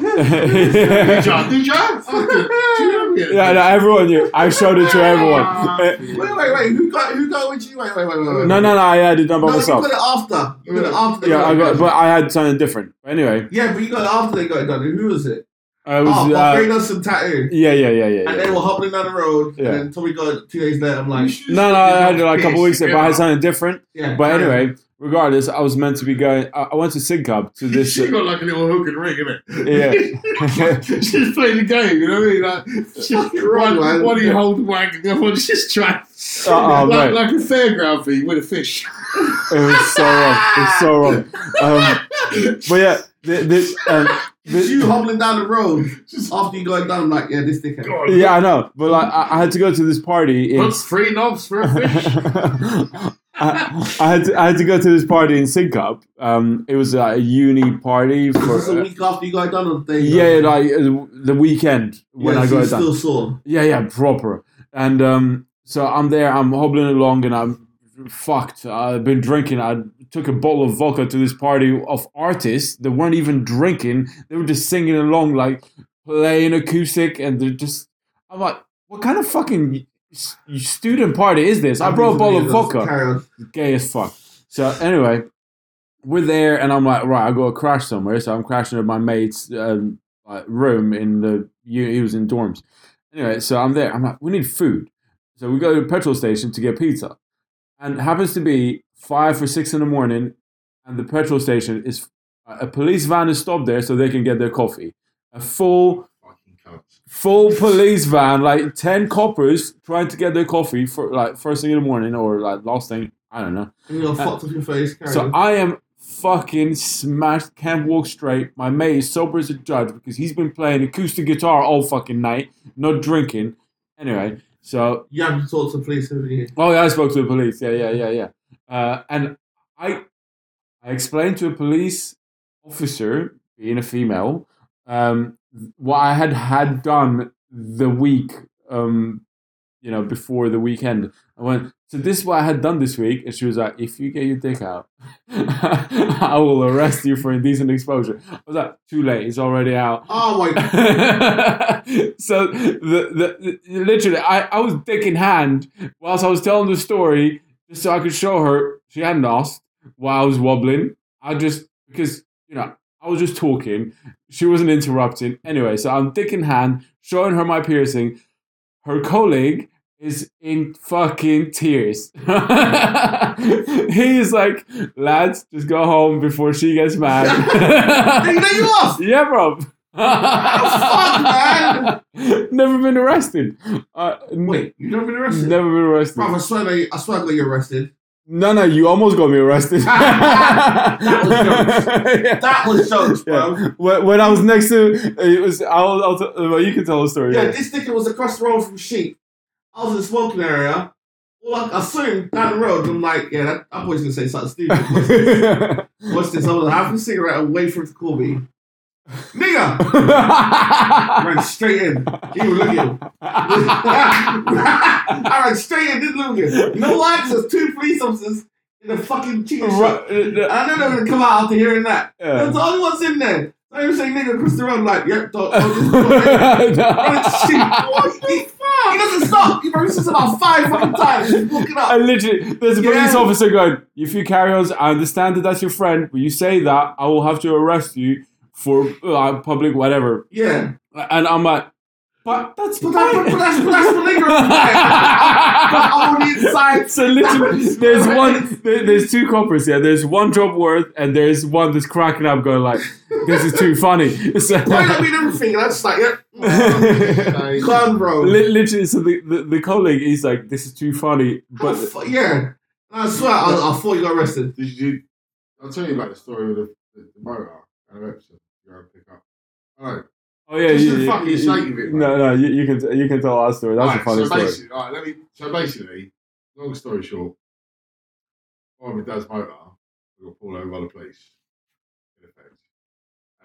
Did you? Did you? Fucking- do you know me?
Yeah, no, everyone knew. I showed it to everyone. Uh,
Wait, wait, wait. Who got who got which? Wait, wait, wait, wait. wait.
No, no, no. I had it done by
No, you
myself.
got it after. You got it after. they
Yeah, I
it
got,
done.
but I had something different. Anyway,
yeah, but you got it after they got it done. Who was it?
I was.
Oh,
uh,
Barbados and Tattoo.
yeah, yeah, yeah, yeah.
And
yeah.
they were hobbling down the road.
Yeah.
And then Tommy got it two days later. I'm like,
No, no, I had it like a couple weeks ago, but I had something different.
yeah.
But anyway, regardless, I was meant to be going. I, I went to Syncub to this.
She got like a little hook and ring,
Yeah.
innit? Yeah. she's playing the game, you know what I mean? Like, she,
Fucking right,
one,
man.
one of you hold the wag and the other one's just trying.
Uh-uh,
like,
mate.
like a fairground thing with a fish.
It was so wrong. It's so wrong. Um, but yeah, thi- this. Um,
Did
thi-
you hobbling down the road
Just,
after you got it done? I'm like, yeah, this dickhead.
God,
yeah, I know. But like, I, I had to go to this party. In,
What's three knobs for a fish?
I, I had to, I had to go to this party in Syncub. Um, it was like a uni party for
This is a week after you got it done on the
uh,
day.
yeah, like uh, the weekend when
yeah,
I
so
got
you
it done.
still sore.
Yeah, yeah, proper. And um, so I'm there, I'm hobbling along, and I'm fucked. I've been drinking. I took a bottle of vodka to this party of artists that weren't even drinking. They were just singing along, like playing acoustic, and they're just. I'm like, what kind of fucking s- student party is this? I brought a bottle of vodka
Carry on.
gay as fuck. So anyway, we're there, and I'm like, right, I got to crash somewhere. So I'm crashing at my mate's um, like, room in the u- he was in dorms. Anyway, so I'm there. I'm like, we need food. So we go to a petrol station to get pizza, and it happens to be five or six in the morning, and the petrol station is a police van is stopped there so they can get their coffee. A full
Fucking cunts.
full police van, like ten coppers trying to get their coffee for like first thing in the morning or like last thing. I don't know.
And you got fucked up your face. Carry
Uh, So
on.
I am fucking smashed, can't walk straight. My mate is sober as a judge because he's been playing acoustic guitar all fucking night, not drinking. Anyway, so
you haven't talked to the police, haven't you?
oh yeah, I spoke to the police. Yeah, yeah, yeah, yeah. Uh, and I, I explained to a police officer, being a female, um, what I had had done the week, um, you know, before the weekend. I went, so this is what I had done this week, and she was like, if you get your dick out, I will arrest you for indecent exposure. I was like, too late, it's already out
Oh my god.
so the, the, the- literally I, I was dick in hand whilst I was telling the story just so I could show her she hadn't asked while I was wobbling. I just because you know I was just talking. She wasn't interrupting. Anyway, so I'm dick in hand, showing her my piercing. Her colleague is in fucking tears. he is like, lads, just go home before she gets mad.
Hey, you know you off!
Yeah, bro.
fuck,
no, never been arrested. Uh, n-
Wait, you never been arrested?
never been arrested.
Bruv, I swear, they, I swear I got you arrested.
No, no, you almost got me arrested.
was That was jokes, bro.
Yeah. When, when I was next to it was I'll, I'll t- well, you can tell the story.
Yeah,
yeah.
this nigga was across the road from sheep. I was in the smoking area. Well, I assumed down the road, I'm like, yeah, that, that boy's gonna say something stupid. What's this? What's this? I was half a cigarette away from him to call me. Nigga! Ran straight in. He was looking. I ran straight in, didn't look at him. No why? 'Cause There's two police officers in the fucking chicken shop. And
Right,
I know they're gonna come out after hearing that. That's
uh, yeah.
the only one's in there. I even say nigga across the road, like, yep, don't, don't just Running to sheep. What the fuck? He doesn't stop. He runs this about five fucking times. He's walking
I
up.
literally, there's a police
Yeah.
officer going, if you carry on, I understand that that's your friend, but you say that, I will have to arrest you for uh, public whatever.
Yeah.
And I'm like, but that's
But, that, but,
mine."
but that's but that's belligerent. Like, I'm on the inside.
So literally, there's one, there, there's two coppers here. There's one job worth, and there's one that's cracking up, going like, "This is too funny." So,
Pointing at me and everything. And I'm just like, yep.
Like,
Clown, bro.
li- literally, so the, the, the colleague is like, "This is too funny,"
But,
but
Oh, yeah. And I swear, I, I thought you got arrested.
Did you? I'll tell you about the story with the, the, the motor uh, and the Epsom you had to pick up. All right.
oh yeah,
Just
you,
the
you-
fucking
you-
shape of it,
no, no, you, you can you can tell our story. That's a
Alright,
funny
so
story.
Basically, alright, let me, so basically, long story short, on my dad's motor, we got pulled over by the police, in effect.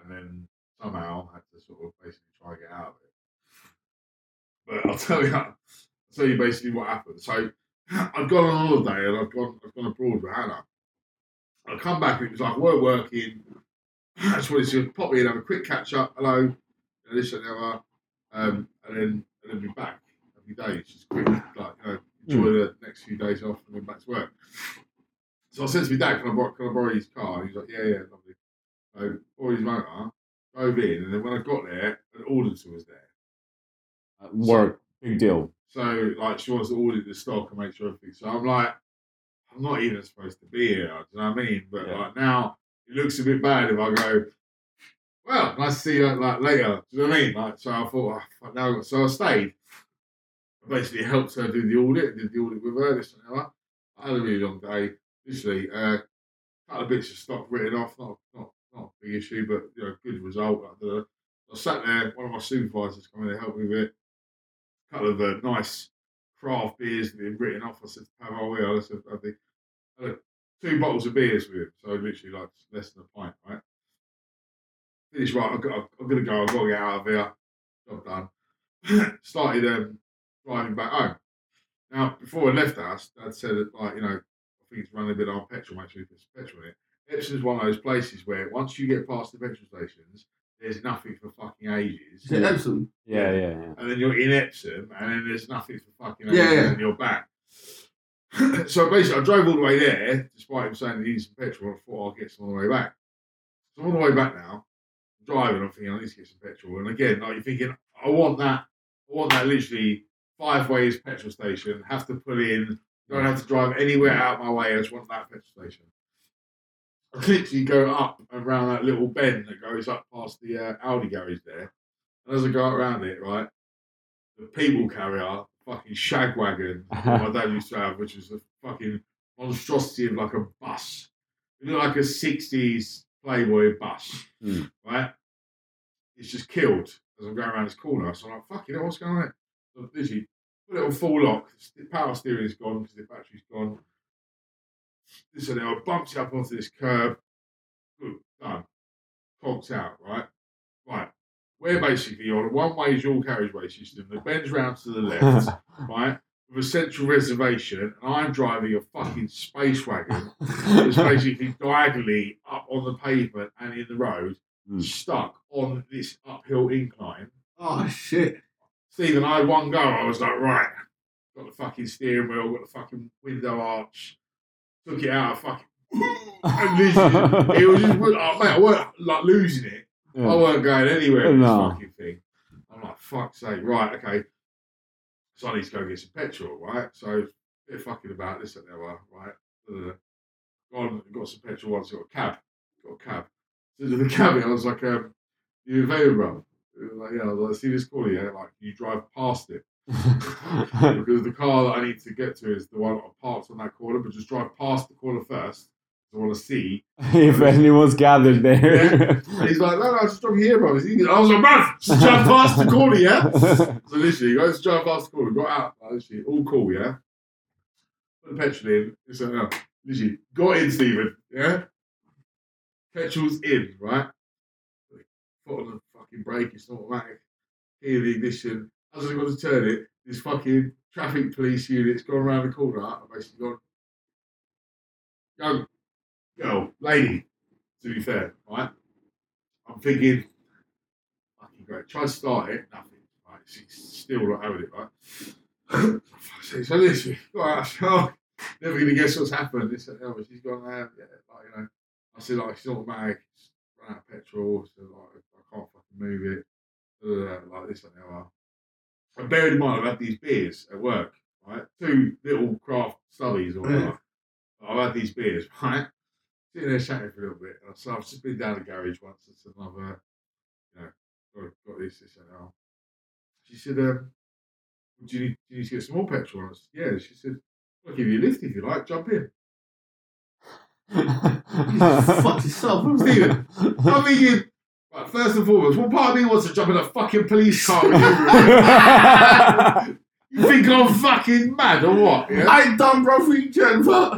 And then somehow had to sort of basically try and get out of it. But I'll tell you, I'll tell you basically what happened. So I've gone on holiday and I've gone, I've gone abroad with Hannah. I come back and it was like, we're working. I just wanted to pop in, have a quick catch up, hello, you know, this and the other, um, and then and then be back every day. It's just quick, like you know, enjoy the next few days off and then back to work. So I said to my dad, "Can I borrow, can I borrow his car?" And he's like, "Yeah, yeah, lovely." So borrowed his motor, drove in, and then when I got there, an auditor was there.
Work, big deal.
So like she wants to audit the stock and make sure everything. So I'm like, I'm not even supposed to be here. Do you know what I mean? But
Yeah.
like now, it looks a bit bad if I go. Well, nice to see you like later. Do you know what I mean? Like so, I thought. Oh, fuck, now, so I stayed. I basically helped her do the audit. Did the audit with her. This and that. I had a really long day. Literally, uh, couple of bits of stock written off. Not not not a big issue, but you know, good result. Like, da- da- da. I sat there. One of my supervisors come in and help me with it couple of uh, nice craft beers that had been written off. I said, have our way. I said, I think I had two bottles of beers with him. So literally like less than a pint, right? Finished, right, I've got, I'm going to go. I've got to get out of here. Job done. Started um, driving back home. Now, before I left the house, Dad said that, like, you know, I think it's running a bit on petrol. Make sure you put some petrol in it. Epsom's one of those places where once you get past the petrol stations, there's nothing for fucking ages.
Yeah, absolutely.
Yeah, yeah, yeah.
and then you're in Epsom, and then there's nothing for fucking
Yeah,
ages,
yeah.
and you're back. so basically, I drove all the way there, despite him saying he needs some petrol. I thought "Oh, I'll get some on the way back. So I'm on the way back now, I'm driving, I'm thinking I need to get some petrol. And again, like you're thinking, I want that, I want that literally five ways petrol station, have to pull in, don't have to drive anywhere out my way. I just want that petrol station. I literally go up around that little bend that goes up past the uh, Audi garage there. And as I go around it, right, the people carrier, fucking shag wagon that my dad used to have, which was a fucking monstrosity of like a bus. It looked like a 60s Playboy bus,
Hmm.
right? It's just killed as I'm going around this corner. So I'm like, fuck, you know what's going on? So I've literally put it on full lock. The power steering's gone because the battery's gone. This and that. I bumped it up onto this curb. Good, done. Conked out, right? Right. We're basically on a one-way dual carriageway system that bends round to the left right, with a central reservation, and I'm driving a fucking space wagon that's basically diagonally up on the pavement and in the road,
Mm.
stuck on this uphill incline.
Oh, shit.
Stephen, I had one go. I was like, right, got the fucking steering wheel, got the fucking window arch, took it out, fucking. and literally, it was just, oh, mate, I weren't like losing it. I
Yeah.
weren't going anywhere with
No.
this fucking thing. I'm like, fuck's sake, right, okay. So I need to go get some petrol, right? So bit fucking about this at there, right? Uh, gone and got some petrol once, got a cab. Got a cab. So to the cab, I was like, um, you available, bro? like, you know, like, see this corner, yeah? Like, you drive past it. because the car that I need to get to is the one that parks on that corner, but just drive past the corner first. 'cause I want to see.
if anyone's gathered there.
And he's like, no, no, just drop here, bro. He's easy. I was like, bro, just drive past the corner, yeah? So literally, you guys drive past the corner, got out, like, literally, all cool, yeah? Put the petrol in, it's like, no, literally, got in, Stephen, yeah? Petrol's in, right? Put on the fucking brake, it's not automatic. Here, the ignition. As I got to turn it, this fucking traffic police unit's gone around the corner. I basically gone, young girl, lady, to be fair, right? I'm thinking, fucking great. Try to start it, nothing. Right? She's still not having it, right? Fuck's sake, so this, right, so never gonna guess what's happened. This and that, but she's gone there, yeah, like, you know. I said like she's automatic, she's run out of petrol, so like I can't fucking move it. uh, Like this and that. well. And bearing in mind I've had these beers at work, right? Two little craft stubbies or whatever. I've had these beers, right? Sitting there chatting for a little bit, and so I've just been down the garage once. It's another got, got this, this, and that. She said, um, do, you need, do you need to get some more petrol? And I said, yeah. She said, I'll give you a lift if you like, jump in.
Fuck yourself. I'm Stephen.
Stephen, I'm thinking, right, first and foremost, what part of me wants to jump in a fucking police car with you? you think I'm fucking mad or what? Yeah?
I ain't done, bro, for you, Jennifer.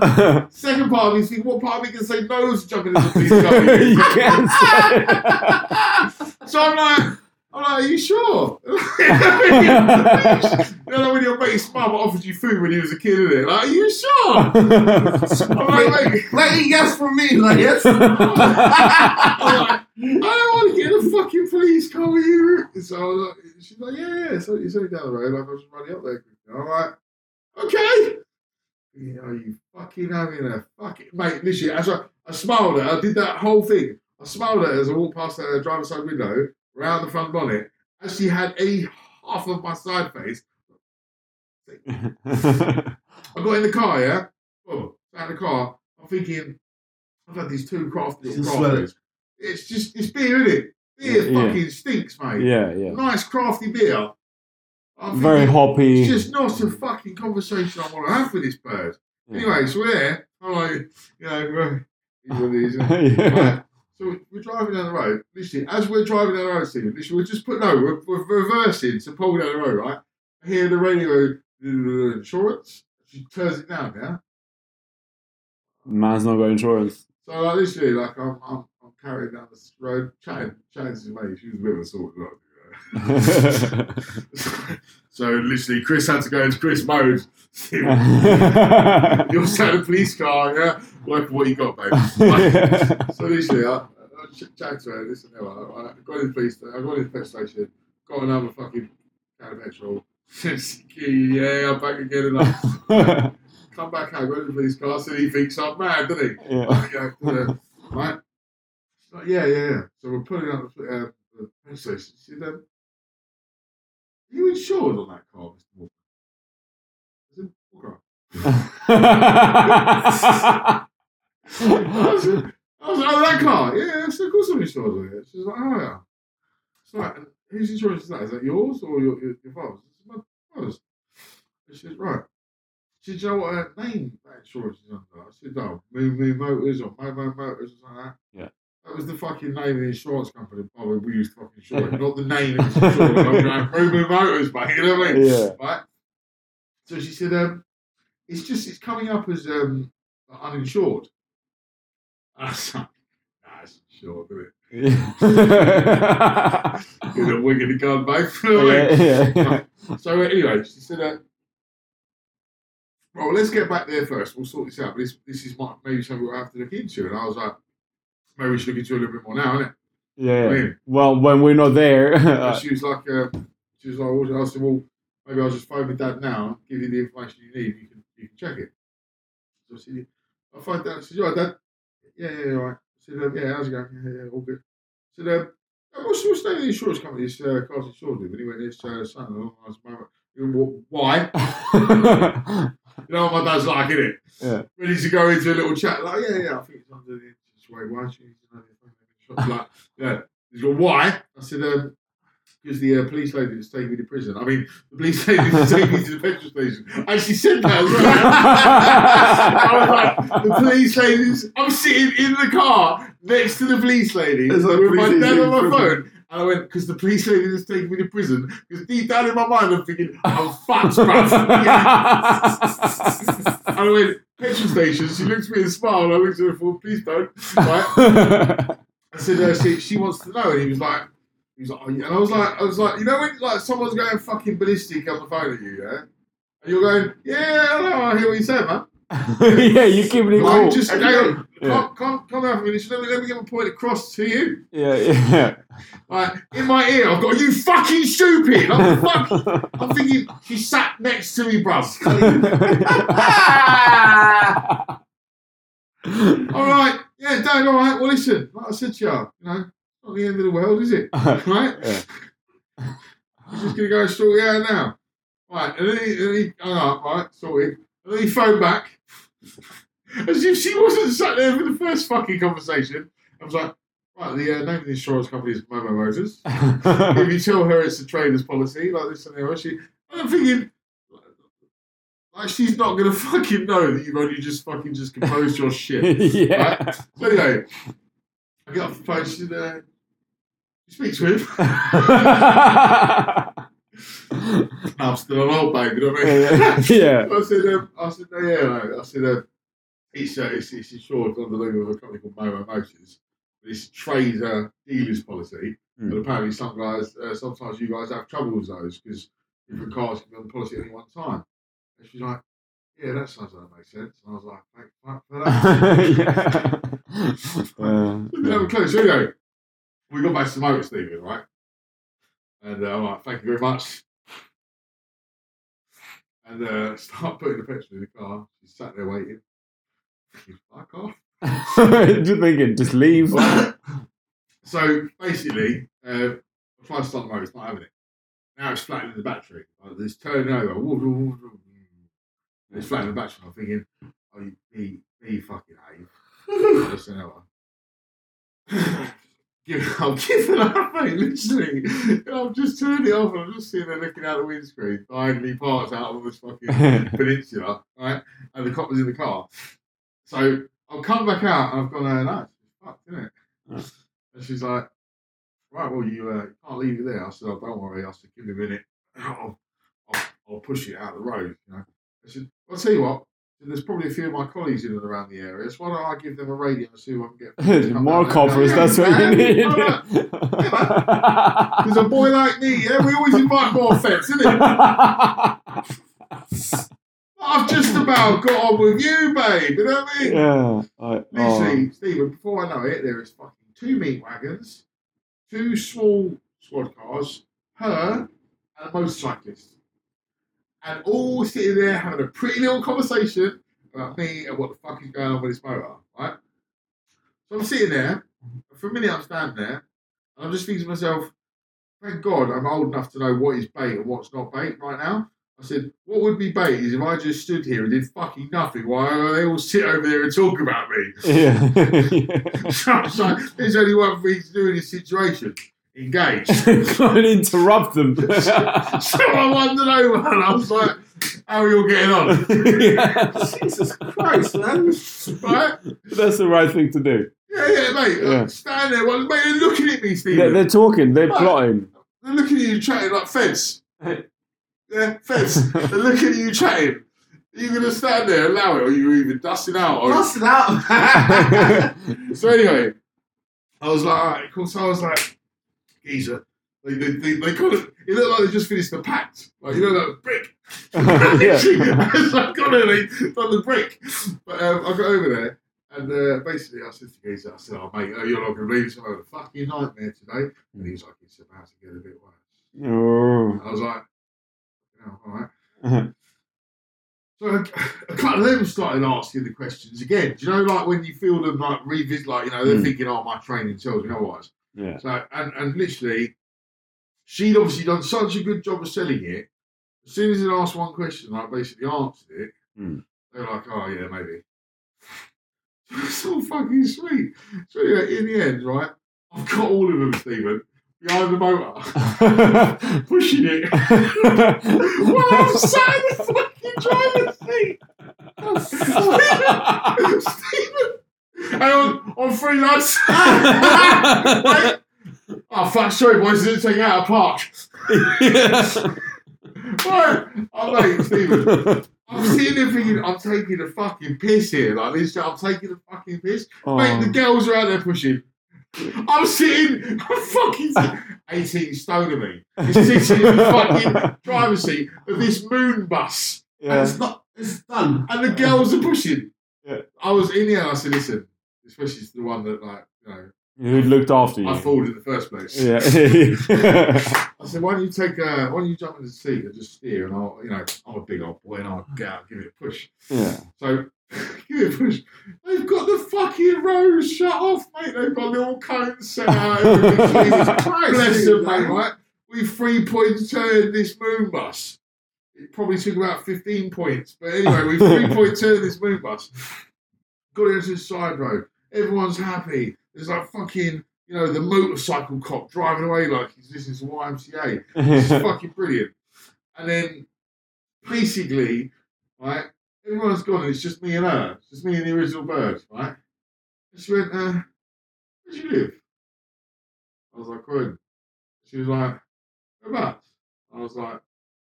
Second part of me is thinking, what part of me can say no to jumping in a police car with you? So I'm like, I'm like, are you sure? You know, like when your mate's mum offered you food when you was a kid, innit? Like, are you sure? I'm like, mate,
Let it yes from me. Like, yes.
I'm like, I don't want to get in a fucking police car with you. And so I was like, she's like, yeah, yeah. So you say down the road, like, I was running up there. And I'm like, okay. You know, you fucking having a fucking mate. Literally, as I, I smiled at, her, I did that whole thing. I smiled at her as I walked past her driver's side window, round the front bonnet. As she had a half of my side face, I got in the car, yeah? Oh, out of the car. I'm thinking, I've had these two craft
This
little
is
crafters. It's just, it's beer, isn't it? Beer
Yeah.
fucking stinks, mate.
yeah, yeah.
Nice crafty beer. I'm
Very
thinking,
hoppy.
It's just not a fucking conversation I want to have with this bird. Anyway, so we're there. I'm like, you know, he's one of these. isn't he?
yeah.
Right. So we're driving down the road. Literally, as we're driving down the road, Stephen, literally, we're just put no, we're, we're reversing to pull down the road, right? I hear the radio insurance. She turns it down, yeah.
Man's not got insurance.
So like literally, like I'm, I'm, I'm carrying down this road, chatting, chatting to my mate. She was a bit of a sort of so literally, Chris had to go into Chris mode. You're sat in a police car, yeah. Work what you got, babe. so literally, I, I ch- chatted to her, this and that. I, I got in the police, I got in the police station, got another fucking can of petrol. yeah, I'm back again. And I come back out, go to the police car, so he thinks I'm mad, doesn't he?
yeah.
Like, uh, uh, right? She's like, yeah, yeah, yeah. So we're pulling out the, uh, the police station. She said, um, Are you insured on that car, Mr. Walker? I said, What car? I was, I was like, oh, that car. Yeah, I said, of course I'm insured on it. She's like, oh, yeah. It's like, whose insurance is that? Is that yours or your, your, your father's? I said, my father's. And she said, right. She said, do you know what her name that insurance is under? I said, no, Moon Moon Motors or Mo Mo Motors or something like that.
Yeah.
That was the fucking name of the insurance company. By the way, we used to fucking insure it, not the name of the insurance company. like, Moon Moon Motors, mate. You know what I mean?
yeah.
right? So she said, um, it's just it's coming up as um, uninsured. I was like, nah, it's insured, isn't it?
yeah.
You're not wigging the gun, mate. You know what I mean?
yeah.
So uh, anyway, she said, uh, "Well, let's get back there first. We'll sort this out. But this this is my, maybe something we'll have to look into." And I was like, "Maybe we should look into it a little bit more now, innit?" I
yeah.
mean,
Well, when we're not there,
And she was like, uh, she was like, well, I said, well, maybe I'll just phone my dad now, give you the information you need, you can you can check it. So I said, I phoned dad, I said, yeah, dad, yeah, yeah, yeah, all right. I said, um, yeah, how's it going? Yeah, yeah, all good. I said, um, "Uh, what's, what's the name of the insurance company this uh, car's insured with? And he went, it's uh, son, and I was like, "Well, why? You know what my dad's like, innit?
Yeah.
Ready to go into a little chat, like, yeah, yeah, I think it's under the interest rate. Why should you know the fucking insurance? Like, yeah. He's like, why? I said, um, because the uh, police lady that's taking me to prison. I mean, the police lady that's taking me to the petrol station. I actually said that. as well. I was like, the police ladies. I'm sitting in the car next to the police lady
There's a
with my
police
dad
lady
on my
in prison.
phone. And I went, because the police lady that's taking me to prison, because deep down in my mind, I'm thinking, I'm fucked, bruv. and I went, petrol station. She looks at me and smiled. I looked at her and thought, please don't. Right? I said, uh, she, she wants to know. And he was like, he was like, oh, yeah. and I was like, I was like, you know when like someone's going fucking ballistic on the phone at you, yeah? And you're going, yeah, I know, I hear what you say, man.
yeah, you're keeping it
Like,
cool.
just
Okay.
hang on,
Yeah.
come, come, come out for a minute. Let me, let me get my point across to you.
Yeah, yeah.
Like in my ear, I've got you fucking stupid. I'm fucking. I'm thinking she sat next to me, bruv. all right, yeah, Dad. All right. Well, listen, like I said to you, you know, it's not the end of the world, is it? Right?
Yeah.
He's just gonna go and sort it out now. Right, and then he, and he hung up, right, sorted. And then he phoned back. As if she wasn't sat there for the first fucking conversation. I was like, right, the uh, name of the insurance company is Momo Motors. if you tell her it's a trader's policy, like this and that, she, and I'm thinking, like, she's not gonna fucking know that you've only just fucking just composed your shit.
yeah.
So anyway, I get off the phone. She uh, she speaks with him. I'm still an old babe, you know what I mean?
yeah.
I said, um, I said, no, yeah, no. I said, um, it's, uh, it's, it's insured under the name of a company called Momo Motors. It's trader dealer's policy,
Hmm.
but apparently some guys, uh, sometimes you guys have trouble with those because different cars can be on the policy at any one time. And she's like, yeah, that sounds like that makes sense. And I was like, thank fuck for that.
yeah. Uh,
We didn't have a clue. So anyway, we got back to the motor Stephen, right? And uh, I'm like, thank you very much. And uh, start putting the petrol in the car. She's sat there waiting. Thinking, Fuck off.
just thinking, just leave.
so basically, uh, I tried to start the motor, it's not having it. Now it's flattening the battery. Like, it's turning over. Woo, woo, woo, woo. It's flattening the battery. I'm thinking, oh, you, you, you fucking A. Listen, hell, I- Give- I'm giving up, mate, literally. I'm just turning it off and I'm just sitting there looking out the windscreen, idly parts out of this fucking peninsula, right? And the cop was in the car. So I've come back out and I've gone, uh, no, it's fucked, isn't it?
Yeah.
And she's like, right, well, you uh, can't leave it there. I said, oh, don't worry. I said, give me a minute. I'll, I'll, I'll push it out of the road, you know. I said, well, I'll tell you what, there's probably a few of my colleagues in and around the area, so why don't I give them a radio and see what I can get
More coppers, that's what you need.
because a boy like me, yeah, we always invite more offence, isn't it? I've just about got on with you, babe. You know what I mean?
yeah. I, oh,
Literally, Stephen. Before I know it, there is fucking two meat wagons, two small squad cars, her, and a motorcyclist, and all sitting there having a pretty little conversation about me and what the fuck is going on with this motor, right? So I'm sitting there. and For a minute, I'm standing there, and I'm just thinking to myself, "Thank God I'm old enough to know what is bait and what's not bait right now." I said, what would be bait is if I just stood here and did fucking nothing while they all sit over there and talk about me.
yeah.
so I was like, there's only one thing to do in this situation. Engage.
Don't interrupt them.
so I wandered over and I was like, how are you all getting on?
Jesus
Christ, man.
right?
That's the right thing to do.
Yeah, yeah, mate.
Yeah.
Stand there. Well, mate, they're looking at me, Stephen.
They're, they're talking, they're
Right.
plotting.
They're looking at you chatting like fence. Yeah, fence. They're looking at you chatting. Are you going to stand there and allow it or are you even dusting out? Or
Bust it out.
So anyway, I was like, all right, cool. So I was like, geezer. They, they, they, they kind of, it looked like they just finished the pact. Like, you know, that brick.
yeah.
As I got there, they done the brick. But um, I got over there, and uh, basically I said to geezer, I said, oh, mate, oh, you're not going to believe this. I'm having a fucking nightmare today. And he was like, it's about to get a bit worse.
Oh.
And I was like, oh, all right.
Uh-huh.
So a, a couple of them started asking the questions again. Do you know, like when you feel them like revisit, like you know, they're
Mm.
thinking, "Oh, my training tells me otherwise."
Yeah.
So and and literally, she'd obviously done such a good job of selling it. As soon as they asked one question, I basically answered it.
Mm.
They were like, "Oh yeah, maybe." It's so fucking sweet. So anyway, in the end, right, I've got all of them, Stephen. behind the motor, pushing it. Well, I'm sad the fucking driver's seat. Stephen, hang on, on three lads. Wait. Oh fuck, sorry boys, didn't take it out of park. Right, I'm like Stephen. I'm sitting there thinking, I'm taking a fucking piss here. Like this, I'm taking a fucking piss.
Oh.
Mate, the girls are out there pushing. I'm sitting, I'm fucking 18 stone of me. It's sitting in the fucking driver's seat of this moon bus.
And
yeah.
it's not. It's done.
And the girls are pushing.
Yeah.
I was in there and I said, listen, especially to the one that, like, you know,
Who looked after you?
I fooled in the first place.
Yeah.
I said, why don't you take, uh, why don't you jump in the seat and just steer and I'll, you know, I'm a big old boy and I'll get out, give it a push.
yeah.
So give it a push. They've got the fucking roads shut off, mate. They've got little cones set out. everything. Jesus Christ. Bless them, mate, right? We three points turned this moon bus. It probably took about 15 points. But anyway, we three point turned this moon bus. Got into the side road. Everyone's happy. There's like fucking, you know, the motorcycle cop driving away like he's listening to YMCA. It's fucking brilliant. And then basically, right, everyone's gone and it's just me and her. It's just me and the original bird, right? And she went, uh, where do you live? I was like, Croydon. She was like, whereabouts? I was like,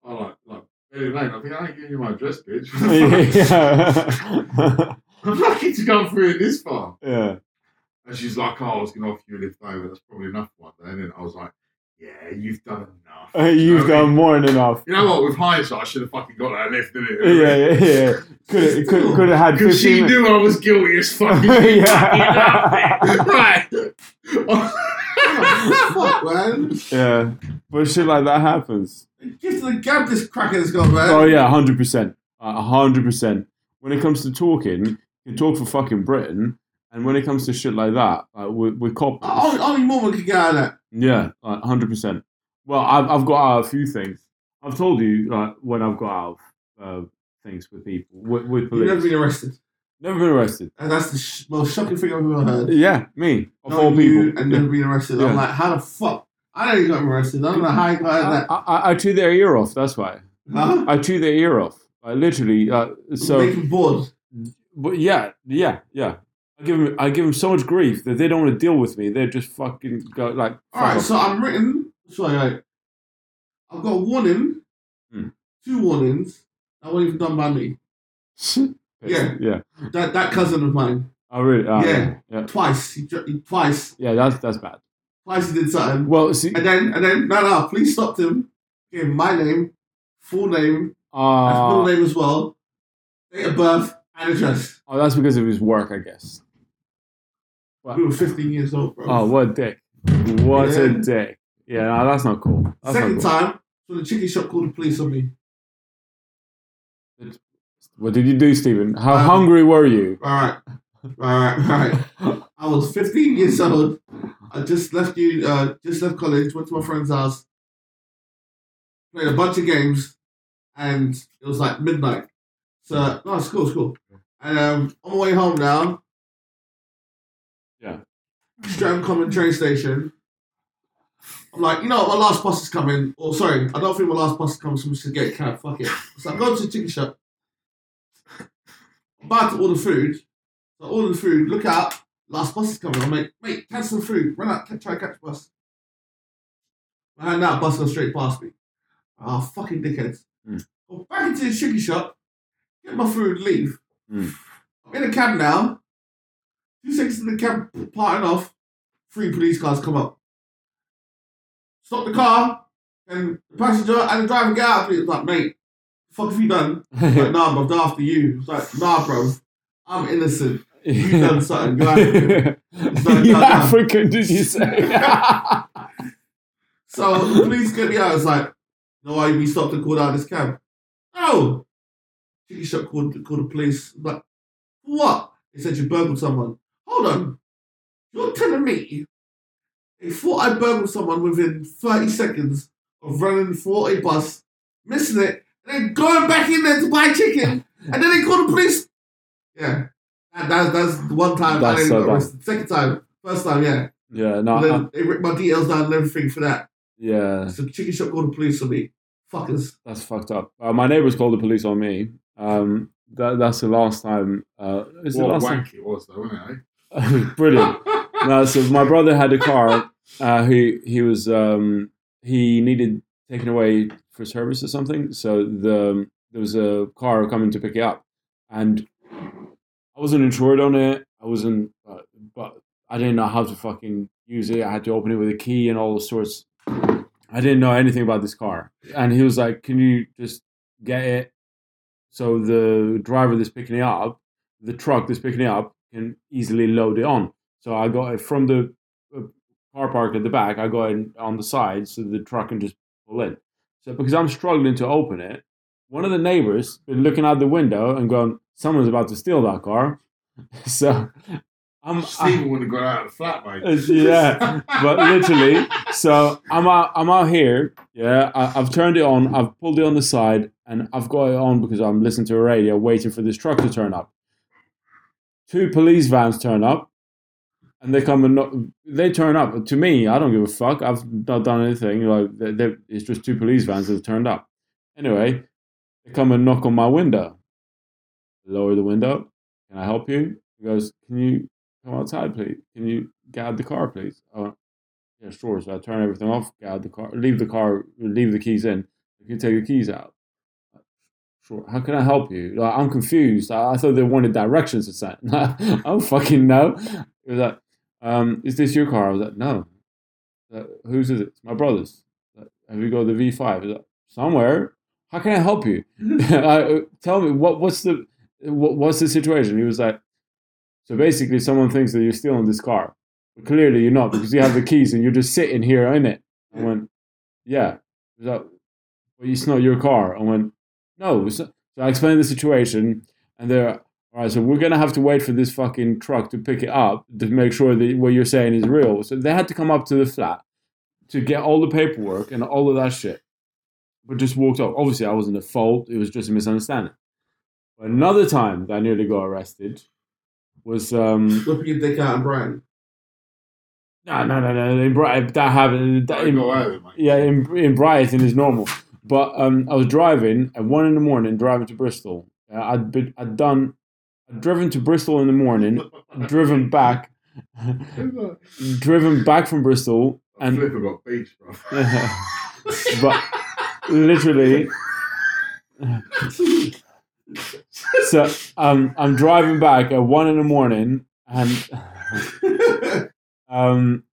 I like, like, Ellie Lane. I think I ain't giving you my address, bitch.
yeah.
I'm lucky to come through it this far.
yeah.
And she's like, oh, I was going to offer you a lift over. That's probably enough one day. And then I was like, yeah, you've done enough.
Uh, You've done more than enough.
You know what? With hindsight, I should have fucking got that lift, didn't it?
Yeah, yeah, yeah. Could could could have had
Because she
fifteen.
knew I was guilty as fucking.
yeah.
right.
Fuck, man.
yeah, but shit like that happens.
Give to the gab this cracker's got, man.
Oh yeah, hundred percent, Uh, hundred percent. When it comes to talking, you can talk for fucking Britain, and when it comes to shit like that, like we're, we're coppers.
Only, only Mormon could get out of that.
Yeah, like hundred percent. Well, I've I've got out a few things. I've told you like when I've got out of uh, things with people with, with
You've
police.
never
Never
been arrested.
been arrested.
And that's the sh- most shocking thing I've ever heard.
Yeah, me of
Knowing
all
you
people.
And
Yeah.
never been arrested.
Yeah.
I'm like, how the fuck? I know you got arrested. I don't know how you got out of that.
I, I, I chew their ear off. That's why
Huh?
I chew their ear off. I literally. Uh, so,
Make him bored.
but yeah, yeah, yeah. I give them. I give them so much grief that they don't want to deal with me. They're just fucking go, like.
All right,
fuck
so I'm written. Sorry, right. I've got a warning,
Hmm.
two warnings. That weren't even done by me.
off.
yeah.
yeah.
That that cousin of mine
I really. Uh, yeah,
Yeah.
yeah,
twice. He, dr- he twice,
yeah. That's that's bad.
twice he did something,
Well, see,
and then and then no no, police stopped him. Gave him my name, full name, and his middle
uh,
name as well, date of birth and address.
oh, that's because of his work, I guess.
We were 15 years old, bro.
Oh, what a dick. What a
Yeah.
dick. Yeah, no, that's not cool. That's
Second
not cool.
time, so the chicken shop called the police on me.
What did you do, Stephen? How
Um,
hungry were you?
All right, all right, all right. I was 15 years old. I just left you, uh, just left college, went to my friend's house, played a bunch of games, and it was like midnight. So no, it's cool, it's cool. And um, on my way home now.
Yeah.
Streatham Common train station. I'm like, you know, what, my last bus is coming. Or sorry, I don't think my last bus comes. I'm just gonna get a cab. Fuck it. So I go to the chicken shop. I'm about to order food. So I order the food. Look out last bus is coming. I'm like, mate, catch some food. Run out, ca- try to catch bus. I had that bus go straight past me. Ah, fucking dickheads.
Mm.
Go back into the chicken shop, get my food, leave.
Mm.
I'm in a cab now. Two seconds in the cab, parting off. Three police cars come up. Stop the car, and the passenger and the driver get out. It's like, mate, fuck have you done? It's like, nah, bro, they're after you. It's like, nah, bro, I'm innocent. You done something, you African. done
You
something.
African, did you say?
So the police get me out. It's like, no, why we stopped and called out this "Oh, cab? No. Chicken shop called called the police. I'm like, "For what? They said you burgled someone. Hold on. You're telling me they thought I burgled someone within 30 seconds of running for a bus, missing it, and then going back in there to buy chicken, and then they called the police. Yeah. That, that, that's the one time
That's
I didn't
so bad.
get
Uh-huh.
arrested. Second time. First time, yeah.
Yeah, no,
and
I,
then they ripped my details down and everything for that.
yeah,
So the chicken shop called the police on me. Fuckers.
that's fucked up. Uh, my neighbors called the police on me. Um, that, that's the last time. Uh, it's the
what a
last
wank it was, though, wasn't it? eh?
time. Brilliant. No, so my brother had a car. Uh, he he was um, he needed taken away for service or something. So the there was a car coming to pick it up, and I wasn't insured on it. I wasn't, uh, but, but I didn't know how to fucking use it. I had to open it with a key and all sorts. I didn't know anything about this car, and he was like, "Can you just get it?" So the driver that's picking it up, the truck that's picking it up, can easily load it on. So I got it from the uh, car park at the back. I got it on the side so the truck can just pull in. So because I'm struggling to open it, one of the neighbors been looking out the window and going, "Someone's about to steal that car." So I'm I-
Stephen would have got out of the flat, mate.
yeah, but literally, so I'm out. I'm out here. Yeah, I, I've turned it on. I've pulled it on the side, and I've got it on because I'm listening to a radio, waiting for this truck to turn up. Two police vans turn up, and they come and knock, they turn up. To me, I don't give a fuck. I've not done anything. Like they, they, it's just two police vans that have turned up. Anyway, they come and knock on my window. Lower the window. Can I help you? He goes, Can you come outside, please? Can you get out the car, please? I went, yeah, sure. So I turn everything off, get out the car, leave the car, leave the keys in. You can take the keys out. Sure. How can I help you? Like, I'm confused. I, I thought they wanted directions or something. I don't fucking know. He was like, um, is this your car? I was like, no. Uh, whose is it? It's my brother's. Like, Have you got the V5? He was like, Somewhere. How can I help you? I, uh, tell me what what's the what, what's the situation? He was like, so basically, someone thinks that you're stealing this car. But clearly, you're not because you have the keys and you're just sitting here in it. I went, yeah. He's like, but it's not your car. I went, no. it's not." So I explained the situation, and they're all right. So we're gonna have to wait for this fucking truck to pick it up to make sure that what you're saying is real. So they had to come up to the flat to get all the paperwork and all of that shit, but just walked off. Obviously, I wasn't at fault. It was just a misunderstanding. But another time that I nearly got arrested was um,
Whipping your dick out and Brian.
no, no, no, no. In Brighton, that happened. That,
Don't
in,
go over, mate.
yeah, in in Brighton is normal. But um, I was driving at one in the morning, driving to Bristol. Uh, I'd been, I'd done, I'd driven to Bristol in the morning, driven back,
I
driven back from Bristol, and
Flipper got beach, bro.
but literally, so um, I'm driving back at one in the morning, and Um,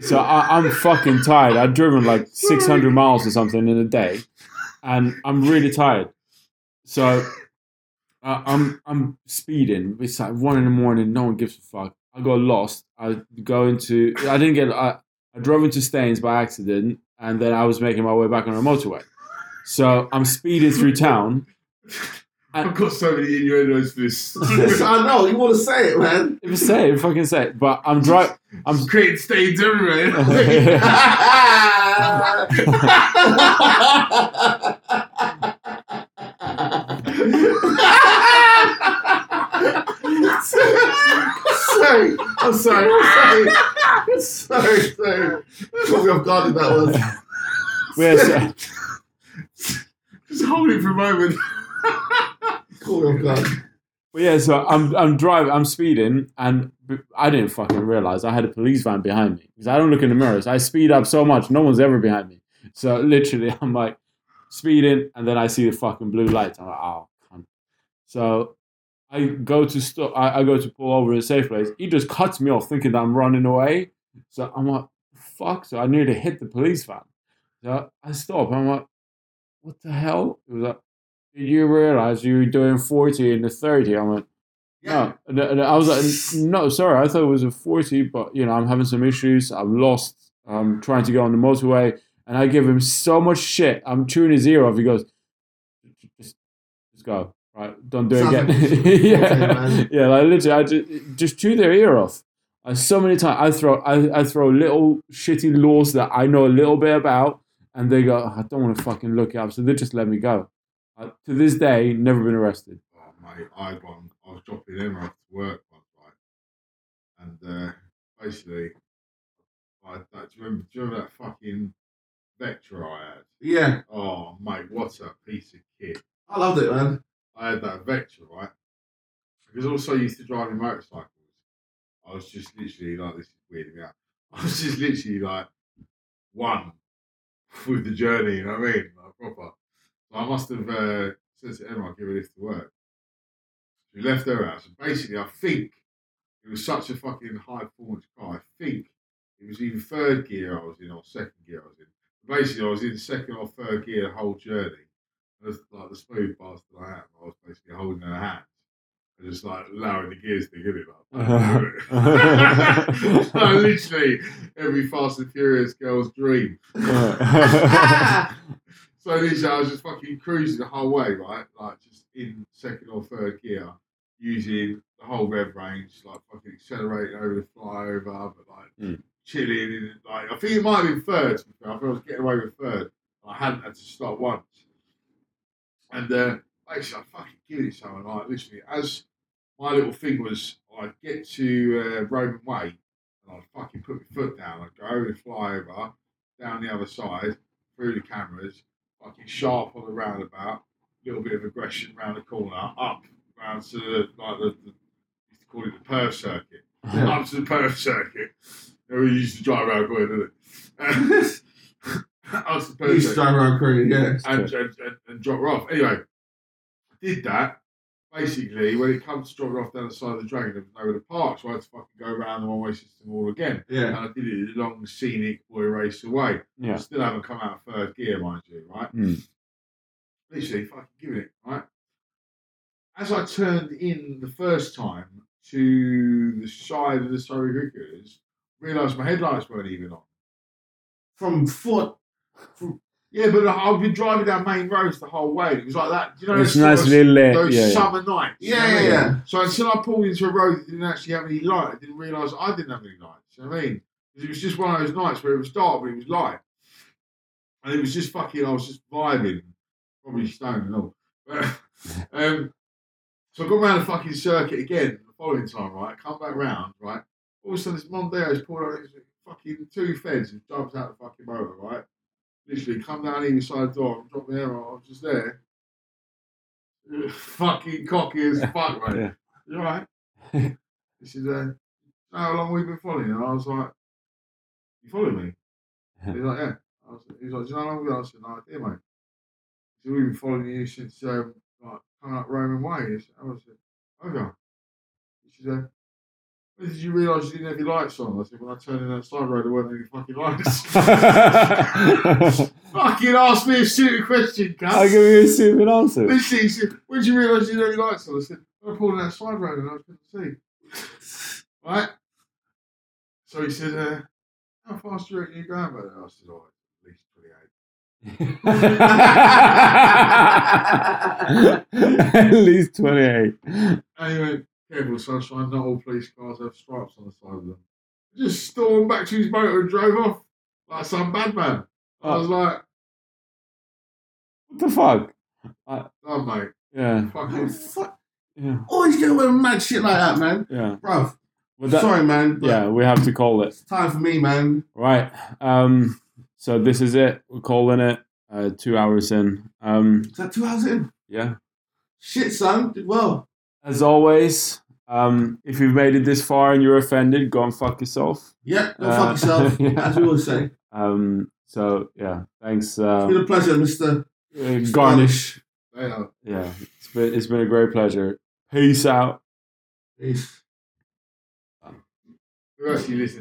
so I, I'm fucking tired. I've driven like 600 miles or something in a day, and I'm really tired. So I I'm I'm speeding. It's like one in the morning. No one gives a fuck. I got lost. I go into. I didn't get. I, I drove into Staines by accident, and then I was making my way back on the motorway. So I'm speeding through town.
I've got so many innuendos for this.
Yes, I know. You want to say it, man.
It was safe, fucking safe. But I'm driving. I'm
I'm creating stains everywhere.
sorry. I'm sorry. I'm sorry. Sorry, sorry. Caught me off guard with that one.
we're so-
Just hold it for a moment.
Caught me off guard.
But yeah, so I'm I'm driving, I'm speeding, and b- I didn't fucking realize I had a police van behind me because I don't look in the mirrors. I speed up so much, no one's ever behind me. So literally, I'm like speeding, and then I see the fucking blue lights. I'm like, oh, cunt. so I go to stop. I, I go to pull over in a safe place. He just cuts me off, thinking that I'm running away. So I'm like, fuck. So I nearly hit the police van. So I stop. I'm like, what the hell? It was like, did you realize you were doing 40 in the 30? I went, no. And, and I was like, no, sorry. I thought it was a 40, but, you know, I'm having some issues. I'm lost. I'm trying to go on the motorway. And I give him so much shit. I'm chewing his ear off. He goes, just, just go. Right. Don't do it
Sounds
again.
like-
yeah.
man.
Yeah. Like, literally, I just, just chew their ear off. And so many times I throw, I, I throw little shitty laws that I know a little bit about. And they go, I don't want to fucking look it up. So they just let me go. I, to this day, never been arrested.
Oh, mate, I one. I was dropping them off to work one night, and uh, basically, I, like, do, you remember, do you remember that fucking Vectra I had?
Yeah,
Oh, mate, what a piece of kit.
I loved it, man.
I had that Vectra, right? Because also I used to driving motorcycles. I was just literally like, this is weirding me out. I was just literally like one with the journey, you know what I mean? Like proper. So I must have uh, said to Emma, I'll give her this to work. We left her house. And basically, I think it was such a fucking high performance car. I think it was either third gear I was in or second gear I was in. Basically, I was in second or third gear the whole journey as like the smooth bastard I am, I was basically holding her hand and just like allowing the gears to give it like do it. so literally every Fast and Furious girl's dream. So literally I was just fucking cruising the whole way, right? Like just in second or third gear, using the whole rev range, like fucking accelerating over the flyover, but like
Mm.
chilling in like I think it might have been third to be fair. I think I was getting away with third. I hadn't had to stop once. And uh, actually, I fucking give it someone like literally as my little thing was, I'd get to uh, Roman Way and I'd fucking put my foot down. I'd go over the flyover, down the other side, through the cameras, fucking sharp on the roundabout, little bit of aggression round the corner, up round to the, like the, the used to call it the Perth circuit,
Yeah.
up to the Perth circuit. And we used to drive around going, didn't we? I was
You used
supposed
to
to
drive around Korea, yeah.
and, and, and, and drop her off. Anyway, I did that. Basically, when it comes to dropping her off down the side of the dragon, there was nowhere to park, so I had to fucking go around the one way system all again. And
Yeah.
I did it a long, scenic boy race away.
Yeah.
Still haven't come out of third gear, mind you, right?
Mm.
Literally, fucking giving it, right? As I turned in the first time to the side of the Surrey Hookers, realised my headlights weren't even on.
From foot.
Yeah, but I've been driving down main roads the whole way. It was like that. You know,
It's
sort of-
nicely lit.
those
Yeah, yeah.
summer nights. you know
Yeah,
what
yeah,
I mean?
yeah.
So until I pulled into a road that didn't actually have any light, I didn't realise I didn't have any lights. You know what I mean? 'Cause it was just one of those nights where it was dark, but it was light. And it was just fucking, I was just vibing, probably stoned and all. But, um, so I got around the fucking circuit again the following time, right? come back round, right? All of a sudden, this Mondeo's pulled out these fucking two feds and jumps out the fucking motor, right? Literally, come down either side of the door, drop me there, I was just there. fucking cocky as fuck, mate.
Yeah.
You alright? this is uh, how long we've been following you? And I was like, You follow me? He's like, Yeah. I was, he was like, Do you know how long ago? I said, No idea, mate. He said, We've been following you since um, like coming up Roman Way. He said, "Oh," I said, Okay. He said, uh, when did you realise you didn't have your lights on? I said, When I turned in that side road, there weren't any fucking lights. fucking ask me a stupid question, cunt.
I'll give you a stupid answer.
Literally, he said, when did you realise you don't like someone? I said, I pulled that side road and I couldn't see. right? So he said, uh, how fast do you reckon you're going by that? I said, oh, at least 28.
At least 28.
And he went, careful, sunshine, not all police cars have stripes on the side of them. He just stormed back to his motor and drove off like some bad man.
Oh.
I was like,
What the fuck?
oh, mate,
Yeah,
Man,
fucking.
fuck. Oh,
yeah,
Always get away with mad shit like that, man.
yeah.
Bruv,
But that-
sorry, man. But
Yeah, we have to call it.
It's time for me, man.
Right. Um, so this is it. We're calling it. Uh, two hours in. Um,
Is that two hours in?
yeah.
Shit, son. Did well.
As always, um, if you've made it this far and you're offended, go and fuck yourself.
Yep, go
Uh,
fuck yourself,
yeah.
as we always say.
Um, so yeah, thanks,
It's been
uh,
a pleasure, Mr.
uh, Garnish.
They are.
Yeah, it's been it's been a great pleasure. Peace out.
Peace.
Who actually listens